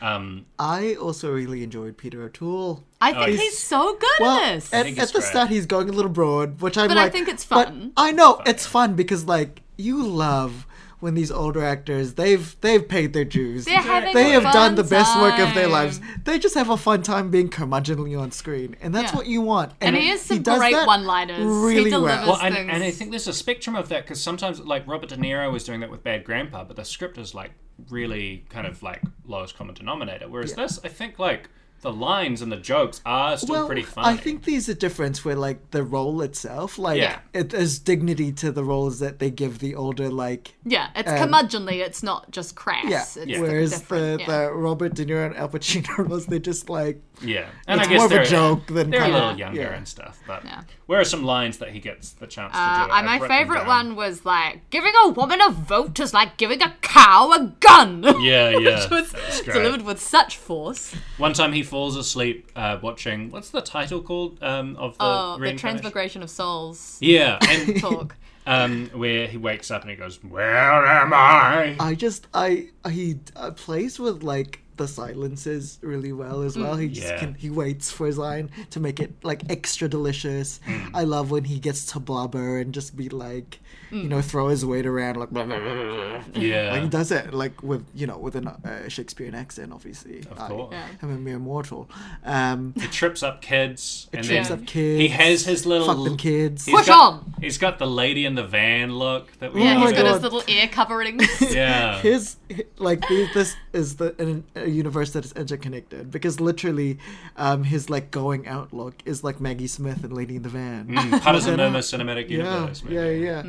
Speaker 2: Um,
Speaker 3: I also really enjoyed Peter O'Toole.
Speaker 5: I think
Speaker 2: yeah.
Speaker 5: he's so good
Speaker 3: Well,
Speaker 5: at
Speaker 3: at,
Speaker 5: this.
Speaker 3: at
Speaker 2: think
Speaker 3: the
Speaker 2: it's great.
Speaker 3: start he's going a little broad, which I'm
Speaker 5: But I
Speaker 3: like,
Speaker 5: think it's fun.
Speaker 3: But I know it's fun because like you love when these older actors they've they've paid their dues.
Speaker 5: They're having
Speaker 3: They
Speaker 5: a
Speaker 3: have done
Speaker 5: fun
Speaker 3: the best work of their
Speaker 5: time.
Speaker 3: lives. They just have a fun time being curmudgeonly on screen, and that's
Speaker 5: Yeah.
Speaker 3: what you want.
Speaker 5: And he has some
Speaker 3: does
Speaker 5: great
Speaker 3: that
Speaker 5: one-liners. He
Speaker 3: Really
Speaker 5: delivers.
Speaker 2: well,
Speaker 3: well.
Speaker 2: and,
Speaker 5: things-
Speaker 2: and I think there's a spectrum of that because sometimes, like Robert De Niro was doing that with Bad Grandpa, but the script is like really kind of like lowest common denominator. Whereas this, I think, like the lines and the jokes are still
Speaker 3: Well,
Speaker 2: pretty funny.
Speaker 3: I think there's a difference where like the role itself, like
Speaker 2: Yeah.
Speaker 3: it, there's dignity to the roles that they give the older like
Speaker 5: yeah, it's curmudgeonly. It's not just crass.
Speaker 3: Um, yeah.
Speaker 5: It's uh,
Speaker 3: Whereas the,
Speaker 5: different, yeah.
Speaker 3: the Robert De Niro and Al Pacino [laughs] roles, they're just like
Speaker 2: Yeah, and
Speaker 3: It's
Speaker 2: I guess
Speaker 3: more of a
Speaker 2: they're,
Speaker 3: joke than
Speaker 2: they're
Speaker 3: kind
Speaker 2: a
Speaker 3: of-
Speaker 2: little younger
Speaker 3: yeah.
Speaker 2: and stuff. But
Speaker 5: Yeah.
Speaker 2: where are some lines that he gets the chance
Speaker 5: Uh,
Speaker 2: to do?
Speaker 5: I-
Speaker 2: I've
Speaker 5: my
Speaker 2: written
Speaker 5: favorite
Speaker 2: down.
Speaker 5: one was like giving a woman a vote is like giving a cow a gun.
Speaker 2: [laughs] Yeah, yeah.
Speaker 5: [laughs] Which was
Speaker 2: that's great.
Speaker 5: delivered with such force.
Speaker 2: One time he falls asleep uh, watching. What's the title called um, of the?
Speaker 5: Oh, the
Speaker 2: reincarnation?
Speaker 5: transmigration of
Speaker 2: [laughs]
Speaker 5: souls
Speaker 2: Yeah,
Speaker 5: [laughs]
Speaker 2: and
Speaker 5: talk.
Speaker 3: Oh
Speaker 2: um, where he wakes up and he goes, "Where am
Speaker 5: [laughs]
Speaker 2: I?"
Speaker 3: I just I he uh, plays with like the silences really well as well. He just
Speaker 2: Mm, Yeah.
Speaker 3: can, he waits for his line to make it like extra delicious.
Speaker 2: Mm.
Speaker 3: I love when he gets to blubber and just be like, you know, throw his weight around like. blah, blah, blah, blah, blah. Like
Speaker 2: Mm. Yeah,
Speaker 3: he does it like with you know with a uh, Shakespearean accent obviously. Of
Speaker 2: course.
Speaker 3: I,
Speaker 2: Yeah.
Speaker 3: am a mere mortal. Um,
Speaker 2: he trips up kids, and
Speaker 3: trips
Speaker 2: then
Speaker 3: up kids.
Speaker 2: he has his [laughs] little
Speaker 3: fuck them kids.
Speaker 2: he's
Speaker 5: Push
Speaker 2: got-
Speaker 5: on!
Speaker 2: He's got the lady in the van look that we.
Speaker 5: Yeah,
Speaker 3: Oh
Speaker 5: he's
Speaker 3: my
Speaker 5: got his
Speaker 3: God.
Speaker 5: little
Speaker 3: [laughs]
Speaker 5: ear covering.
Speaker 2: Yeah,
Speaker 3: his like the, this is the an, a universe that is interconnected because literally um his like going out look is like maggie smith and lady in the van
Speaker 2: Mm, Putters and Murmur cinematic
Speaker 3: yeah
Speaker 2: universe. man. Mm.
Speaker 3: [laughs] yeah yeah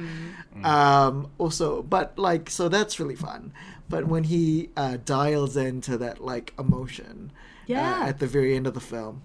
Speaker 5: Mm.
Speaker 3: um also but like so that's really fun but when he uh dials into that like emotion uh,
Speaker 5: Yeah.
Speaker 3: at the very end of the film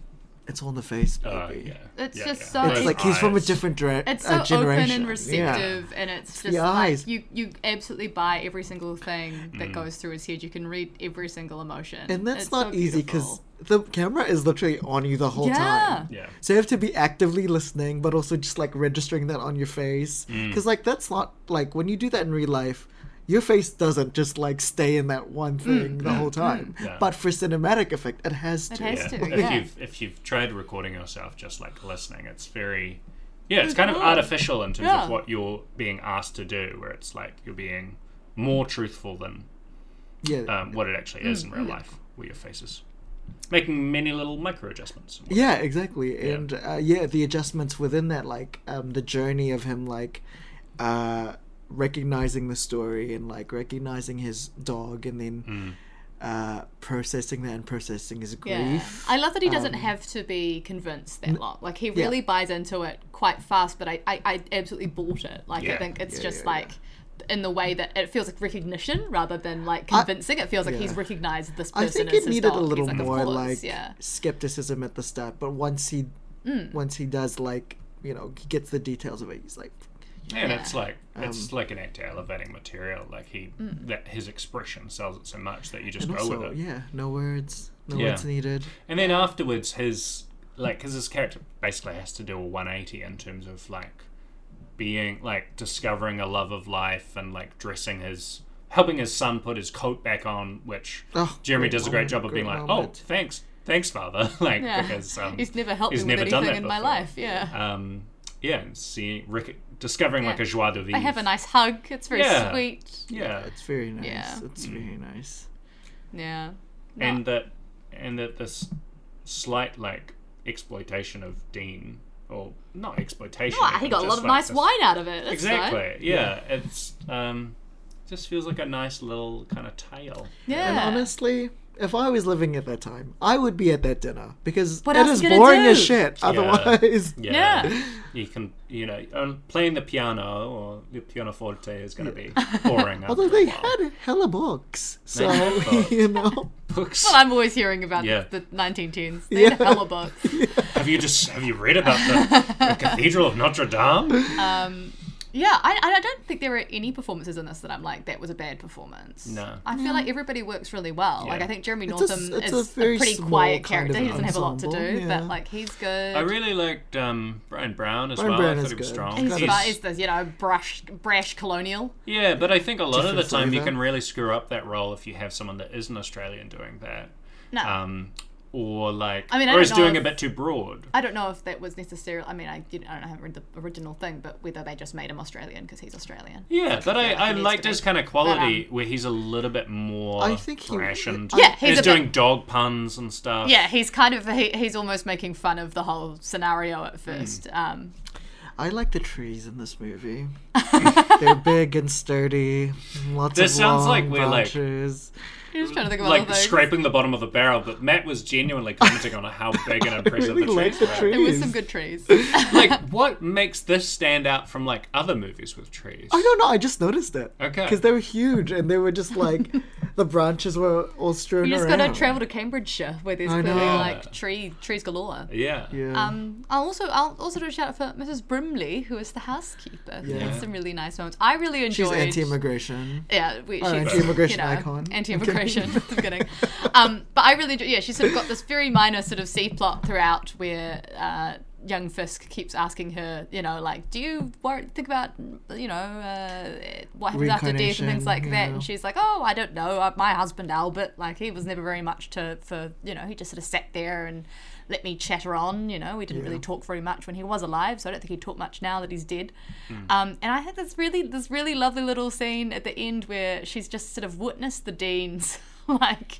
Speaker 3: it's all in the face baby.
Speaker 2: Oh, yeah.
Speaker 5: It's
Speaker 2: Yeah,
Speaker 5: just
Speaker 2: yeah.
Speaker 5: so-
Speaker 3: it's
Speaker 5: Those
Speaker 3: like he's from a
Speaker 2: eyes.
Speaker 3: different dra-
Speaker 5: Oh, It's so
Speaker 3: uh, generation
Speaker 5: open and
Speaker 3: Yeah.
Speaker 5: receptive, and it's just
Speaker 3: the
Speaker 5: like
Speaker 3: eyes.
Speaker 5: you, you absolutely buy every single thing
Speaker 2: Mm.
Speaker 5: that goes through his head. You can read every single emotion.
Speaker 3: and that's
Speaker 5: It's so
Speaker 3: not easy because
Speaker 5: beautiful.
Speaker 3: the camera is literally on you the whole time.
Speaker 2: Yeah.
Speaker 3: So you have to be actively listening,
Speaker 2: Mm.
Speaker 3: but also just like registering that on your face, because like that's not like when you do that in real life, your face doesn't just like stay in that
Speaker 5: Mm.
Speaker 3: one thing the whole time.
Speaker 2: Yeah.
Speaker 3: But for cinematic effect, it has
Speaker 5: It
Speaker 3: to.
Speaker 5: has
Speaker 2: Yeah.
Speaker 5: to,
Speaker 2: If
Speaker 5: yeah.
Speaker 2: you've if you've tried recording yourself just like listening, it's very yeah, it's kind of artificial in terms
Speaker 5: Mm-hmm. Yeah.
Speaker 2: of what you're being asked to do, where it's like you're being more truthful than
Speaker 3: Yeah.
Speaker 2: um, what it actually is in
Speaker 5: Mm-hmm.
Speaker 2: real life, where your face is making many little micro adjustments. and
Speaker 3: Yeah, exactly. And uh, yeah, the adjustments within that, like um, the journey of him, like uh, recognizing the story and like recognizing his dog, and
Speaker 2: Mm.
Speaker 3: then uh, processing that and processing his
Speaker 5: Yeah.
Speaker 3: grief. um,
Speaker 5: I love that he doesn't have to be convinced that long. Like he really buys into it quite fast, but I, I, I absolutely bought it. Like I
Speaker 2: Yeah.
Speaker 5: think it's
Speaker 3: Yeah,
Speaker 5: just
Speaker 3: yeah,
Speaker 5: like in the way that it feels like recognition rather than like convincing. it feels like he's
Speaker 3: yeah.
Speaker 5: recognized this
Speaker 3: I
Speaker 5: person
Speaker 3: think
Speaker 5: as
Speaker 3: it
Speaker 5: his
Speaker 3: needed
Speaker 5: dog.
Speaker 3: a
Speaker 5: He's
Speaker 3: little
Speaker 5: like, "Of
Speaker 3: more
Speaker 5: course,"
Speaker 3: like
Speaker 5: yeah. Mm.
Speaker 3: skepticism at the start, but once he, once he does like you know he gets the details of it, he's like,
Speaker 2: And it's like it's
Speaker 3: Um,
Speaker 2: like an act of elevating material. Like he
Speaker 5: Mm.
Speaker 2: that his expression sells it so much that you just
Speaker 3: and
Speaker 2: go
Speaker 3: also
Speaker 2: with it.
Speaker 3: yeah, no words, no
Speaker 2: Yeah.
Speaker 3: words needed.
Speaker 2: And then afterwards, his like because his character basically has to do a one eighty in terms of like being like discovering a love of life and like dressing his helping his son put his coat back on, which
Speaker 3: Oh,
Speaker 2: Jeremy
Speaker 3: great
Speaker 2: does a great
Speaker 3: moment,
Speaker 2: job of being
Speaker 3: great
Speaker 2: like,
Speaker 3: moment.
Speaker 2: oh, thanks, thanks, father, [laughs] like
Speaker 5: Yeah.
Speaker 2: because um,
Speaker 5: he's never helped
Speaker 2: he's
Speaker 5: me with
Speaker 2: never done
Speaker 5: anything in
Speaker 2: that
Speaker 5: my
Speaker 2: before.
Speaker 5: life. Yeah.
Speaker 2: um, yeah, and seeing rec- discovering like
Speaker 5: Yeah.
Speaker 2: a joie de vivre.
Speaker 5: I have a nice hug. It's very
Speaker 2: Yeah.
Speaker 5: sweet.
Speaker 2: yeah,
Speaker 3: It's very nice.
Speaker 5: Yeah.
Speaker 2: Mm.
Speaker 3: It's very nice.
Speaker 5: Yeah.
Speaker 2: and that and that this slight like exploitation of Dean or not exploitation.
Speaker 5: Oh, he
Speaker 2: even,
Speaker 5: got a
Speaker 2: just
Speaker 5: lot of
Speaker 2: like
Speaker 5: nice
Speaker 2: this-
Speaker 5: wine out of it. That's
Speaker 2: Exactly.
Speaker 5: nice.
Speaker 2: Yeah. It's um, just feels like a nice little kind of tale.
Speaker 5: Yeah.
Speaker 3: Honestly, if I was living at that time, I would be at that dinner because
Speaker 5: What
Speaker 3: it
Speaker 5: else
Speaker 3: is
Speaker 5: you gonna
Speaker 3: boring
Speaker 5: do?
Speaker 3: as shit. Otherwise,
Speaker 5: yeah.
Speaker 2: You can, you know, um, playing the piano or the pianoforte is going
Speaker 5: [laughs]
Speaker 2: to be boring.
Speaker 3: although
Speaker 2: after a
Speaker 3: they
Speaker 2: while.
Speaker 3: had hella books,
Speaker 2: [laughs]
Speaker 3: so [laughs]
Speaker 2: had books.
Speaker 3: you know,
Speaker 2: books.
Speaker 5: Well, I'm always hearing about
Speaker 2: Yeah.
Speaker 5: the, the 1910s. They yeah. had
Speaker 3: Yeah.
Speaker 5: hella books.
Speaker 2: Have you just have you read about the,
Speaker 5: [laughs]
Speaker 2: the Cathedral of Notre Dame?
Speaker 5: Um, yeah, I, I don't think there are any performances in this that I'm like that was a bad performance.
Speaker 2: No.
Speaker 5: I feel like everybody works really well. Like
Speaker 2: Yeah.
Speaker 5: I think Jeremy
Speaker 3: It's a s-
Speaker 5: Northam
Speaker 3: it's a
Speaker 5: is a,
Speaker 3: very
Speaker 5: pretty
Speaker 3: small
Speaker 5: quiet
Speaker 3: kind
Speaker 5: character.
Speaker 3: of
Speaker 5: he doesn't have a lot to do,
Speaker 3: ensemble, yeah.
Speaker 5: but like he's good.
Speaker 2: I really liked um, Brian Brown as
Speaker 3: Brian
Speaker 2: well.
Speaker 3: Brown
Speaker 2: I thought
Speaker 3: is
Speaker 2: he was
Speaker 3: good.
Speaker 2: strong.
Speaker 5: he's,
Speaker 3: He's-
Speaker 5: far- he's the you know brush brash colonial.
Speaker 2: Yeah, but I think a lot of the
Speaker 3: Different
Speaker 2: time you
Speaker 3: flavour.
Speaker 2: can really screw up that role if you have someone that is an Australian doing that.
Speaker 5: No,
Speaker 2: Um, or like,
Speaker 5: I mean, I
Speaker 2: or
Speaker 5: don't
Speaker 2: is
Speaker 5: know
Speaker 2: doing
Speaker 5: if-
Speaker 2: a bit too broad.
Speaker 5: I don't know if that was necessary. I mean, I didn't. I don't know. I haven't read the original thing, but whether they just made him Australian because he's Australian.
Speaker 2: Yeah, but I,
Speaker 5: like he
Speaker 2: I
Speaker 5: needs
Speaker 2: liked
Speaker 5: to
Speaker 2: his
Speaker 5: be.
Speaker 2: kind of quality where he's a little bit more
Speaker 3: I think he-
Speaker 2: rationed.
Speaker 5: Yeah, he's a bit-
Speaker 2: doing dog puns and stuff.
Speaker 5: Yeah, he's kind of he, he's almost making fun of the whole scenario at first. Um,
Speaker 3: I like the trees in this
Speaker 5: [laughs]
Speaker 3: movie. They're big and sturdy. Lots
Speaker 2: This
Speaker 3: of
Speaker 2: sounds
Speaker 3: long
Speaker 2: like we're, like-
Speaker 3: branches.
Speaker 5: I'm just trying to think of all
Speaker 2: Like
Speaker 5: the things.
Speaker 2: scraping the bottom of the barrel, but Matt was genuinely commenting on how big
Speaker 3: [laughs]
Speaker 2: and impressive
Speaker 3: really
Speaker 2: the
Speaker 3: like
Speaker 2: trees
Speaker 3: the
Speaker 2: were.
Speaker 3: trees.
Speaker 5: There were some good trees.
Speaker 2: Like, what makes this stand out from like other movies with trees?
Speaker 3: I don't know. Oh, I just noticed it.
Speaker 2: Okay.
Speaker 3: Because they were huge and they were just
Speaker 5: [laughs]
Speaker 3: like the branches were all strewn
Speaker 5: [laughs] You just
Speaker 3: around.
Speaker 5: gotta travel to Cambridgeshire where there's
Speaker 3: I
Speaker 5: clearly
Speaker 3: know.
Speaker 5: like tree trees galore.
Speaker 2: Yeah.
Speaker 3: yeah.
Speaker 5: Um, I'll also I'll also do a shout out for Mrs. Brimley, who is the housekeeper. who
Speaker 3: Yeah.
Speaker 5: Had some really nice moments. I really
Speaker 3: She's
Speaker 5: enjoyed.
Speaker 3: anti-immigration.
Speaker 5: Yeah, we, she's,
Speaker 3: Oh, anti-immigration
Speaker 5: you know,
Speaker 3: icon.
Speaker 5: Anti-immigration. [laughs] at the beginning. Um, but I really, do, yeah, she's sort of got this very minor sort of C plot throughout where uh, young Fisk keeps asking her, you know, like, do you wor- think about, you know, uh, what happens after death and
Speaker 3: Reincarnation,
Speaker 5: things like that?
Speaker 3: yeah.
Speaker 5: And she's like, oh, I don't know. Uh, My husband Albert, like, he was never very much to for, you know, he just sort of sat there and. Let me chatter on, you know. We didn't really talk very much when he was alive, so I don't think he talked much now that he's dead.
Speaker 3: Hmm.
Speaker 5: Um, and I had this really this really lovely little scene at the end where she's just sort of witnessed the dean's [laughs] like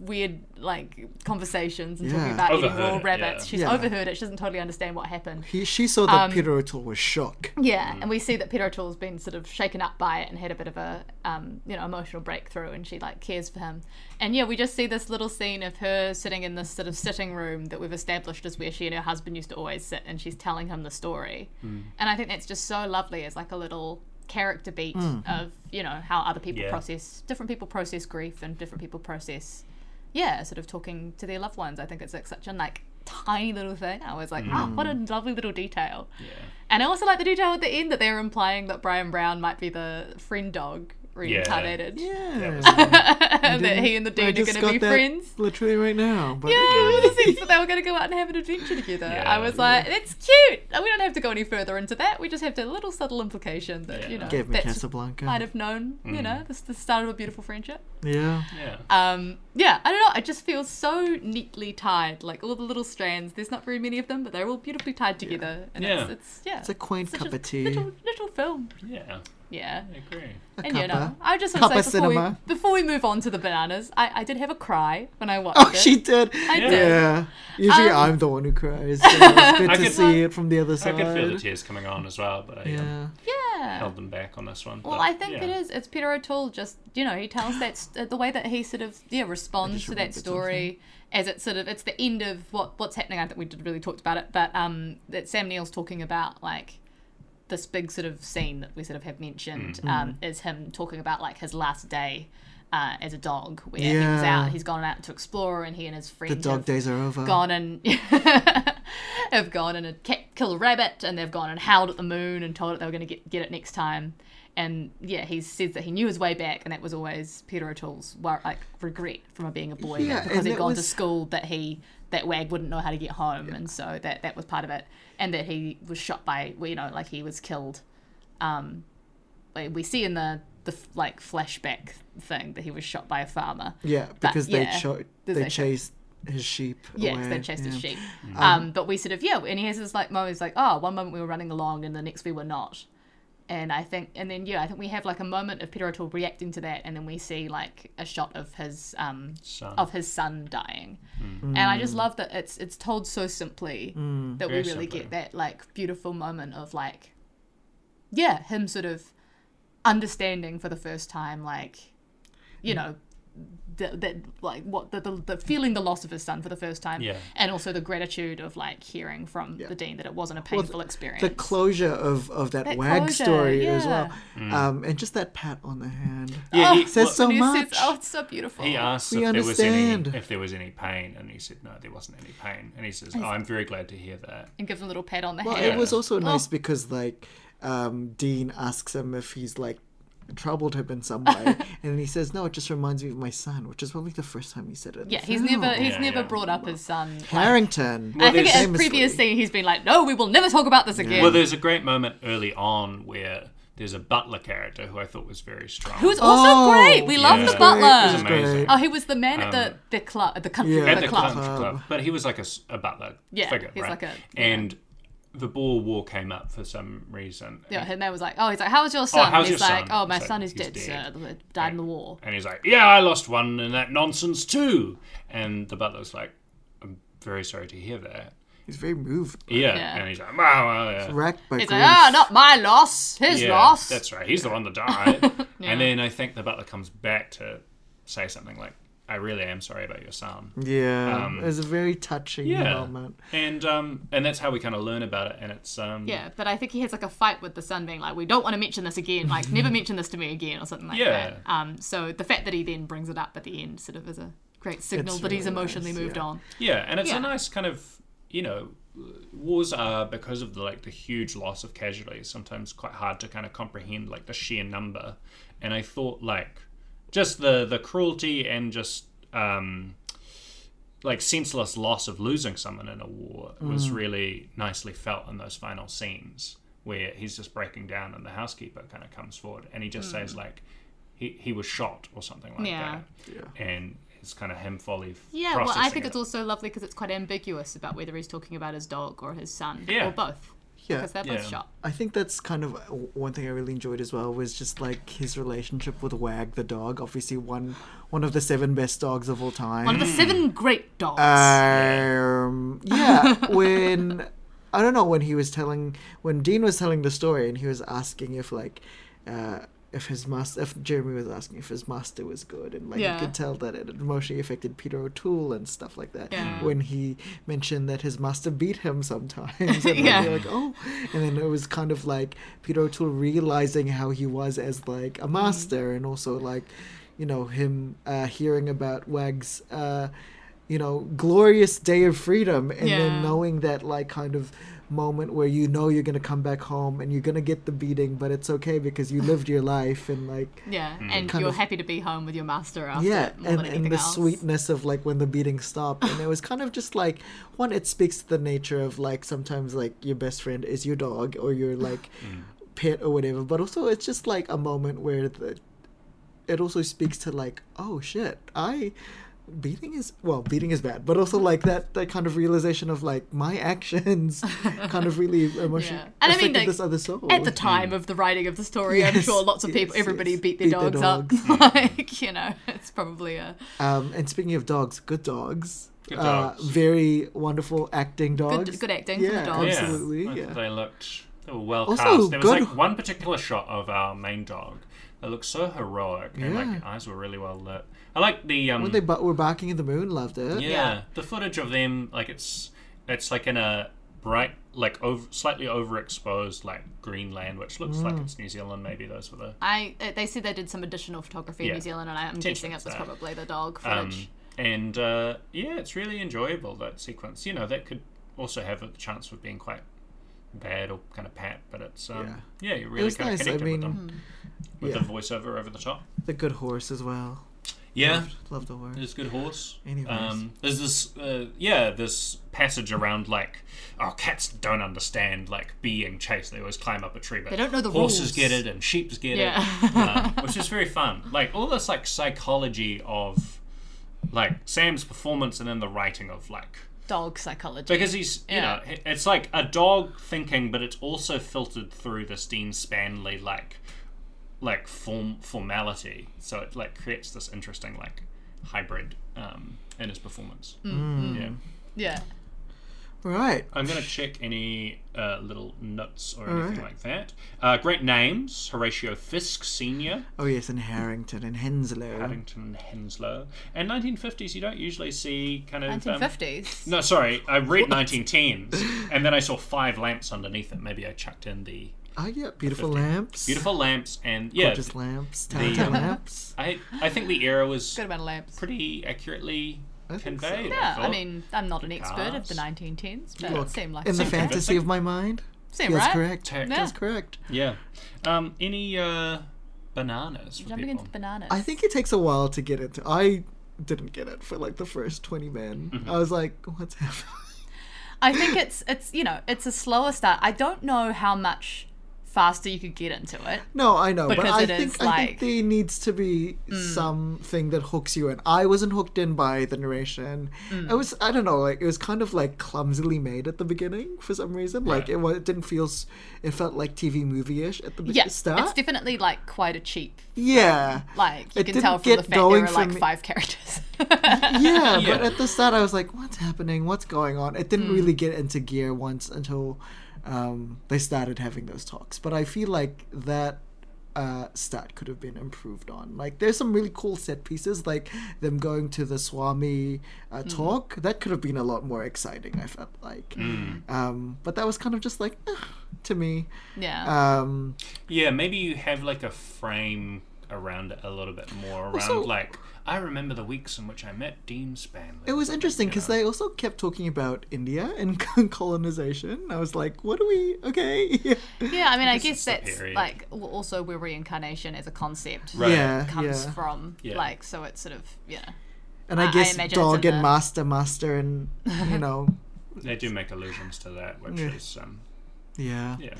Speaker 5: weird like conversations and talking
Speaker 3: Yeah.
Speaker 5: about eating
Speaker 2: Overheard
Speaker 5: raw
Speaker 2: it,
Speaker 5: rabbits.
Speaker 2: yeah.
Speaker 5: She's
Speaker 3: Yeah.
Speaker 5: overheard it. She doesn't totally understand what happened.
Speaker 3: He, she saw that
Speaker 5: Um,
Speaker 3: Peter O'Toole was
Speaker 5: [laughs]
Speaker 3: shook.
Speaker 5: Yeah, and we see that Peter O'Toole's been sort of shaken up by it and had a bit of a um, you know emotional breakthrough, and she like cares for him. And yeah, we just see this little scene of her sitting in this sort of sitting room that we've established as where she and her husband used to always sit, and she's telling him the story. And I think that's just so lovely as like a little character beat of you know how other people
Speaker 2: Yeah.
Speaker 5: process different people process grief and different people process yeah sort of talking to their loved ones i think it's like such a like tiny little thing i was like ah what a lovely little detail
Speaker 2: Yeah.
Speaker 5: and I also like the detail at the end that they're implying that Brian Brown might be the friend dog. reincarnated.
Speaker 3: Yeah.
Speaker 5: [laughs] and that he and the
Speaker 3: I
Speaker 5: dean are
Speaker 3: just
Speaker 5: going to
Speaker 3: got
Speaker 5: be
Speaker 3: that
Speaker 5: friends.
Speaker 3: Literally right now. But
Speaker 5: Yeah, the sense that they were going to go out and have an adventure together.
Speaker 2: Yeah.
Speaker 5: I was like, that's cute. We don't have to go any further into that. We just have the little subtle implication that,
Speaker 2: Yeah.
Speaker 5: you
Speaker 2: Mm.
Speaker 5: know,
Speaker 3: Gave me
Speaker 5: that's
Speaker 3: Casablanca.
Speaker 5: might have known, you know, this the start of a beautiful friendship.
Speaker 3: Yeah.
Speaker 2: Yeah.
Speaker 5: Um, yeah, I don't know. It just feels so neatly tied. Like all the little strands. There's not very many of them, but they're all beautifully tied together. And
Speaker 2: Yeah.
Speaker 5: It's, it's yeah.
Speaker 3: It's a quaint
Speaker 5: such
Speaker 3: cup
Speaker 5: a
Speaker 3: of tea.
Speaker 5: Little little film.
Speaker 2: Yeah.
Speaker 5: Yeah.
Speaker 2: I agree.
Speaker 3: A
Speaker 5: And you know,
Speaker 3: cuppa.
Speaker 5: I just
Speaker 3: Cuppa
Speaker 5: want to say before
Speaker 3: cinema.
Speaker 5: we, before we move on to the bananas, I, I did have a cry when I watched
Speaker 3: [laughs] Oh,
Speaker 5: it.
Speaker 3: she did.
Speaker 5: I did.
Speaker 3: Yeah. Usually I'm the one who cries. So
Speaker 2: [laughs]
Speaker 3: it's good
Speaker 2: Um, I
Speaker 3: to
Speaker 2: could-
Speaker 3: see it from the other
Speaker 2: I
Speaker 3: side.
Speaker 2: could feel the tears coming on as well, but I um,
Speaker 3: Yeah.
Speaker 5: Yeah.
Speaker 2: held them back on this one.
Speaker 5: Well,
Speaker 2: but
Speaker 5: I think
Speaker 2: Oh, yeah.
Speaker 5: it is. It's Peter O'Toole. Just you know, he tells that st- the way that he sort of yeah responds to that
Speaker 3: remembered
Speaker 5: story as it's sort of it's the end of what what's happening. I think we did really talked about it, but um, that Sam Neill's talking about like this big sort of scene that we sort of have mentioned um, is him talking about like his last day. Uh, as a dog, where he was
Speaker 3: Yeah.
Speaker 5: out, he's gone out to explore, and he and his friend
Speaker 3: The dog
Speaker 5: have-
Speaker 3: days are over.
Speaker 5: gone and [laughs] have gone and had ca- killed a rabbit, and they've gone and howled at the moon and told it they were going to get get it next time. And yeah, he says that he knew his way back, and that was always Peter O'Toole's wor- like regret from a being a boy
Speaker 3: Yeah,
Speaker 5: because
Speaker 3: and
Speaker 5: he'd
Speaker 3: it
Speaker 5: gone to
Speaker 3: was-
Speaker 5: school that he that wag wouldn't know how to get home, and so that that was part of it, and that he was shot by well, you know like he was killed. Um, we- we see in the the f- like flashback thing that he was shot by a farmer.
Speaker 3: Yeah,
Speaker 5: But,
Speaker 3: because
Speaker 5: yeah,
Speaker 3: they cho-
Speaker 5: there's
Speaker 3: they
Speaker 5: that-
Speaker 3: chased his sheep.
Speaker 5: Yeah, 'cause
Speaker 3: away.
Speaker 5: they chased his
Speaker 3: Yeah.
Speaker 5: sheep. Um, but we sort of yeah, and he has this like moment. He's like, oh, one moment we were running along, and the next we were not. And I think, and then yeah, I think we have like a moment of Peter O'Toole reacting to that, and then we see like a shot of his um
Speaker 2: Son.
Speaker 5: of his son dying,
Speaker 2: Mm.
Speaker 5: and I
Speaker 3: Mm.
Speaker 5: just love that it's it's told so simply that we
Speaker 2: Very
Speaker 5: really
Speaker 2: simply.
Speaker 5: get that like beautiful moment of like, yeah, him sort of understanding for the first time like,
Speaker 2: Mm.
Speaker 5: you know, that, that like what the, the, the feeling the loss of his son for the first time
Speaker 2: Yeah.
Speaker 5: and also the gratitude of like hearing from the dean that it wasn't a
Speaker 3: Well,
Speaker 5: painful
Speaker 3: the-
Speaker 5: experience
Speaker 3: The closure of, of that,
Speaker 5: That
Speaker 3: wag
Speaker 5: closure,
Speaker 3: story as
Speaker 5: yeah.
Speaker 3: well. Um, and just that pat on the hand.
Speaker 2: Mm. Yeah, he,
Speaker 3: [gasps]
Speaker 5: Oh,
Speaker 3: says
Speaker 2: well,
Speaker 3: so
Speaker 5: And he
Speaker 3: much.
Speaker 5: says, oh it's so beautiful
Speaker 2: He uh, asked
Speaker 3: We
Speaker 2: if there was
Speaker 3: understand.
Speaker 2: any if there was any pain, and he said no, there wasn't any pain. And he says, "Oh, I'm very glad to hear that."
Speaker 5: and gives him a little pat on the
Speaker 3: Well,
Speaker 5: head
Speaker 3: it was also nice because like um, Dean asks him if he's like troubled him in some
Speaker 5: [laughs]
Speaker 3: way, and he says no. It just reminds me of my son, which is probably the first time he said it. in
Speaker 5: yeah
Speaker 3: the
Speaker 5: he's
Speaker 3: film.
Speaker 5: never he's
Speaker 2: Yeah,
Speaker 5: never
Speaker 2: yeah.
Speaker 5: brought up his son like-
Speaker 3: Harrington.
Speaker 5: I think
Speaker 2: there's-
Speaker 5: in a previous
Speaker 3: famously.
Speaker 5: scene he's been like no we will never talk about this again
Speaker 2: Well, there's a great moment early on where there's a butler character who I thought was very strong.
Speaker 5: who's also
Speaker 3: Oh,
Speaker 5: great we love the
Speaker 2: yeah.
Speaker 3: Great,
Speaker 5: butler
Speaker 3: he's great.
Speaker 2: Amazing. Um,
Speaker 5: oh he was the man at the the club at the country
Speaker 3: Yeah.
Speaker 5: the,
Speaker 3: At
Speaker 2: at the
Speaker 5: club,
Speaker 2: club. club, but he was like a, s- a butler
Speaker 5: Yeah,
Speaker 2: figure,
Speaker 5: he's
Speaker 2: right?
Speaker 5: like a-
Speaker 2: and the Boer War came up for some reason.
Speaker 5: Yeah, his man was like, "Oh, he's like, how's your son?"
Speaker 2: how's
Speaker 5: he's
Speaker 2: your
Speaker 5: like,
Speaker 2: son?
Speaker 5: "Oh, my
Speaker 2: He's like,
Speaker 5: son is
Speaker 2: "He's
Speaker 5: dead,
Speaker 2: dead."
Speaker 5: sir. Died in the war."
Speaker 2: And he's like, "Yeah, I lost one in that nonsense too." And the butler's like, "I'm very sorry to hear that."
Speaker 3: He's very moved,
Speaker 2: Yeah,
Speaker 5: Yeah.
Speaker 2: and he's like, "Wow, wow, yeah."
Speaker 3: wrecked by
Speaker 5: It's
Speaker 3: grief.
Speaker 5: like, ah, not my loss, his
Speaker 2: Yeah,
Speaker 5: loss.
Speaker 2: That's right. He's the one that died. And then I think the butler comes back to say something like, "I really am sorry about your son."
Speaker 3: yeah, it was a very touching
Speaker 2: Um, Yeah.
Speaker 3: moment.
Speaker 2: And um, and that's how we kind of learn about it. And it's um,
Speaker 5: yeah, but I think he has like a fight with the son, being like, "We don't want to mention this again.
Speaker 2: [laughs]
Speaker 5: Like, never mention this to me again," or something like
Speaker 2: Yeah.
Speaker 5: that. Um, so the fact that he then brings it up at the end sort of is a great signal
Speaker 3: It's
Speaker 5: that he's
Speaker 3: really
Speaker 5: emotionally
Speaker 3: nice,
Speaker 5: moved
Speaker 3: yeah.
Speaker 5: on.
Speaker 2: Yeah, and it's
Speaker 5: Yeah.
Speaker 2: a nice kind of you know wars are because of the like the huge loss of casualties sometimes quite hard to kind of comprehend like the sheer number and i thought like just the the cruelty and just um like senseless loss of losing someone in a war
Speaker 5: Mm.
Speaker 2: was really nicely felt in those final scenes where he's just breaking down and the housekeeper kind of comes forward and he just says like he, he was shot or something like
Speaker 5: Mm. Yeah.
Speaker 2: that and it's kind of him fully
Speaker 5: Yeah, well, I
Speaker 2: processing
Speaker 5: think
Speaker 2: it.
Speaker 5: it's also lovely because it's quite ambiguous about whether he's talking about his dog or his son
Speaker 2: Yeah.
Speaker 5: or both,
Speaker 3: Yeah,
Speaker 5: because they're both
Speaker 2: Yeah.
Speaker 5: shot.
Speaker 3: I think that's kind of one thing I really enjoyed as well was just like his relationship with Wag the dog. Obviously, one one of the seven best dogs of all time.
Speaker 5: One of the
Speaker 2: Mm.
Speaker 5: seven great dogs.
Speaker 3: Uh, Um, yeah,
Speaker 5: [laughs]
Speaker 3: when I don't know when he was telling when Dean was telling the story and he was asking if like uh, if his master if Jeremy was asking if his master was good and like
Speaker 5: Yeah.
Speaker 3: you could tell that it emotionally affected Peter O'Toole and stuff like that
Speaker 5: Yeah.
Speaker 3: when he mentioned that his master beat him
Speaker 5: [laughs]
Speaker 3: sometimes and
Speaker 5: Yeah.
Speaker 3: yeah. like oh and then it was kind of like Peter O'Toole realizing how he was as like a master and also like you know him uh, hearing about Wag's uh, you know, glorious day of freedom, and
Speaker 5: Yeah.
Speaker 3: then knowing that like kind of moment where you know you're gonna come back home and you're gonna get the beating, but it's okay because you lived your life and like
Speaker 5: Yeah,
Speaker 2: Mm.
Speaker 5: and
Speaker 3: Kind
Speaker 5: you're
Speaker 3: of-
Speaker 5: happy to be home with your master after
Speaker 3: yeah,
Speaker 5: it more
Speaker 3: and,
Speaker 5: than
Speaker 3: and
Speaker 5: anything
Speaker 3: the
Speaker 5: else.
Speaker 3: sweetness of like when the beating stopped, and it was kind of just like one. It speaks to the nature of like sometimes like your best friend is your dog or your like pet or whatever, but also it's just like a moment where the it also speaks to like oh shit I beating is well beating is bad, but also like that that kind of realization of like my
Speaker 5: [laughs]
Speaker 3: actions kind of really emotionally
Speaker 5: Yeah. And I mean,
Speaker 3: affected
Speaker 5: like,
Speaker 3: this other soul
Speaker 5: At the time of the writing of the story, I'm
Speaker 3: Yes,
Speaker 5: sure lots of people,
Speaker 3: yes,
Speaker 5: everybody
Speaker 3: yes.
Speaker 5: beat their
Speaker 3: Beat their
Speaker 5: dogs, up. [laughs] like, you know, it's probably a.
Speaker 3: Um, and speaking of dogs, good dogs.
Speaker 2: Good
Speaker 3: Uh,
Speaker 2: dogs.
Speaker 3: very wonderful acting dogs.
Speaker 5: good acting for the dogs.
Speaker 2: Yeah,
Speaker 3: Absolutely.
Speaker 2: I
Speaker 3: Yeah.
Speaker 2: think They looked they were well
Speaker 3: Also,
Speaker 2: cast. There was
Speaker 3: good-
Speaker 2: like one particular shot of our main dog that looked so heroic, and like
Speaker 3: Yeah.
Speaker 2: the eyes were really well lit. I like the um,
Speaker 3: When they bu- were barking in the moon, loved it.
Speaker 2: yeah,
Speaker 5: Yeah.
Speaker 2: the footage of them like it's it's like in a bright like over, slightly overexposed like Greenland, which looks like
Speaker 3: Mm.
Speaker 2: it's New Zealand. Maybe those were the
Speaker 5: I, uh, they said they did some additional photography in
Speaker 2: Yeah.
Speaker 5: New Zealand, and I'm guessing it
Speaker 2: it's
Speaker 5: was
Speaker 2: that.
Speaker 5: probably the dog
Speaker 2: um,
Speaker 5: footage.
Speaker 2: and uh, yeah, it's really enjoyable that sequence. You know, that could also have a chance of being quite bad or kind of pat, but it's um, yeah. you're really
Speaker 3: was
Speaker 2: kind
Speaker 3: nice, I
Speaker 2: of connected
Speaker 3: mean,
Speaker 2: with them with
Speaker 3: yeah.
Speaker 2: the voiceover over the top.
Speaker 3: The good horse as well.
Speaker 2: Yeah,
Speaker 3: Loved the horse.
Speaker 2: there's good horse.
Speaker 3: Anyways.
Speaker 2: Um, there's this, uh, yeah, this passage around like, oh, cats don't understand like being chased. They always climb up a tree, but
Speaker 5: They don't know the
Speaker 2: horses
Speaker 5: rules.
Speaker 2: get it and sheep's get
Speaker 5: Yeah.
Speaker 2: it, um, which is very fun. Like all this like psychology of like Sam's performance and then the writing of like
Speaker 5: [laughs] dog psychology.
Speaker 2: because he's you
Speaker 5: Yeah.
Speaker 2: know he- it's like a dog thinking, but it's also filtered through this Dean Stanley like like form formality. So it like creates this interesting like hybrid um, in his performance. Yeah, [laughs]
Speaker 5: yeah.
Speaker 3: Right.
Speaker 2: I'm gonna check any uh, little notes or anything like that. Uh, great names: Horatio Fisk Senior,
Speaker 3: Oh, yes, and Harrington and Henslow.
Speaker 2: Paddington Henslow, and 1950s. You don't usually see kind of um,
Speaker 5: 1950s.
Speaker 2: No, sorry, I read
Speaker 5: [laughs]
Speaker 2: 1910s, and then I saw five lamps underneath it. Maybe I chucked in the
Speaker 3: Oh, yeah. Beautiful
Speaker 2: 50.
Speaker 3: lamps.
Speaker 2: beautiful lamps, and yeah,
Speaker 3: Gorgeous lamps. Talented
Speaker 2: um,
Speaker 3: lamps.
Speaker 2: I I think the era was
Speaker 5: Good amount of lamps.
Speaker 2: pretty accurately
Speaker 3: think
Speaker 2: conveyed.
Speaker 3: so.
Speaker 5: yeah, I
Speaker 2: thought.
Speaker 5: mean, I'm not an expert
Speaker 2: Cars.
Speaker 5: of the 1910s, but
Speaker 3: Look,
Speaker 5: it seemed like
Speaker 3: in the
Speaker 5: something.
Speaker 3: fantasy of my mind.
Speaker 5: Seemed
Speaker 3: Feels
Speaker 5: right.
Speaker 3: correct.
Speaker 2: Tech.
Speaker 3: Feels
Speaker 5: Yeah.
Speaker 3: correct.
Speaker 2: yeah. Um, any uh, bananas? For
Speaker 5: Jumping
Speaker 2: people?
Speaker 5: into bananas.
Speaker 3: I think it takes a while to get into. I didn't get it for like the first 20 men.
Speaker 2: Mm-hmm.
Speaker 3: I was like, what's happening?
Speaker 5: I think it's it's you know it's a slower start. I don't know how much faster you could get into it.
Speaker 3: No, I know, but
Speaker 5: Because
Speaker 3: I
Speaker 5: it is,
Speaker 3: think, I
Speaker 5: like- Hmm.
Speaker 3: think there needs to be something that hooks you in. I wasn't hooked in by the narration.
Speaker 5: Hmm.
Speaker 3: It was, I don't know, like it was kind of like clumsily made at the beginning for some reason. Like it, wa- it didn't feel, s- it felt like TV movie ish at the be-
Speaker 5: Yeah,
Speaker 3: start.
Speaker 5: it's definitely like quite a cheap.
Speaker 3: yeah,
Speaker 5: Like you
Speaker 3: It
Speaker 5: can
Speaker 3: didn't
Speaker 5: tell from
Speaker 3: get
Speaker 5: the fact there
Speaker 3: going
Speaker 5: were
Speaker 3: for
Speaker 5: like
Speaker 3: me-
Speaker 5: five characters. [laughs]
Speaker 3: yeah,
Speaker 2: Yeah.
Speaker 3: but at the start I was like, what's happening? What's going on? It didn't really get into gear once until um, they started having those talks. But I feel like that uh, start could have been improved on. Like, there's some really cool set pieces, like them going to the Swami uh, talk. That could have been a lot more exciting, I felt like. Um, but that was kind of just like, eh, to me.
Speaker 5: yeah.
Speaker 3: Um,
Speaker 2: Yeah, maybe you have like a frame around it a little bit more around
Speaker 3: Also-
Speaker 2: like I remember the weeks in which I met Dean Spanley.
Speaker 3: It was interesting because they also kept talking about India and [laughs] colonization. I was like, what are we? Okay. [laughs]
Speaker 5: Yeah, I mean, I
Speaker 2: it's
Speaker 5: guess
Speaker 2: the
Speaker 5: that's
Speaker 2: period.
Speaker 5: like w- also where reincarnation as a concept
Speaker 2: Right.
Speaker 3: Yeah,
Speaker 5: comes
Speaker 3: yeah.
Speaker 5: from.
Speaker 2: Yeah.
Speaker 5: Like, so it's sort of you know.
Speaker 3: And
Speaker 5: I-
Speaker 3: I
Speaker 5: I
Speaker 3: guess
Speaker 5: imagine it's
Speaker 3: dog
Speaker 5: in
Speaker 3: and
Speaker 5: the-
Speaker 3: master, master, and you
Speaker 5: [laughs]
Speaker 3: know,
Speaker 2: they do make allusions to that, which
Speaker 3: Yeah.
Speaker 2: is um,
Speaker 3: yeah.
Speaker 2: yeah.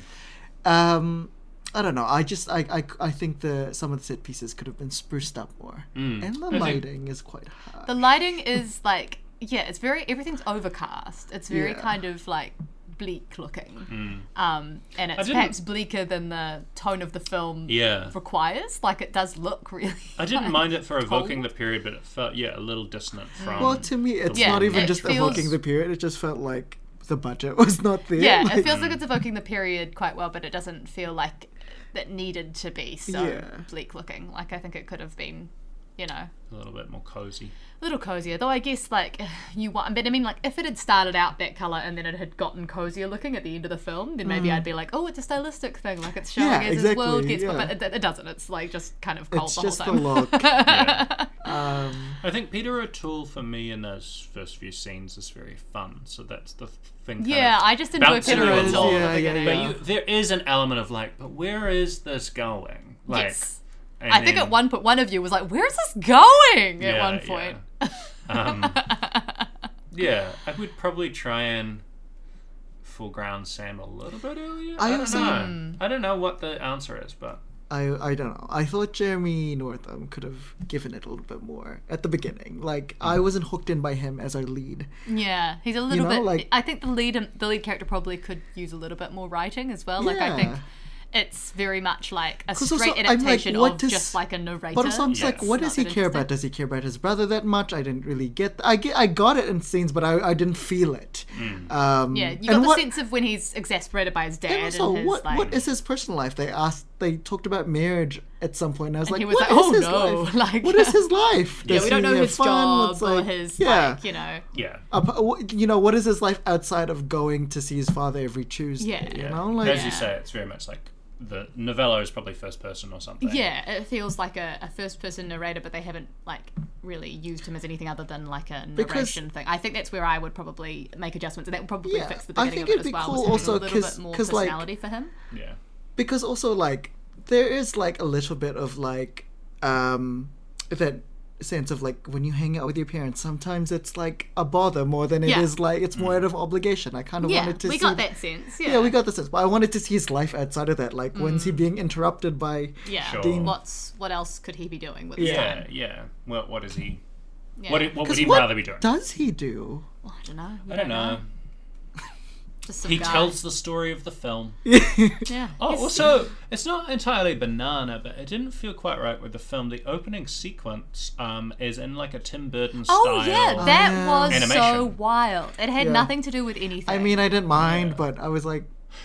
Speaker 3: Um, I don't know. I just I, I I think the some of the set pieces could have been spruced up more,
Speaker 2: Mm.
Speaker 3: and the lighting is quite high.
Speaker 5: The lighting is like yeah, it's very everything's overcast. It's very
Speaker 3: Yeah.
Speaker 5: kind of like bleak looking, um, and it's
Speaker 2: Hmm. didn't-
Speaker 5: perhaps bleaker than the tone of the film
Speaker 2: Yeah.
Speaker 5: requires. Like it does look really.
Speaker 2: I
Speaker 5: [laughs]
Speaker 2: didn't mind it for evoking the
Speaker 5: cold.
Speaker 2: period, but it felt yeah, a little dissonant from
Speaker 3: well, to me, it's
Speaker 5: Yeah,
Speaker 3: not even
Speaker 5: it
Speaker 3: just
Speaker 5: feels-
Speaker 3: evoking the period. It just felt like the budget [laughs] was not there.
Speaker 5: Yeah,
Speaker 3: like-
Speaker 5: it feels
Speaker 2: Hmm.
Speaker 5: like it's evoking the period quite well, but it doesn't feel like it needed to be so
Speaker 3: Yeah.
Speaker 5: bleak looking. Like I think it could have been, you know,
Speaker 2: a little bit more
Speaker 5: [laughs]
Speaker 2: cozy.
Speaker 5: a little cozier. Though I guess like [sighs] you want, but I mean like if it had started out that color and then it had gotten cozier looking at the end of the film, then maybe I'd be like, oh, it's a stylistic thing. Like it's showing
Speaker 3: Mm. Yeah,
Speaker 5: as his world
Speaker 3: exactly,
Speaker 5: gets,
Speaker 3: yeah.
Speaker 5: but it, it doesn't. It's like just kind of cold
Speaker 3: it's
Speaker 5: the
Speaker 3: just the
Speaker 5: whole time.
Speaker 3: look.
Speaker 2: Yeah.
Speaker 3: Um,
Speaker 2: I think Peter O'Toole for me in those first few scenes is very fun. So that's the thing. kind
Speaker 5: [laughs] Yeah,
Speaker 2: of
Speaker 5: I just enjoy
Speaker 2: bouncing
Speaker 5: Peter
Speaker 2: you
Speaker 5: O'Toole
Speaker 2: along.
Speaker 5: at
Speaker 3: Yeah,
Speaker 5: the
Speaker 3: yeah,
Speaker 5: beginning.
Speaker 2: But you, there is an element of like, but where is this going? Like,
Speaker 5: Yes.
Speaker 2: and
Speaker 5: I think
Speaker 2: then-
Speaker 5: at one point, one of you was like, "Where's this going?" [laughs] at
Speaker 2: Yeah,
Speaker 5: one point.
Speaker 2: Yeah. Um,
Speaker 5: [laughs]
Speaker 2: yeah, I would probably try and foreground Sam a little bit earlier.
Speaker 3: I
Speaker 2: I, don't
Speaker 3: also-
Speaker 2: know. I don't know what the answer is, but
Speaker 3: I I don't know. I thought Jeremy Northam could have given it a little bit more at the beginning. Like I
Speaker 2: Mm.
Speaker 3: wasn't hooked in by him as our lead.
Speaker 5: Yeah, he's a little
Speaker 3: know,
Speaker 5: bit.
Speaker 3: like-
Speaker 5: I think the lead um, the lead character probably could use a little bit more writing as well. Like I think
Speaker 3: Yeah.
Speaker 5: it's very much like a
Speaker 3: 'Cause also,
Speaker 5: straight
Speaker 3: I'm like,
Speaker 5: adaptation
Speaker 3: what
Speaker 5: of
Speaker 3: does-
Speaker 5: just like a narrator.
Speaker 3: But also, I'm just like,
Speaker 2: Yes.
Speaker 3: what does he
Speaker 5: Not that
Speaker 3: care about?
Speaker 5: interesting.
Speaker 3: Does he care about his brother that much? I didn't really get. I get, I got it in scenes, but I, I didn't feel it.
Speaker 2: Mm.
Speaker 3: Um,
Speaker 5: yeah, you got
Speaker 3: and
Speaker 5: the
Speaker 3: what-
Speaker 5: sense of when he's exasperated by his dad
Speaker 3: And
Speaker 5: and,
Speaker 3: also,
Speaker 5: his
Speaker 3: what
Speaker 5: like.
Speaker 3: what is his personal life? They asked. They talked about marriage at some point, and I was like,
Speaker 5: he was
Speaker 3: what
Speaker 5: like,
Speaker 3: is
Speaker 5: oh,
Speaker 3: his
Speaker 5: no,
Speaker 3: life?
Speaker 5: [laughs] like-
Speaker 3: what is his life?
Speaker 5: [laughs] yeah,
Speaker 3: Does
Speaker 5: we don't
Speaker 3: he
Speaker 5: know
Speaker 3: have
Speaker 5: his
Speaker 3: fun?
Speaker 5: job
Speaker 3: What's
Speaker 5: or
Speaker 3: like-
Speaker 5: his like you know.
Speaker 2: yeah.
Speaker 3: Ap- what- you know, what is his life outside of going to see his father every Tuesday?
Speaker 5: Yeah.
Speaker 3: You
Speaker 2: yeah.
Speaker 3: know, like
Speaker 2: As you say, it's very much like the novella is probably first person or something.
Speaker 5: Yeah, it feels like a, a first person narrator, but they haven't like really used him as anything other than like a narration
Speaker 3: Because-
Speaker 5: thing. I think that's where I would probably make adjustments, and that would probably
Speaker 3: Yeah,
Speaker 5: fix the
Speaker 3: I
Speaker 5: beginning
Speaker 3: think
Speaker 5: of
Speaker 3: it'd
Speaker 5: it
Speaker 3: be
Speaker 5: as
Speaker 3: cool
Speaker 5: well. was having
Speaker 3: also
Speaker 5: a little
Speaker 3: 'cause-
Speaker 5: bit more
Speaker 3: 'cause, like-
Speaker 5: personality for him.
Speaker 2: Yeah.
Speaker 3: because also like there is like a little bit of like um that sense of like when you hang out with your parents sometimes it's like a bother more than it
Speaker 5: Yeah.
Speaker 3: is like it's more out of obligation i kind of
Speaker 5: Yeah,
Speaker 3: wanted to
Speaker 5: we
Speaker 3: see
Speaker 5: got that sense. Yeah, Mm.
Speaker 3: yeah we got the sense but i wanted to see his life outside of that like when's he being interrupted by
Speaker 5: Yeah,
Speaker 2: Sure. Dean.
Speaker 5: what's what else could he be doing with his
Speaker 2: Yeah.
Speaker 5: time?
Speaker 2: Yeah. Well, what is he?
Speaker 5: Yeah.
Speaker 2: What, what would
Speaker 3: 'Cause
Speaker 2: he
Speaker 3: what
Speaker 2: rather be doing?
Speaker 3: [laughs] does he [laughs] do
Speaker 5: Well, I don't know. We
Speaker 2: I don't know.
Speaker 5: Just some
Speaker 2: He
Speaker 5: guy.
Speaker 2: tells the story of the film.
Speaker 5: Yeah.
Speaker 2: Oh, also, it's not entirely banana, but it didn't feel quite right with the film. The opening sequence um, is in like a Tim Burton style.
Speaker 5: Oh yeah, that
Speaker 3: yeah.
Speaker 5: was so
Speaker 2: Animation.
Speaker 5: wild. It had
Speaker 3: Yeah.
Speaker 5: nothing to do with anything.
Speaker 3: i mean i didn't mind but i was like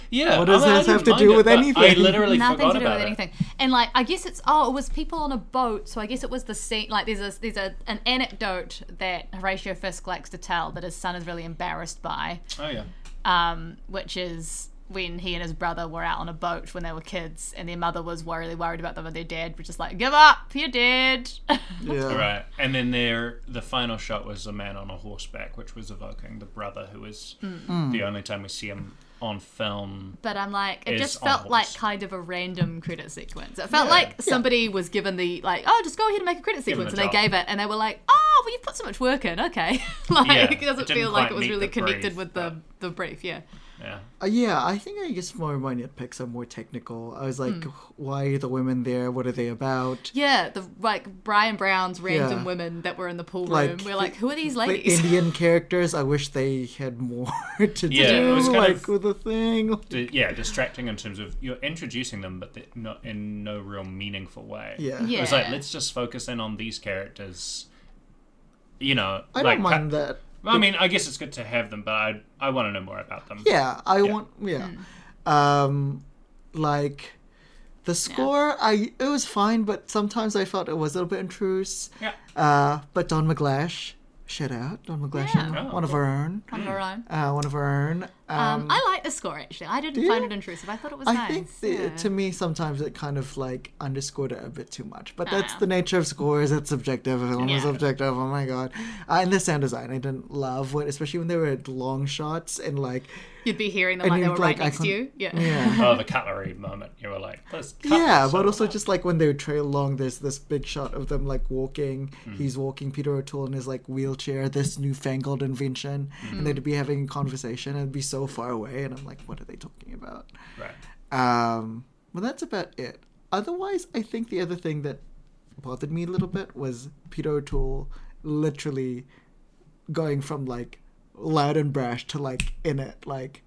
Speaker 2: Yeah,
Speaker 3: What does
Speaker 2: I mean, I
Speaker 3: this have
Speaker 2: didn't
Speaker 3: to do
Speaker 2: mind
Speaker 3: with
Speaker 2: but I
Speaker 3: anything?
Speaker 2: literally
Speaker 5: nothing
Speaker 2: forgot
Speaker 5: to do
Speaker 2: about
Speaker 5: with
Speaker 2: it.
Speaker 5: anything. And like, I guess it's oh, it was people on a boat. So I guess it was the scene. Like, there's a there's a, an anecdote that Horatio Fisk likes to tell that his son is really embarrassed by,
Speaker 2: Oh yeah,
Speaker 5: um, which is when he and his brother were out on a boat when they were kids, and their mother was really worried about them, and their dad was just like, "Give up, you're dead." [laughs]
Speaker 3: yeah
Speaker 2: right. And then there, the final shot was a man on a horseback, which was evoking the brother, who is
Speaker 3: Mm.
Speaker 2: the only time we see him on film.
Speaker 5: but I'm like, it
Speaker 2: Is
Speaker 5: just
Speaker 2: on
Speaker 5: felt like
Speaker 2: horse.
Speaker 5: kind of a random credit sequence. It felt
Speaker 2: Yeah.
Speaker 5: like somebody was given the like, oh, just go ahead and make a credit
Speaker 2: Give 'em
Speaker 5: sequence,
Speaker 2: the
Speaker 5: and they
Speaker 2: job.
Speaker 5: gave it, and they were like, oh, well, you put so much work in, okay. [laughs] like,
Speaker 2: Yeah,
Speaker 5: it doesn't
Speaker 2: it didn't
Speaker 5: feel like
Speaker 2: quite
Speaker 5: it was
Speaker 2: meet
Speaker 5: really
Speaker 2: the
Speaker 5: connected
Speaker 2: brief,
Speaker 5: with the the brief, yeah.
Speaker 2: Yeah,
Speaker 3: Uh, yeah, I think I guess more of my nitpicks are more technical. I was like,
Speaker 5: Mm.
Speaker 3: why are the women there? What are they about?
Speaker 5: Yeah, the like Brian Brown's random
Speaker 3: Yeah.
Speaker 5: women that were in the pool room.
Speaker 3: Like,
Speaker 5: we're like, who are these
Speaker 3: The
Speaker 5: ladies?
Speaker 3: Indian characters, I wish they had more [laughs] to
Speaker 2: Yeah, it
Speaker 3: do,
Speaker 2: was kind
Speaker 3: like
Speaker 2: of-
Speaker 3: with the thing.
Speaker 2: D- yeah, distracting in terms of you're introducing them, but they're not in no real meaningful way.
Speaker 3: Yeah.
Speaker 5: yeah,
Speaker 2: It was like let's just focus in on these characters. You know,
Speaker 3: I
Speaker 2: like,
Speaker 3: don't mind that.
Speaker 2: I mean, I guess it's good to have them, but I I want to know more about them.
Speaker 3: Yeah, I want. Yeah,
Speaker 5: Hmm.
Speaker 3: um, like the score, I it was fine, but sometimes I felt it was a little bit intrusive.
Speaker 2: Yeah.
Speaker 3: Uh, but Don McGlash, shout out Don McGlash,
Speaker 5: Yeah.
Speaker 3: one
Speaker 2: Oh,
Speaker 3: of
Speaker 2: cool.
Speaker 3: our own,
Speaker 5: [laughs] Kind of a rhyme.
Speaker 3: uh, one of our own. Um,
Speaker 5: Um, I like the score actually. I didn't
Speaker 3: you?
Speaker 5: find it intrusive. I thought it was
Speaker 3: I
Speaker 5: nice.
Speaker 3: think the,
Speaker 5: yeah.
Speaker 3: to me sometimes it kind of like underscored it a bit too much, but that's
Speaker 5: Ah.
Speaker 3: the nature of scores. It's subjective. Film is
Speaker 5: Yeah.
Speaker 3: subjective. Oh my god! Uh, and the sound design I didn't love, what especially when they were long shots and like
Speaker 5: You'd be hearing them
Speaker 3: And
Speaker 5: like they
Speaker 3: you'd
Speaker 5: were
Speaker 3: be
Speaker 5: right
Speaker 3: like, I
Speaker 5: next to
Speaker 3: can't-
Speaker 5: you. [laughs] Yeah.
Speaker 3: yeah,
Speaker 2: Oh, the cutlery moment. You were like, let's cut
Speaker 3: yeah,
Speaker 2: this
Speaker 3: but
Speaker 2: out.
Speaker 3: also just like when they would trail along, there's this big shot of them like walking. He's walking Peter O'Toole in his like wheelchair, this newfangled invention,
Speaker 5: Mm.
Speaker 3: and they'd be having a conversation and it'd be so far away, and I'm like, what are they talking about?
Speaker 2: Right.
Speaker 3: Um, well, that's about it. Otherwise, I think the other thing that bothered me a little bit was Peter O'Toole literally going from like loud and brash to like in it, like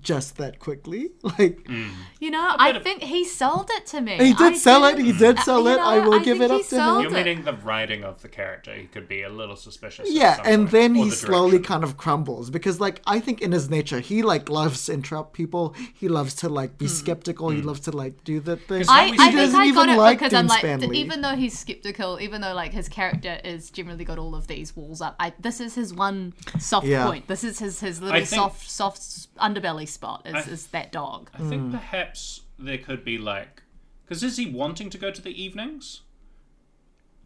Speaker 3: just that quickly. [laughs] Like
Speaker 2: Mm.
Speaker 5: You know, I think he sold it to me.
Speaker 3: he did
Speaker 5: I
Speaker 3: sell
Speaker 5: think-
Speaker 3: it. He did
Speaker 5: Uh,
Speaker 3: sell
Speaker 5: you
Speaker 3: it. I
Speaker 5: know,
Speaker 3: will
Speaker 5: I
Speaker 3: give it
Speaker 5: think
Speaker 3: up
Speaker 5: he
Speaker 3: to
Speaker 5: sold
Speaker 3: him.
Speaker 2: You're
Speaker 5: it.
Speaker 2: meaning the writing of the character. He could be a little suspicious. at
Speaker 3: Yeah,
Speaker 2: some
Speaker 3: and
Speaker 2: point,
Speaker 3: then
Speaker 2: or
Speaker 3: he
Speaker 2: the
Speaker 3: slowly
Speaker 2: direction.
Speaker 3: kind of crumbles because, like, I think in his nature, he like loves to interrupt people. He loves to like
Speaker 2: Mm-hmm.
Speaker 3: be skeptical.
Speaker 2: Mm.
Speaker 3: He loves to like do the thing.
Speaker 5: I,
Speaker 2: He
Speaker 5: I think
Speaker 3: doesn't
Speaker 5: I got
Speaker 3: even
Speaker 5: it
Speaker 3: like
Speaker 5: because I'm
Speaker 3: Dean
Speaker 5: like,
Speaker 3: Stanley.
Speaker 5: even though he's skeptical, even though like his character is generally got all of these walls up, I, this is his one soft
Speaker 3: Yeah.
Speaker 5: point. This is his his little
Speaker 2: think-
Speaker 5: soft soft s- underbelly spot is,
Speaker 2: I-
Speaker 5: is that dog.
Speaker 2: I think
Speaker 3: Hmm.
Speaker 2: perhaps there could be like, because is he wanting to go to the evenings?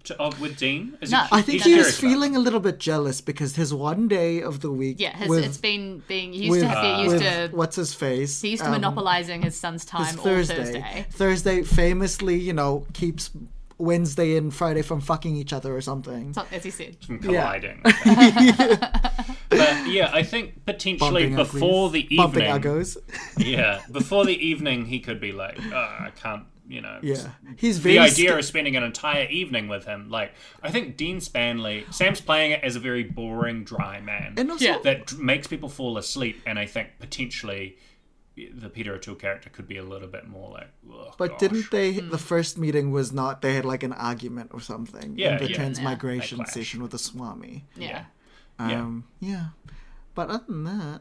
Speaker 2: to, of, with Dean? Is
Speaker 5: No.
Speaker 2: he,
Speaker 5: I
Speaker 3: I think
Speaker 2: he's
Speaker 3: he was
Speaker 2: curious about
Speaker 3: feeling a little bit jealous because his one day of the week.
Speaker 5: Yeah, his,
Speaker 3: with-
Speaker 5: it's been being he used
Speaker 3: with-
Speaker 5: to have he
Speaker 3: with
Speaker 5: used to
Speaker 3: what's his face?
Speaker 5: he used to
Speaker 3: um,
Speaker 5: monopolizing his son's time
Speaker 3: his
Speaker 5: all
Speaker 3: Thursday.
Speaker 5: Thursday.
Speaker 3: Thursday famously, you know, keeps Wednesday and Friday from fucking each other or something.
Speaker 5: So- As he said,
Speaker 2: from
Speaker 3: Yeah. [laughs]
Speaker 2: colliding. but yeah, I think potentially
Speaker 3: Bumping
Speaker 2: before
Speaker 3: uglies.
Speaker 2: the
Speaker 3: Bumping
Speaker 2: evening, [laughs]
Speaker 3: uggos.
Speaker 2: yeah, before the evening, he could be like, oh, I can't, you know.
Speaker 3: Yeah, he's very.
Speaker 2: The idea
Speaker 3: sca-
Speaker 2: of spending an entire evening with him, like I think Dean Spanley, Sam's playing it as a very boring, dry man
Speaker 3: and also,
Speaker 5: Yeah.
Speaker 2: that dr- makes people fall asleep, and I think potentially the Peter O'Toole character could be a little bit more like. "Ugh,
Speaker 3: but
Speaker 2: gosh."
Speaker 3: didn't they? The first meeting was not. They had like an argument or something
Speaker 2: Yeah,
Speaker 3: in the
Speaker 2: yeah.
Speaker 3: transmigration
Speaker 2: They clashed.
Speaker 3: session with the Swami.
Speaker 5: yeah.
Speaker 2: Yeah.
Speaker 3: Um, yeah, but other than that,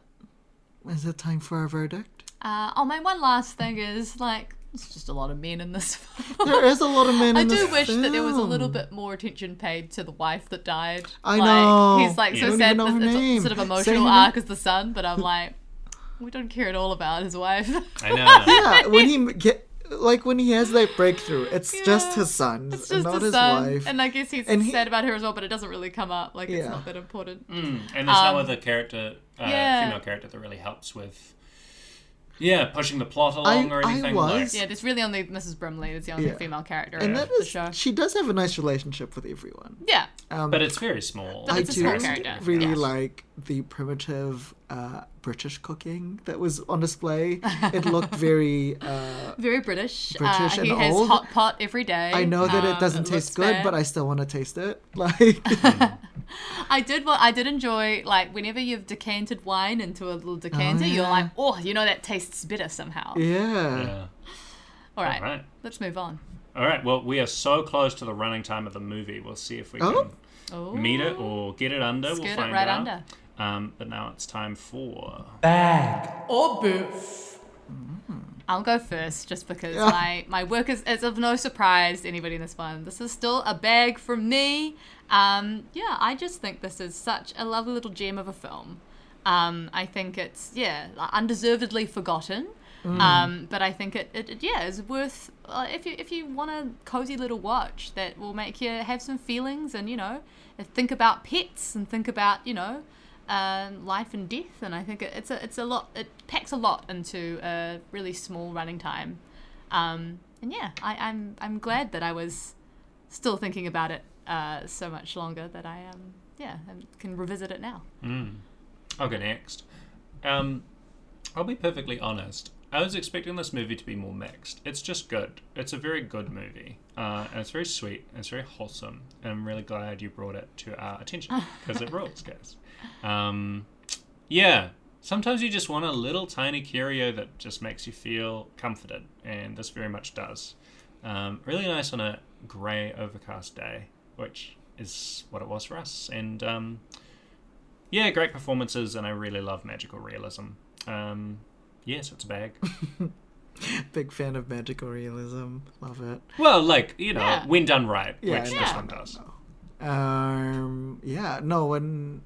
Speaker 3: is it time for our verdict?
Speaker 5: Uh, oh, my one last thing is like it's just a lot of men in this. [laughs] film.
Speaker 3: There is a lot of men.
Speaker 5: I
Speaker 3: in
Speaker 5: do
Speaker 3: this
Speaker 5: wish that there was a little
Speaker 3: film.
Speaker 5: bit more attention paid to the wife that died.
Speaker 3: I
Speaker 5: like,
Speaker 3: know.
Speaker 5: He's like
Speaker 2: Yeah.
Speaker 5: so
Speaker 3: Don't
Speaker 5: sad.
Speaker 3: even know
Speaker 5: that
Speaker 3: her
Speaker 5: It's a
Speaker 3: name.
Speaker 5: sort of
Speaker 3: Say
Speaker 5: emotional
Speaker 3: her
Speaker 5: arc as the son, but I'm like, we don't care at all about his wife. [laughs]
Speaker 2: I know. [laughs]
Speaker 3: Yeah, when he m- get like when he has that breakthrough, it's just
Speaker 5: Yeah.
Speaker 3: his son,
Speaker 5: it's just
Speaker 3: not
Speaker 5: his
Speaker 3: his
Speaker 5: son,
Speaker 3: wife.
Speaker 5: and I guess he's
Speaker 3: And he-
Speaker 5: sad about her as well. But it doesn't really come up. Like it's
Speaker 3: Yeah.
Speaker 5: not that important.
Speaker 2: Hmm, And there's
Speaker 5: Um,
Speaker 2: no other character, uh,
Speaker 5: yeah.
Speaker 2: female character that really helps with, yeah, pushing the plot along or
Speaker 3: I
Speaker 2: anything.
Speaker 3: was-
Speaker 2: like,
Speaker 5: Yeah, there's really only Mrs. Brimley. That's the only
Speaker 3: Yeah.
Speaker 5: female character
Speaker 3: and
Speaker 5: in
Speaker 3: that
Speaker 5: the
Speaker 3: is,
Speaker 5: show.
Speaker 3: she does have a nice relationship with everyone.
Speaker 5: yeah,
Speaker 3: Um,
Speaker 2: but it's very small.
Speaker 5: But
Speaker 3: I
Speaker 5: it's a
Speaker 3: do
Speaker 5: small character.
Speaker 3: really
Speaker 5: Yeah.
Speaker 3: like the primitive uh, British cooking that was on
Speaker 5: [laughs]
Speaker 3: display. It looked very. Uh,
Speaker 5: very British.
Speaker 3: British
Speaker 5: uh,
Speaker 3: and
Speaker 5: he has
Speaker 3: old.
Speaker 5: hot pot every day.
Speaker 3: I know that
Speaker 5: Um,
Speaker 3: it doesn't
Speaker 5: looks
Speaker 3: taste good,
Speaker 5: bad.
Speaker 3: but I still want to taste it. [laughs]
Speaker 5: [laughs]
Speaker 3: Like,
Speaker 5: I did. Well, I did enjoy like whenever you've decanted wine into a little decanter, you're
Speaker 3: yeah.
Speaker 5: like, oh, you know that tastes bitter somehow.
Speaker 3: yeah.
Speaker 2: yeah.
Speaker 5: All right,
Speaker 2: All right.
Speaker 5: let's move on.
Speaker 2: All right. Well, we are so close to the running time of the movie. We'll see if we
Speaker 3: Oh.
Speaker 5: Oh,
Speaker 2: can meet it or get it under.
Speaker 5: Skirt
Speaker 2: we'll
Speaker 5: it
Speaker 2: find
Speaker 5: right
Speaker 2: out.
Speaker 5: under.
Speaker 2: Um, but now it's time for.
Speaker 5: I'll go first, just because
Speaker 3: Yeah.
Speaker 5: my my work is it's of no surprise to anybody in this one. This is still a bag from me. Um, yeah, I just think this is such a lovely little gem of a film. Um, I think it's yeah like, undeservedly forgotten. Um, but I think it, it, it yeah is worth uh, if you if you want a cozy little watch that will make you have some feelings and you know think about pets and think about you know um, life and death and I think it, it's a it's a lot it packs a lot into a really small running time um, and yeah I, I'm I'm glad that I was still thinking about it uh, so much longer that I um yeah I can revisit it now
Speaker 2: Mm. I'll go next. Um, I'll be perfectly honest. I was expecting this movie to be more mixed. It's just good. It's a very good movie. Uh, and it's very sweet. And it's very wholesome. And I'm really glad you brought it to our attention because it rules, guys. Um, yeah. Sometimes you just want a little tiny curio that just makes you feel comforted. And this very much does. Um, really nice on a grey, overcast day, which is what it was for us. And um, yeah, great performances, and I really love magical realism. Um, yes, it's a
Speaker 3: [laughs]
Speaker 2: bag.
Speaker 3: Big fan of magical realism. Love it.
Speaker 2: well, like you know,
Speaker 5: Yeah.
Speaker 2: when done right,
Speaker 3: Yeah,
Speaker 2: which
Speaker 3: I
Speaker 2: this
Speaker 5: know.
Speaker 2: one
Speaker 3: [laughs]
Speaker 2: does.
Speaker 3: Um, yeah, no, when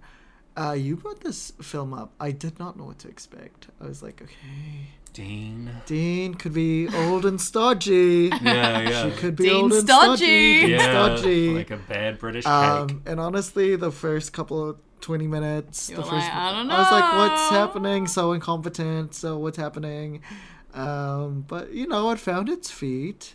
Speaker 3: uh, you brought this film up, I did not know what to expect. I was like, okay, [laughs]
Speaker 2: Dean.
Speaker 3: Dean could be old and stodgy.
Speaker 2: [laughs] Yeah, yeah.
Speaker 3: She could be
Speaker 5: Dean
Speaker 3: old and
Speaker 5: stodgy.
Speaker 3: stodgy. Dean
Speaker 2: yeah,
Speaker 3: stodgy.
Speaker 2: like a bad British cake.
Speaker 3: um, and honestly, the first couple of 20 minutes,
Speaker 5: You're
Speaker 3: the
Speaker 5: like,
Speaker 3: first,
Speaker 5: "I don't
Speaker 3: was like, what's
Speaker 5: know."
Speaker 3: happening? So incompetent. So what's happening? Um, but you know, it found its feet.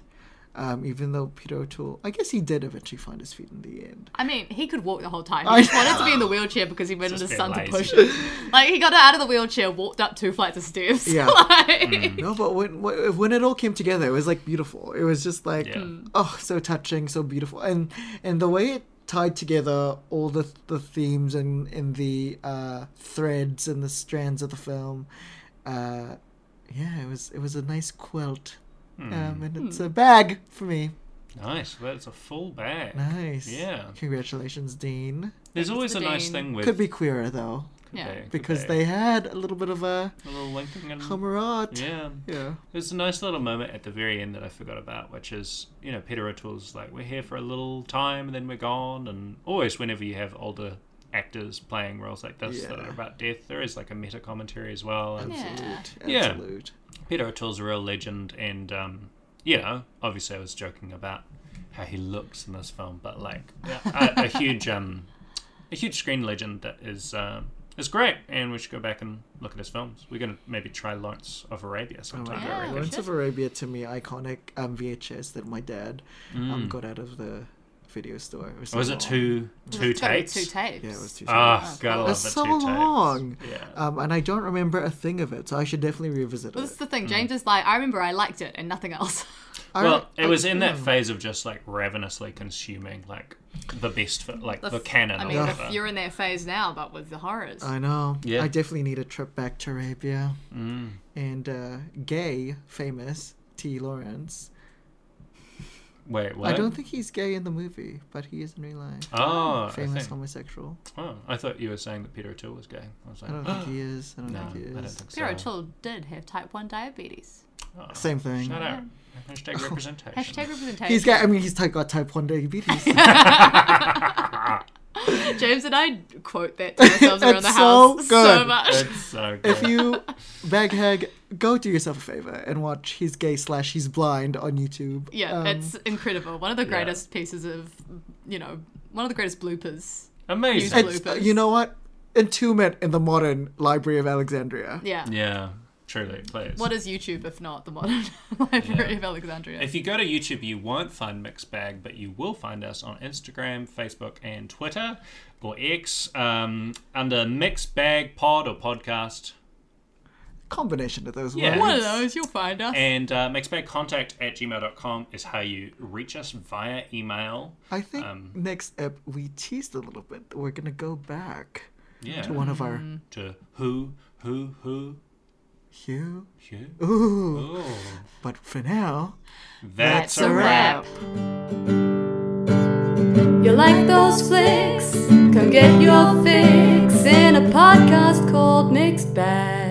Speaker 3: Um, even though Peter O'Toole, I guess he did eventually find his feet in the end.
Speaker 5: I mean, he could walk the whole
Speaker 3: [laughs]
Speaker 5: time.
Speaker 3: I
Speaker 5: He just wanted to be in the wheelchair because he wanted
Speaker 2: Just
Speaker 5: his
Speaker 2: a bit
Speaker 5: son to
Speaker 2: lazy.
Speaker 5: push him. Like, he got out of the wheelchair, walked up two flights of stairs.
Speaker 3: Yeah.
Speaker 5: [laughs] Like-
Speaker 2: Mm,
Speaker 3: No, but when when when it all came together, it was like beautiful. It was just like
Speaker 2: Yeah. Mm.
Speaker 3: oh, so touching, so beautiful, and and the way it tied together all the the themes and and the uh, threads and the strands of the film, uh, yeah, it was it was a nice quilt,
Speaker 2: Hmm.
Speaker 3: um, and it's a bag for me.
Speaker 2: Nice. That's a full bag.
Speaker 3: Nice.
Speaker 2: Yeah.
Speaker 3: Congratulations, Dean.
Speaker 2: There's always
Speaker 5: to
Speaker 2: a nice
Speaker 5: Dean.
Speaker 2: thing with
Speaker 3: Could be queerer though,
Speaker 5: Yeah.
Speaker 2: could
Speaker 3: because
Speaker 2: be.
Speaker 3: they had a little bit of a
Speaker 2: a little linking and
Speaker 3: camarade.
Speaker 2: Mm. yeah.
Speaker 3: Yeah.
Speaker 2: There's a nice little moment at the very end that I forgot about, which is, you know, Peter O'Toole's like, we're here for a little time and then we're gone. And always, whenever you have older actors playing roles like this that
Speaker 3: Yeah.
Speaker 2: are about death, there is like a meta commentary as well. And
Speaker 5: Yeah.
Speaker 3: Absolute.
Speaker 2: Yeah.
Speaker 3: Absolute.
Speaker 2: Peter O'Toole's a real legend. And, um, you know, obviously I was joking about how he looks in this film, but like a, a huge um, a huge screen legend that is uh, is great, and we should go back and look at his films. We're gonna maybe try Lawrence of Arabia sometime. I
Speaker 5: Yeah.
Speaker 2: reckon.
Speaker 3: Oh, Lawrence of Arabia to me iconic um, VHS that my dad um, got out of the video store. It
Speaker 2: Mm. Oh, Was it two two
Speaker 5: It's gotta be
Speaker 2: tapes?
Speaker 5: Two tapes.
Speaker 3: Yeah, it was two.
Speaker 2: Ah, gotta love
Speaker 3: That's
Speaker 2: the
Speaker 3: so
Speaker 2: two tapes.
Speaker 3: long.
Speaker 2: Yeah.
Speaker 3: Um, and I don't remember a thing of it, so I should definitely revisit
Speaker 5: Well, this
Speaker 3: it.
Speaker 5: is the
Speaker 2: Mm.
Speaker 5: thing. James is like, I remember I liked it and nothing else. [laughs]
Speaker 3: I
Speaker 2: Well,
Speaker 3: re-
Speaker 2: it
Speaker 3: I-
Speaker 2: was in that
Speaker 3: yeah.
Speaker 2: phase of just like ravenously consuming like the best, fi- like the,
Speaker 5: f-
Speaker 2: canon.
Speaker 5: I
Speaker 2: or
Speaker 5: mean,
Speaker 2: whatever.
Speaker 5: if you're in that phase now, but with the horrors.
Speaker 3: I know.
Speaker 2: Yeah.
Speaker 3: I definitely need a trip back to Arabia. Mm. And uh, gay, famous T. Lawrence.
Speaker 2: Wait, what?
Speaker 3: I don't think he's gay in the movie, but he is in real life.
Speaker 2: Oh, I
Speaker 3: famous
Speaker 2: think.
Speaker 3: homosexual.
Speaker 2: Oh, I thought you were saying that Peter O'Toole was gay. I was like,
Speaker 3: I don't think he is.
Speaker 2: [gasps]
Speaker 3: I don't
Speaker 2: no, I
Speaker 3: think he
Speaker 2: don't
Speaker 3: is.
Speaker 2: think so.
Speaker 5: Sarah Till did have type 1 diabetes.
Speaker 2: Oh,
Speaker 3: Same thing.
Speaker 2: Shout out. Hashtag representation. [laughs]
Speaker 5: [laughs] Hashtag representation.
Speaker 3: He's gay. I mean, he's type, got type 1 diabetes.
Speaker 5: [laughs] James and I quote that to ourselves around
Speaker 3: It's
Speaker 5: the
Speaker 3: so
Speaker 5: house so
Speaker 3: good.
Speaker 5: much.
Speaker 2: That's so good.
Speaker 3: if you, Baghag, go do yourself a favor and watch He's Gay slash He's Blind on YouTube.
Speaker 5: [laughs] Yeah,
Speaker 3: Um,
Speaker 5: it's incredible. One of the greatest pieces of, you know, one of the greatest bloopers.
Speaker 2: Amazing.
Speaker 5: It's-
Speaker 3: it's, you know what? Entombment in the modern Library of Alexandria.
Speaker 5: Yeah.
Speaker 2: yeah, truly, please.
Speaker 5: What is YouTube if not the modern [laughs] Library
Speaker 2: Yeah.
Speaker 5: of Alexandria?
Speaker 2: If you go to YouTube, you won't find Mixed Bag, but you will find us on Instagram, Facebook, and Twitter, or X, um, under Mixed Bag Pod or Podcast,
Speaker 3: Combination of those
Speaker 2: Yeah.
Speaker 3: words.
Speaker 5: One of those, you'll find us.
Speaker 2: and uh, mixedbagcontact at gmail.com is how you reach us via email.
Speaker 3: I think
Speaker 2: Um,
Speaker 3: next up we teased a little bit. that We're gonna go back
Speaker 2: Yeah.
Speaker 3: to one of our
Speaker 5: Mm.
Speaker 2: To who, who, who,
Speaker 3: Hugh.
Speaker 2: who?
Speaker 3: Ooh.
Speaker 2: Oh,
Speaker 3: But for now,
Speaker 2: that's,
Speaker 5: That's
Speaker 2: a
Speaker 5: a
Speaker 2: wrap.
Speaker 5: wrap.
Speaker 1: You like those flicks? Come get your fix in a podcast called Mixed Bag.